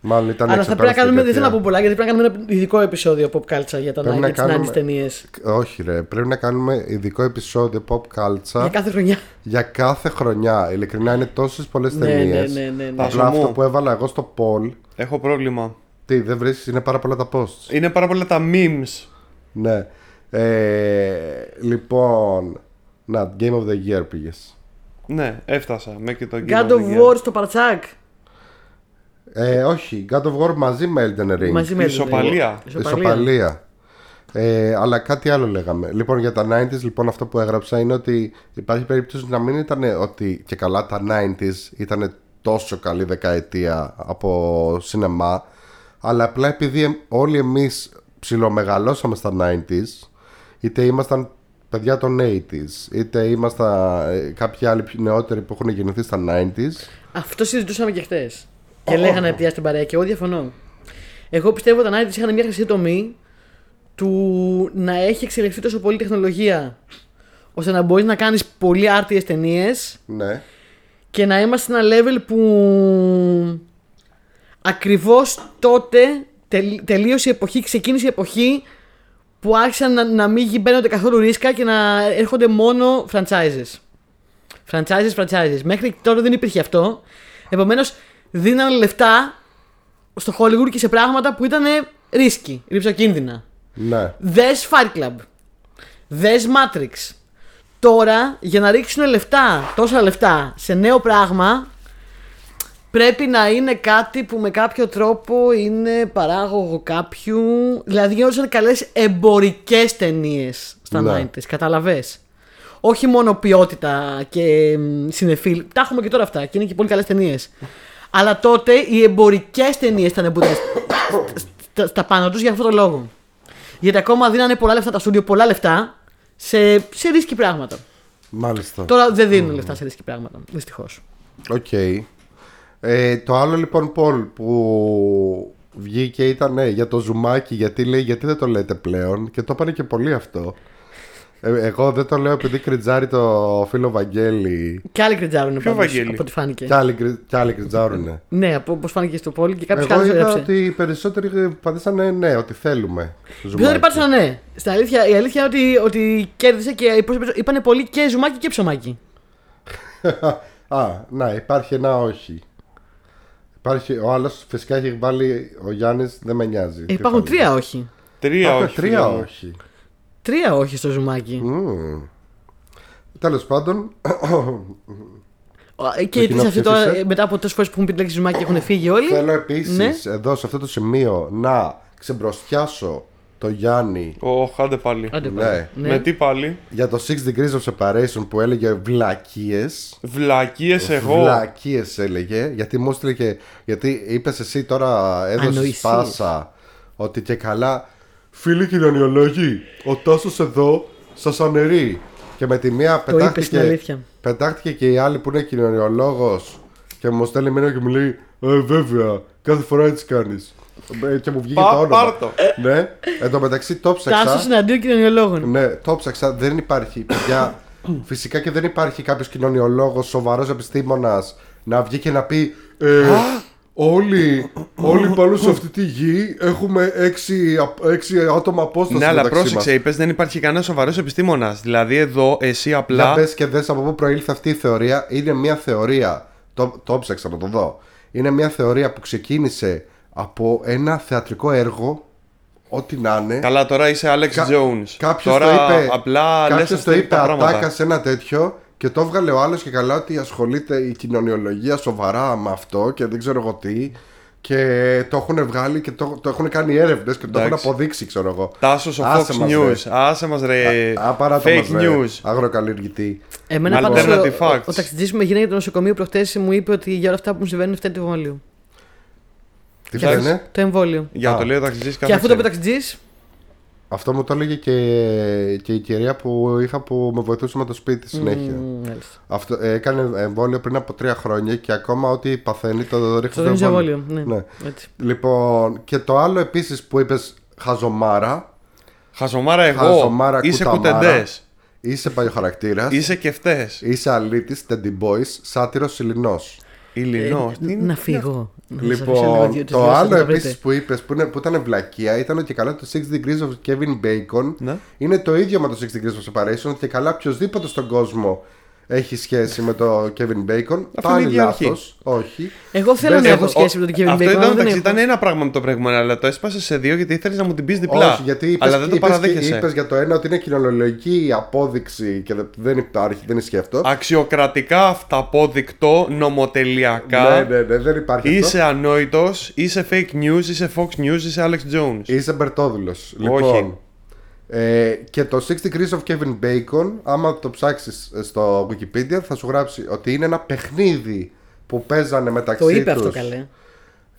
Μάλλον ήταν
Αλλά θα πρέπει να
εξεπέραστη
κάνουμε. Δεν θέλω να
δεκαετία.
πω πολλά γιατί πρέπει να κάνουμε ένα ειδικό επεισόδιο pop culture για τα
Πρέπει
90
να
τις
κάνουμε-
90s ταινίες.
Όχι, ρε. Πρέπει να κάνουμε ειδικό επεισόδιο pop culture
Για κάθε χρονιά.
για κάθε χρονιά. Ειλικρινά είναι τόσες πολλές
Ναι,
ταινίες.
ναι, ναι, ναι, ναι.
Απλά
Τάσο μου.
αυτό που έβαλα εγώ στο poll.
Έχω πρόβλημα.
Τι, δεν βρίσκει, είναι πάρα πολλά τα posts.
Είναι πάρα πολλά τα memes.
Ναι. Ε, λοιπόν. Να, Game of the Year πήγες.
Ναι, έφτασα μέχρι το
God of War στο Παρτσάκ.
Ε, όχι, God of War μαζί με Elden Ring.
Μαζί με
Ισοπαλία.
Ισοπαλία. Ε, αλλά κάτι άλλο λέγαμε. Λοιπόν, για τα 90s, λοιπόν, αυτό που έγραψα είναι ότι υπάρχει περίπτωση να μην ήταν ότι και καλά τα 90s ήταν τόσο καλή δεκαετία από σινεμά, αλλά απλά επειδή εμ- όλοι εμείς ψιλομεγαλώσαμε στα 90s, είτε ήμασταν παιδιά των 80s, είτε ήμασταν ε, κάποιοι άλλοι πιο νεότεροι που έχουν γεννηθεί στα 90s.
Αυτό συζητούσαμε και χθε. Και λέγανε πια στην παρέα και εγώ διαφωνώ. Εγώ πιστεύω ότι τα 90s είχαν μια χρυσή τομή του να έχει εξελιχθεί τόσο πολύ τεχνολογία ώστε να μπορείς να κάνεις πολύ άρτιες ταινίες
Ναι.
και να είμαστε σε ένα level που ακριβώς τότε τελ- τελείωσε η εποχή, ξεκίνησε η εποχή που άρχισαν να, να μην μπαίνονται καθόλου ρίσκα και να έρχονται μόνο franchises. Franchises, franchises. Μέχρι τώρα δεν υπήρχε αυτό. Επομένως δίνανε λεφτά στο Hollywood και σε πράγματα που ήταν ρίσκι, ρηψοκίνδυνα.
Ναι.
Δες Fight Club. Δες Matrix. Τώρα για να ρίξουν λεφτά, τόσα λεφτά σε νέο πράγμα, πρέπει να είναι κάτι που με κάποιο τρόπο είναι παράγωγο κάποιου. Δηλαδή γινόντουσαν καλές εμπορικές ταινίες στα
Ναι.
90s. Καταλαβέ. Όχι μόνο ποιότητα και συνεφίλ. Τα έχουμε και τώρα αυτά και είναι και πολύ καλές ταινίες. Αλλά τότε οι εμπορικές ταινίες ήταν που ήταν στα, στα πάνω τους για αυτόν τον λόγο. Γιατί ακόμα δίνανε πολλά λεφτά τα στούντιο, πολλά λεφτά σε, σε ρίσκη πράγματα.
Μάλιστα.
Τώρα δεν δίνουν λεφτά σε ρίσκη πράγματα, δυστυχώς.
Οκ. Ε, το άλλο λοιπόν Πολ που βγήκε ήταν ναι, για το ζουμάκι γιατί λέει γιατί δεν το λέτε πλέον και το είπανε και πολύ αυτό. Ε, εγώ δεν το λέω επειδή κριτζάρει το φίλο Βαγγέλη
Και άλλοι κριτζάρουν
Ποιο
πάντως,
Βαγγέλη?
από ό,τι φάνηκε.
κι άλλοι, κρι- κι άλλοι κριτζάρουνε.
Ναι, από όπως φάνηκε στο πόλι και κάποιο
Εγώ
άλλο
είδα
έγραψε.
ότι οι περισσότεροι απαντήσανε ναι, ότι θέλουμε. ζουμάκι.
Ποιον ρεπάτησαν, ναι. Στην αλήθεια, η αλήθεια είναι ότι, ότι κέρδισε και οι υπόλοιποι είπανε πολύ και ζουμάκι και
Ε,
ψωμάκι.
Α, να, υπάρχει ένα όχι. Υπάρχει, ο άλλος φυσικά έχει βάλει ο Γιάννης, δεν με νοιάζει.
Ε,
Τι
υπάρχουν
θα λέει.
τρία όχι.
Τρία
Υπάρχουν
όχι.
τρία
φίλε μου.
όχι.
Τρία όχι στο ζουμάκι.
Τέλος πάντων,
Ε, Και οι
κοινό
τρει αυτοί τώρα,
ψήφισε.
ε, μετά από τόσες φορές που έχουν πει τη λέξη ζουμάκι, έχουν φύγει όλοι.
θέλω επίσης
Ναι.
εδώ σε αυτό το σημείο να ξεμπροστιάσω το Γιάννη
Ωχ, άντε πάλι.
Άντε,
Ναι.
πάλι. ναι.
Με τι πάλι.
για το 6 degrees of separation που έλεγε βλακίες.
Βλακίες εγώ.
Βλακίες έλεγε, γιατί μου έστειλε και. Γιατί είπες εσύ τώρα, έδωσες
Ανοησίες.
πάσα ότι και καλά. Φίλοι κοινωνιολόγοι, ο Τάσο εδώ σας αναιρεί. Και με τη μία
είπε στην αλήθεια.
πετάχτηκε, πετάχτηκε και η άλλη που είναι κοινωνιολόγος και μου στέλνει μήνυμα και μου λέει Ε, βέβαια, κάθε φορά έτσι κάνεις. Και μου βγήκε
Πα-
το όνομα.
πάρ' το.
Ναι, εν τω μεταξύ το ψάξα.
Τάσος εναντίον κοινωνιολόγων.
Ναι, το ψάξα. Δεν υπάρχει, παιδιά. Φυσικά και δεν υπάρχει κάποιος κοινωνιολόγος, σοβαρός επιστήμονας να βγει και να πει. Ε, όλοι, όλοι πάνω σε αυτή τη γη έχουμε έξι, α- έξι άτομα απόσταση.
Ναι, αλλά
μεταξύ
πρόσεξε, είπες δεν υπάρχει κανένας σοβαρός επιστήμονας. Δηλαδή εδώ εσύ
Μας.
απλά.
Να πες και δες από πού προήλθε αυτή η θεωρία. Είναι μια θεωρία. Το, το ψάξα να το δω. Είναι μια θεωρία που ξεκίνησε από ένα θεατρικό έργο. Ό,τι να είναι.
Καλά, τώρα είσαι Alex
Κα-
Jones.
Κάποιος
τώρα
το είπε,
απλά λες
κάποιος
αυτά
το είπε
τα πράγματα.
ατάκα σε ένα τέτοιο και το έβγαλε ο άλλος και καλά ότι ασχολείται η κοινωνιολογία σοβαρά με αυτό και δεν ξέρω εγώ τι και το έχουν βγάλει και το, το έχουν κάνει έρευνες και το έχουν
Εντάξει.
αποδείξει ξέρω εγώ
Τάσο ο
Άσε
Fox
μας,
News.
ρε.
Άσε μας ρε.
Απαρά το
Fake
μας, ρε,
news.
αγροκαλλιεργητή
Εμένα
Λοιπόν.
πάντως ο,
Alternative
ο,
facts.
ο ταξιτζής μου με γυναίκα του νοσοκομείου προχτές μου είπε ότι για όλα αυτά που μου συμβαίνουν φταίει το εμβόλιο.
Τι
Για
λένε,
Το εμβόλιο.
Για
Α.
το λέει ο ταξιτζής
Και αφού το είπε ο ταξιτζής,
αυτό μου το έλεγε και, και η κυρία που είχα που με βοηθούσε με το σπίτι συνέχεια
μ, μάλιστα.
Αυτό, ε, έκανε εμβόλιο πριν από τρία χρόνια και ακόμα ό,τι παθαίνει το ρίχνει
Το
στο
δίνει
εμβόλιο.
εμβόλιο. Ναι.
Ναι.
Έτσι.
Λοιπόν, και το άλλο επίσης που είπες χαζομάρα,
Χαζομάρα εγώ.
Χαζομάρα
είσαι
κουταμάρα.
κουτεντές.
είσαι παλιοχαρακτήρα, είσαι,
Είσαι και φτε.
είσαι αλήτης, τεντιμπόη, σάτυρο Ιλινό.
Υλινό.
Ε, να φύγω. Να σας αφήσω ένα
Λοιπόν,
δύο, τρεις
το
μέρες να
άλλο
τα βρείτε.
επίση που είπες που, είναι- που ήταν βλακεία ήταν ότι καλά το 6 Degrees of Kevin Bacon
Ναι.
είναι το ίδιο με το 6 Degrees of Separation ότι καλά οποιοδήποτε στον κόσμο έχει σχέση με το Kevin Bacon. Πάλι
η αρχή.
λάθος. Όχι.
Εγώ θέλω
Μπες
να
εδώ.
έχω σχέση με τον Kevin
Αυτό
Bacon. αλλά
ήταν,
δεν
εντάξει,
έχω.
ήταν ένα πράγμα με το προηγούμενο, αλλά το έσπασε σε δύο γιατί ήθελες να μου την πεις διπλά.
Όχι, γιατί είπες,
αλλά δεν το
είπες,
παραδέχεσαι.
είπες για το ένα ότι είναι κοινωνιολογική απόδειξη και δε- δεν υπάρχει, δεν ισχύει αυτό.
Αξιοκρατικά, αυταπόδεικτο, νομοτελειακά.
ναι, ναι, ναι, δεν υπάρχει
Είσαι ανόητος, είσαι fake news, είσαι Fox News, είσαι Alex Jones.
αυτό. Είσαι μπερτόδουλος. Λοιπόν, ε, και το 60 Degrees of Kevin Bacon, άμα το ψάξεις ε, στο Wikipedia, θα σου γράψει ότι είναι ένα παιχνίδι που παίζανε μεταξύ
Το είπε
τους
αυτό καλέ.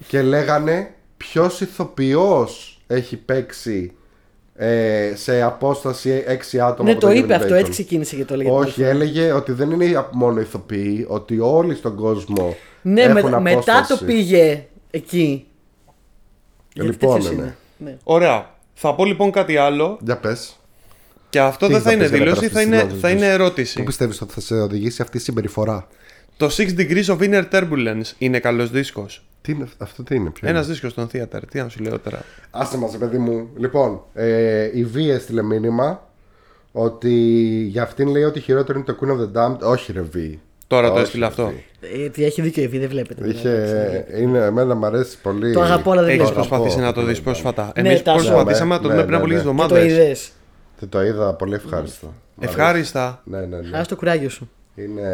και λέγανε ποιος ηθοποιός έχει παίξει ε, σε απόσταση 6 άτομα
Ναι,
από
το
τον
είπε
Kevin
αυτό,
Bacon.
έτσι ξεκίνησε και το λέγεται.
Όχι, έλεγε ότι δεν είναι μόνο ηθοποιοί, ότι όλοι στον κόσμο.
Ναι,
έχουν
με- μετά
απόσταση.
το πήγε εκεί. Γιατί
Λοιπόν,
τέτοιος
ναι.
είναι. Ναι.
Ωραία. Θα πω λοιπόν κάτι άλλο
Για πες.
και αυτό
Τι
δεν
θα
θα είναι
πεις για να
δήλωση, θα
περάσεις
είναι,
τη
θα
συνέντευξη.
είναι ερώτηση.
Πού πιστεύεις ότι θα σε οδηγήσει αυτή η συμπεριφορά.
Το Six Degrees of Inner Turbulence είναι καλός δίσκος.
Τι είναι, αυτό τι είναι ποιο.
Ένας δίσκος στον Theater, τι να σου λέω τώρα.
Άσε μας, ρε παιδί μου. Λοιπόν, ε, η Βία έστειλε μήνυμα ότι για αυτήν λέει ότι χειρότερο είναι το Queen of the Damned. Όχι, ρε Βή.
Τώρα το Ναι,
Όχι,
έστειλε
ρε,
αυτό.
Βή.
Ναι. Γιατί έχει δίκιο η Βη, δεν βλέπετε.
Είχε, είναι, εμένα μου αρέσει πολύ.
Το αγαπώ, αλλά δεν
Έχεις
βλέπω.
προσπαθήσει
Αγαπώ,
να το
αγαπώ.
δει πρόσφατα.
Ναι,
Εμείς
Τάσο.
προσπαθήσαμε να το
Ναι,
δούμε πριν
ναι,
από λίγες
ναι.
Και το
εβδομάδες.
είδες.
Τι το είδα πολύ ευχάριστο. Μ' αρέσει.
Ευχάριστα.
Ναι, ναι, ναι.
Άρα το κουράγιο σου.
Είναι,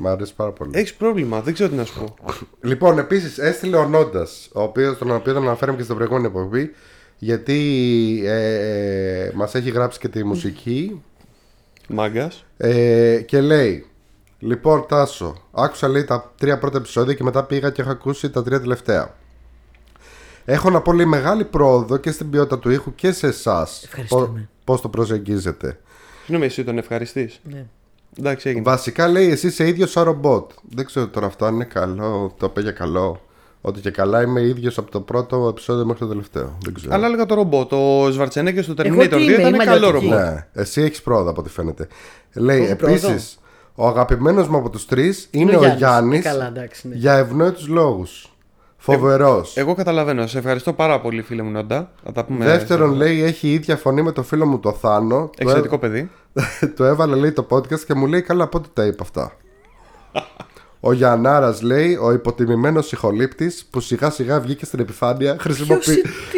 μ' αρέσει πάρα πολύ.
Έχεις πρόβλημα, δεν ξέρω τι να σου πω.
Λοιπόν, επίσης έστειλε ο Νόντας, ο οποίος, τον οποίο τον αναφέραμε και στην προηγούμενη εκπομπή, γιατί ε, ε, μας έχει γράψει και τη μουσική
Μάγκας.
ε, και λέει. Λοιπόν, Τάσο, άκουσα λέει τα τρία πρώτα επεισόδια και μετά πήγα και έχω ακούσει τα τρία τελευταία. Έχω να πω λέει μεγάλη πρόοδο και στην ποιότητα του ήχου και σε εσάς.
Ευχαριστούμε.
Πώς το προσεγγίζετε.
Συγγνώμη, εσύ τον ευχαριστή.
Ναι.
Εντάξει, έγινε.
Βασικά λέει εσύ είσαι ίδιος σαν ρομπότ. Δεν ξέρω τώρα αυτό αν είναι καλό, το είπε για καλό. Ότι και καλά είμαι ίδιος από το πρώτο επεισόδιο μέχρι το τελευταίο. Δεν ξέρω.
Αλλά έλεγα το ρομπότ. Το Σβαρτσενέκη στο
Εγώ
Terminator 2
τι είμαι,
ήταν
είμαι
καλό
αλλιωτική.
ρομπότ.
Ναι, εσύ έχεις πρόοδο από ό,τι φαίνεται. Λέει
Έχω
επίσης, ο αγαπημένος μου από τους τρεις είναι,
Είναι ο
ο
Γιάννης.
Γιάννης.
Καλά, εντάξει, ναι.
Για ευνόητους λόγους. Φοβερός.
Ε, Εγώ καταλαβαίνω. Σε ευχαριστώ πάρα πολύ, φίλε μου Νόντα. Θα τα πούμε.
Δεύτερον, λέει, έχει η ίδια φωνή με το φίλο μου το Θάνο. Του, έ-
Εξαιρετικό παιδί.
του έβαλε, λέει, το podcast και μου λέει, καλά, πότε τα είπα αυτά. Ο Γιαννάρας λέει, ο υποτιμημένος ηχολήπτης που σιγά σιγά βγήκε στην επιφάνεια
Ποιος είναι- τι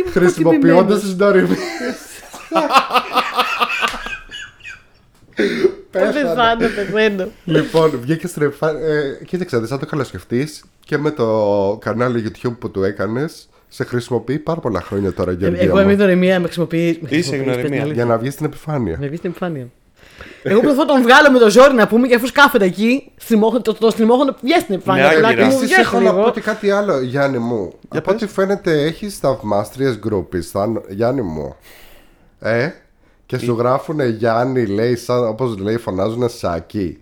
μου
χρησιμοποιώντα
υποτιμημένος?
τι γνωριμίε.
Δεν θα είναι πεθαίνω.
λοιπόν, βγήκε στην επιφάνεια. Ε, κοίταξε, αν το καλοσκεφτεί και με το κανάλι YouTube που του έκανες, σε χρησιμοποιεί πάρα πολλά χρόνια τώρα, Γεωργία.
Εγώ
μου,
είμαι γνωριμία, με χρησιμοποιεί. με χρησιμοποιείς,
γνωριμία.
πες την αλήθεια.
Για να βγεις στην επιφάνεια.
Με βγει στην επιφάνεια. Εγώ προσπαθώ να τον βγάλω με το ζόρι να πούμε και αφού σκάφεται εκεί, στριμώχω- το, το στριμώχνω βγει στην επιφάνεια.
Ναι,
πλάκα
άγκυρα.
μου,
Επίση,
βγες
έχω να
λίγο.
πω και κάτι άλλο, Γιάννη μου. Από ό,τι φαίνεται, έχεις θαυμάστριες γκρούπε, Γιάννη μου. Ε, και σου γράφουνε Γιάννη, λέει, σαν, όπως λέει, φωνάζουνε Σακί.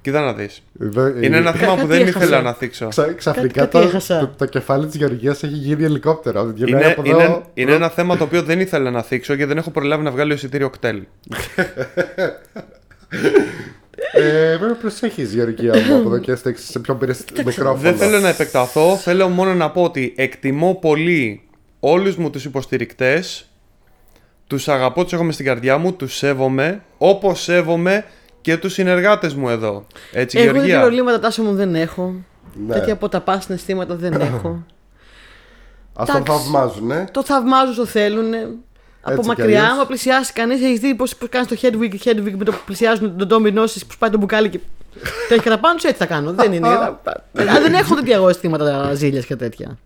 Κοίτα να δεις.
Δε-
Είναι ένα
ε,
θέμα που
κάτι
δεν
έχασα.
ήθελα να θίξω.
ξα- ξαφνικά
κάτι
το,
έχασα.
το, το κεφάλι της Γεωργίας έχει γίνει ελικόπτερο. Βγαίνει
Είναι,
από εδώ.
είναι, είναι ένα θέμα το οποίο δεν ήθελα να θίξω γιατί δεν έχω προλάβει να βγάλω εισιτήριο κτέλ.
Ε, πρέπει να προσέχεις Γεωργία μου από εδώ και έστω σε πιο πήρες μικρόφωνο.
Δεν θέλω να επεκταθώ. Θέλω μόνο να πω ότι εκτιμώ πολύ όλους μου τους υποστηρικτές. Τους αγαπώ, τους έχουμε στην καρδιά μου, τους σέβομαι, όπως σέβομαι και τους συνεργάτες μου εδώ. Έτσι,
Εγώ τέτοια
Γεωργία.
προβλήματα τάσο μου δεν έχω.
Ναι.
Τέτοια από τα πάσινα αισθήματα δεν έχω.
Ας τον
Εντάξει.
θαυμάζουνε.
το θαυμάζουν, το θέλουν. Από
κι
μακριά,
αλλιώς.
άμα πλησιάσει κανείς, έχεις δει πώς κάνεις το Hedwig και Hedwig με το που πλησιάζουν τον Ντόμι Νόση που σπάει το μπουκάλι και τρέχει κατά πάνω σου. Έτσι θα κάνω. δεν είναι. Α, δεν έχω τέτοια εγώ αισθήματα ζήλιας και τέτοια.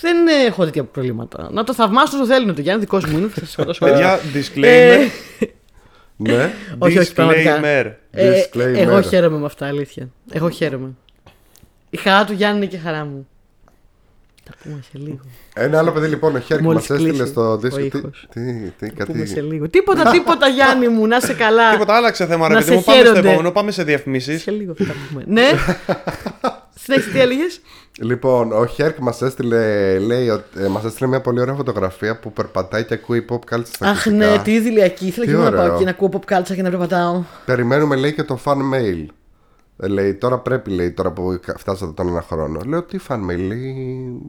Δεν έχω τέτοια προβλήματα. Να το θαυμάσουν όσο θέλουν το Γιάννη, δικός μου είναι. Θα σε σκοτώσω.
Παιδιά,
Ε,
disclaimer.
Ναι.
όχι, όχι, πραγματικά.
disclaimer.
Ε,
Disclaimer.
εγώ χαίρομαι με αυτά, αλήθεια. Εγώ χαίρομαι. Η χαρά του Γιάννη είναι και η χαρά μου. Τα πούμε σε λίγο.
Ένα άλλο παιδί λοιπόν, ο Χέρκ μα
Μόλις
έστειλε
κλείσει
στο
ο
δίσκο. Τι,
ήχος.
τι, τι,
Τα πούμε σε
κάτι.
λίγο. Τίποτα, τίποτα, Γιάννη μου, να σε καλά.
Τίποτα άλλαξε θέμα, ρε
Να
παιδί
σε
μου. Πάμε στο
χαίρονται.
επόμενο, πάμε σε διαφημίσεις.
Σε λίγο θα τα πούμε. ναι. Συνέχισε, τι έλεγες.
Λοιπόν, ο Χέρκ μας έστειλε, λέει, ότι- ε, μας έστειλε μια πολύ ωραία φωτογραφία που περπατάει και ακούει pop culture στα
Αχ,
ακουστικά.
ναι, τι δηλιακή. Ήθελα
Τι
και εγώ να
ωραίο.
πάω και να ακούω pop κάλτσα και να περπατάω.
Περιμένουμε, λέει, και το fan mail. Ε, Λέει, τώρα πρέπει, λέει, τώρα που κα- φτάσατε τον ένα χρόνο. Λέω, τι fan mail, λέει,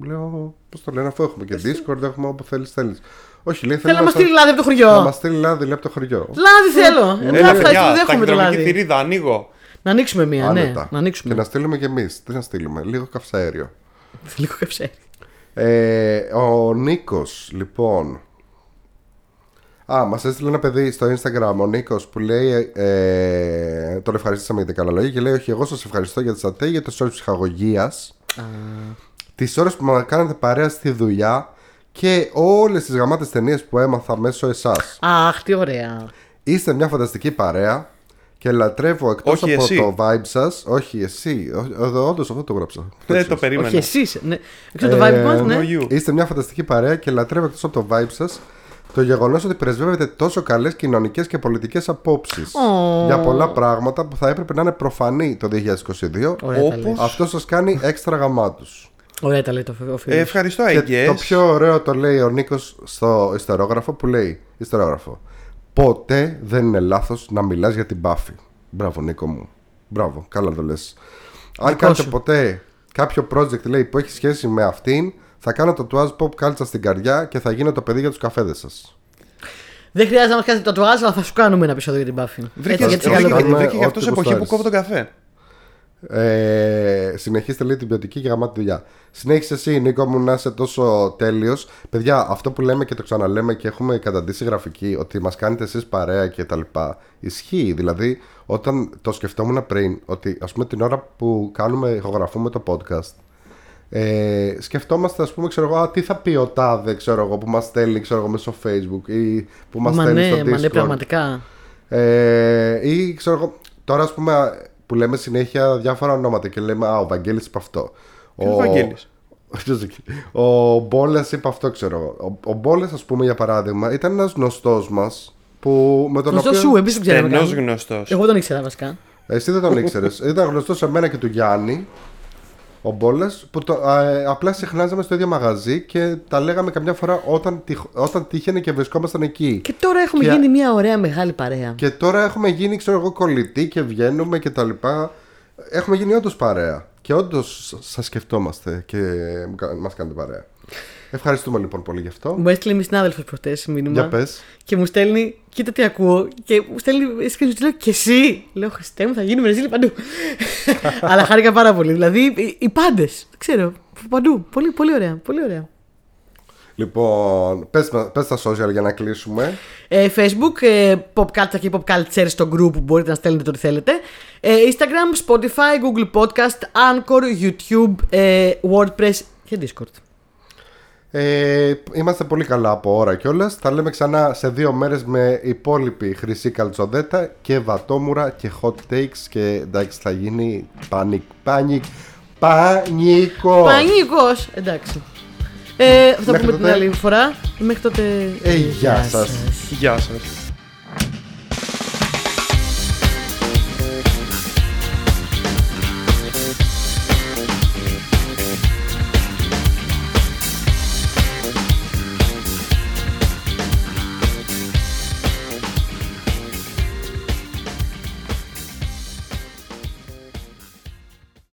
λέω, πώς το λένε, αφού έχουμε και Discord, έχουμε όπου θέλεις, θέλεις. Όχι, λέει,
Ε, Θέλω να μα
σα-
στείλει λάδι από το
να
χωριό.
μας Ε, στείλει λάδι, λέει, από το χωριό.
Λάδι θέλω.
Έλα,
Εντάξει,
παιδιά,
το
τα
δέχομαι το
κυδρομική
λάδι.
θηρίδα, ανοίγω.
Να ανοίξουμε μία, ναι.
Άνετα.
Να
Και να
ανοίξουμε.
στείλουμε κι εμείς. Τι να στείλουμε, λίγο καυσαέριο.
Λίγο καψέ.
Ε, ο Νίκος, λοιπόν. Α, μας έστειλε ένα παιδί στο Instagram, ο Νίκος, που λέει. Ε, τον ευχαριστήσαμε για τα καλά λόγια και λέει: Όχι, εγώ σας ευχαριστώ για τις ατέ, για τις ώρες ψυχαγωγίας. Τις ώρες που μας κάνετε παρέα στη δουλειά και όλες τις γαμάτες ταινίες που έμαθα μέσω εσάς.
Αχ, τι ωραία.
Είστε μια φανταστική παρέα και λατρεύω εκτός από
Όχι εσύ.
το vibe σας. Όχι, εσύ. Όντως αυτό το γράψα.
Δεν το
Όχι,
περίμενα.
εσείς. Ναι. Ξέρω το
Ε,
vibe μας, ναι.
you.
Είστε μια φανταστική παρέα και λατρεύω εκτός από το vibe σας το γεγονός ότι πρεσβεύετε τόσο καλές κοινωνικές και πολιτικές απόψεις
Ω.
για πολλά πράγματα που θα έπρεπε να είναι προφανή το 2022.
Ωραία τα
Όπως-
λες.
Αυτό σας κάνει έξτρα γαμάτου.
Ωραία τα λέει το ο φίλος.
Ε, ευχαριστώ,
Και
I guess.
το πιο ωραίο το λέει ο Νίκος στο ιστορόγραφο που λέει: Ιστορόγραφο. Ποτέ δεν είναι λάθος να μιλάς για την Buffy. Μπράβο, Νίκο μου. Μπράβο, καλά το λες. Αν
Δικό
κάνετε
σου.
ποτέ κάποιο project λέει, που έχει σχέση με αυτήν, θα κάνω τατουάζ pop κάλτσα στην καρδιά και θα γίνω το παιδί για τους καφέδες σας.
Δεν χρειάζεται να μας κάνετε το τουάζ, αλλά θα σου κάνουμε ένα επεισόδιο για την Buffy.
Βρήκες,
Έτσι, γιατί σε
βρήκε-
καλό παιδί.
κάνουμε
βρήκε γι' αυτό
ό,τι
σε εποχή που
γουστάρεις.
κόβω τον καφέ.
Ε, συνεχίστε λέει την ποιοτική και γαμάτη δουλειά. Συνέχισε εσύ, Νίκο μου, να είσαι τόσο τέλειος. Παιδιά, αυτό που λέμε και το ξαναλέμε και έχουμε καταντήσει γραφική, ότι μας κάνετε εσείς παρέα και τα λοιπά, ισχύει. Δηλαδή, όταν το σκεφτόμουν πριν, ότι ας πούμε την ώρα που κάνουμε, ηχογραφούμε το podcast, ε, σκεφτόμαστε, ας πούμε, ξέρω εγώ, α, τι θα πει ο Τάδε, ξέρω εγώ, που μας στέλνει, ξέρω εγώ, μέσω Facebook ή που μας
Μα
στέλνει στο
ναι,
Discord.
μα ναι, πραγματικά.
Ε, ή ξέρω εγώ, τώρα ας πούμε που λέμε συνέχεια διάφορα ονόματα και λέμε Α, ο Βαγγέλης είπε αυτό.
Ποιος Βαγγέλης?
Ποιος εκεί? Ο Μπόλα είπε αυτό, ξέρω εγώ. Ο, ο Μπόλα, ας πούμε, για παράδειγμα, ήταν ένας γνωστός μας που με τον
Γνωστός
οποίο.
σου, ε. επίση δεν
Ενό
ξέραμε. ναι.
γνωστός.
Εγώ δεν τον ήξερα βασικά.
Εσύ δεν τον ήξερες. ήταν γνωστός σε μένα και του Γιάννη. Ο Μπόλας, που το, ε, απλά συχνάζαμε στο ίδιο μαγαζί και τα λέγαμε καμιά φορά όταν, τυχ- όταν τύχαινε και βρισκόμασταν εκεί.
Και τώρα έχουμε
Και-
γίνει μια ωραία μεγάλη παρέα.
Και τώρα έχουμε γίνει, ξέρω εγώ, κολλητοί και βγαίνουμε και τα λοιπά. Έχουμε γίνει όντως παρέα. Και όντως σας σκεφτόμαστε και μας κάνετε παρέα. Ευχαριστούμε λοιπόν πολύ γι' αυτό.
Μου έστειλε μια συνάδελφος προχτές μήνυμα.
Για πες.
Και μου στέλνει, κοίτα τι ακούω. Και μου στέλνει, εσύ και λέω και εσύ. Λέω, Χριστέ μου, θα γίνουμε ρεζίλη παντού. Αλλά χάρηκα πάρα πολύ. Δηλαδή, οι, οι πάντες. Δεν ξέρω. Παντού. Πολύ, πολύ ωραία. Πολύ ωραία.
Λοιπόν, πες, μα- πες τα social για να κλείσουμε.
Ε, Facebook, ε, pop culture και pop culture στο group που μπορείτε να στέλνετε το ό,τι θέλετε. Ε, Instagram, Spotify, Google Podcast, Anchor, YouTube, ε, WordPress και Discord.
Ε, είμαστε πολύ καλά από ώρα κιόλας. Θα λέμε ξανά σε δύο μέρες με υπόλοιπη χρυσή καλτσοδέτα και βατόμουρα και hot takes. Και εντάξει, θα γίνει panic, panic, πανικό.
Πανίκος, εντάξει. Ε, θα τα
Μέχρι
πούμε την
τότε.
άλλη φορά. Μέχρι τότε.
Ε, γεια σας.
Γεια σας.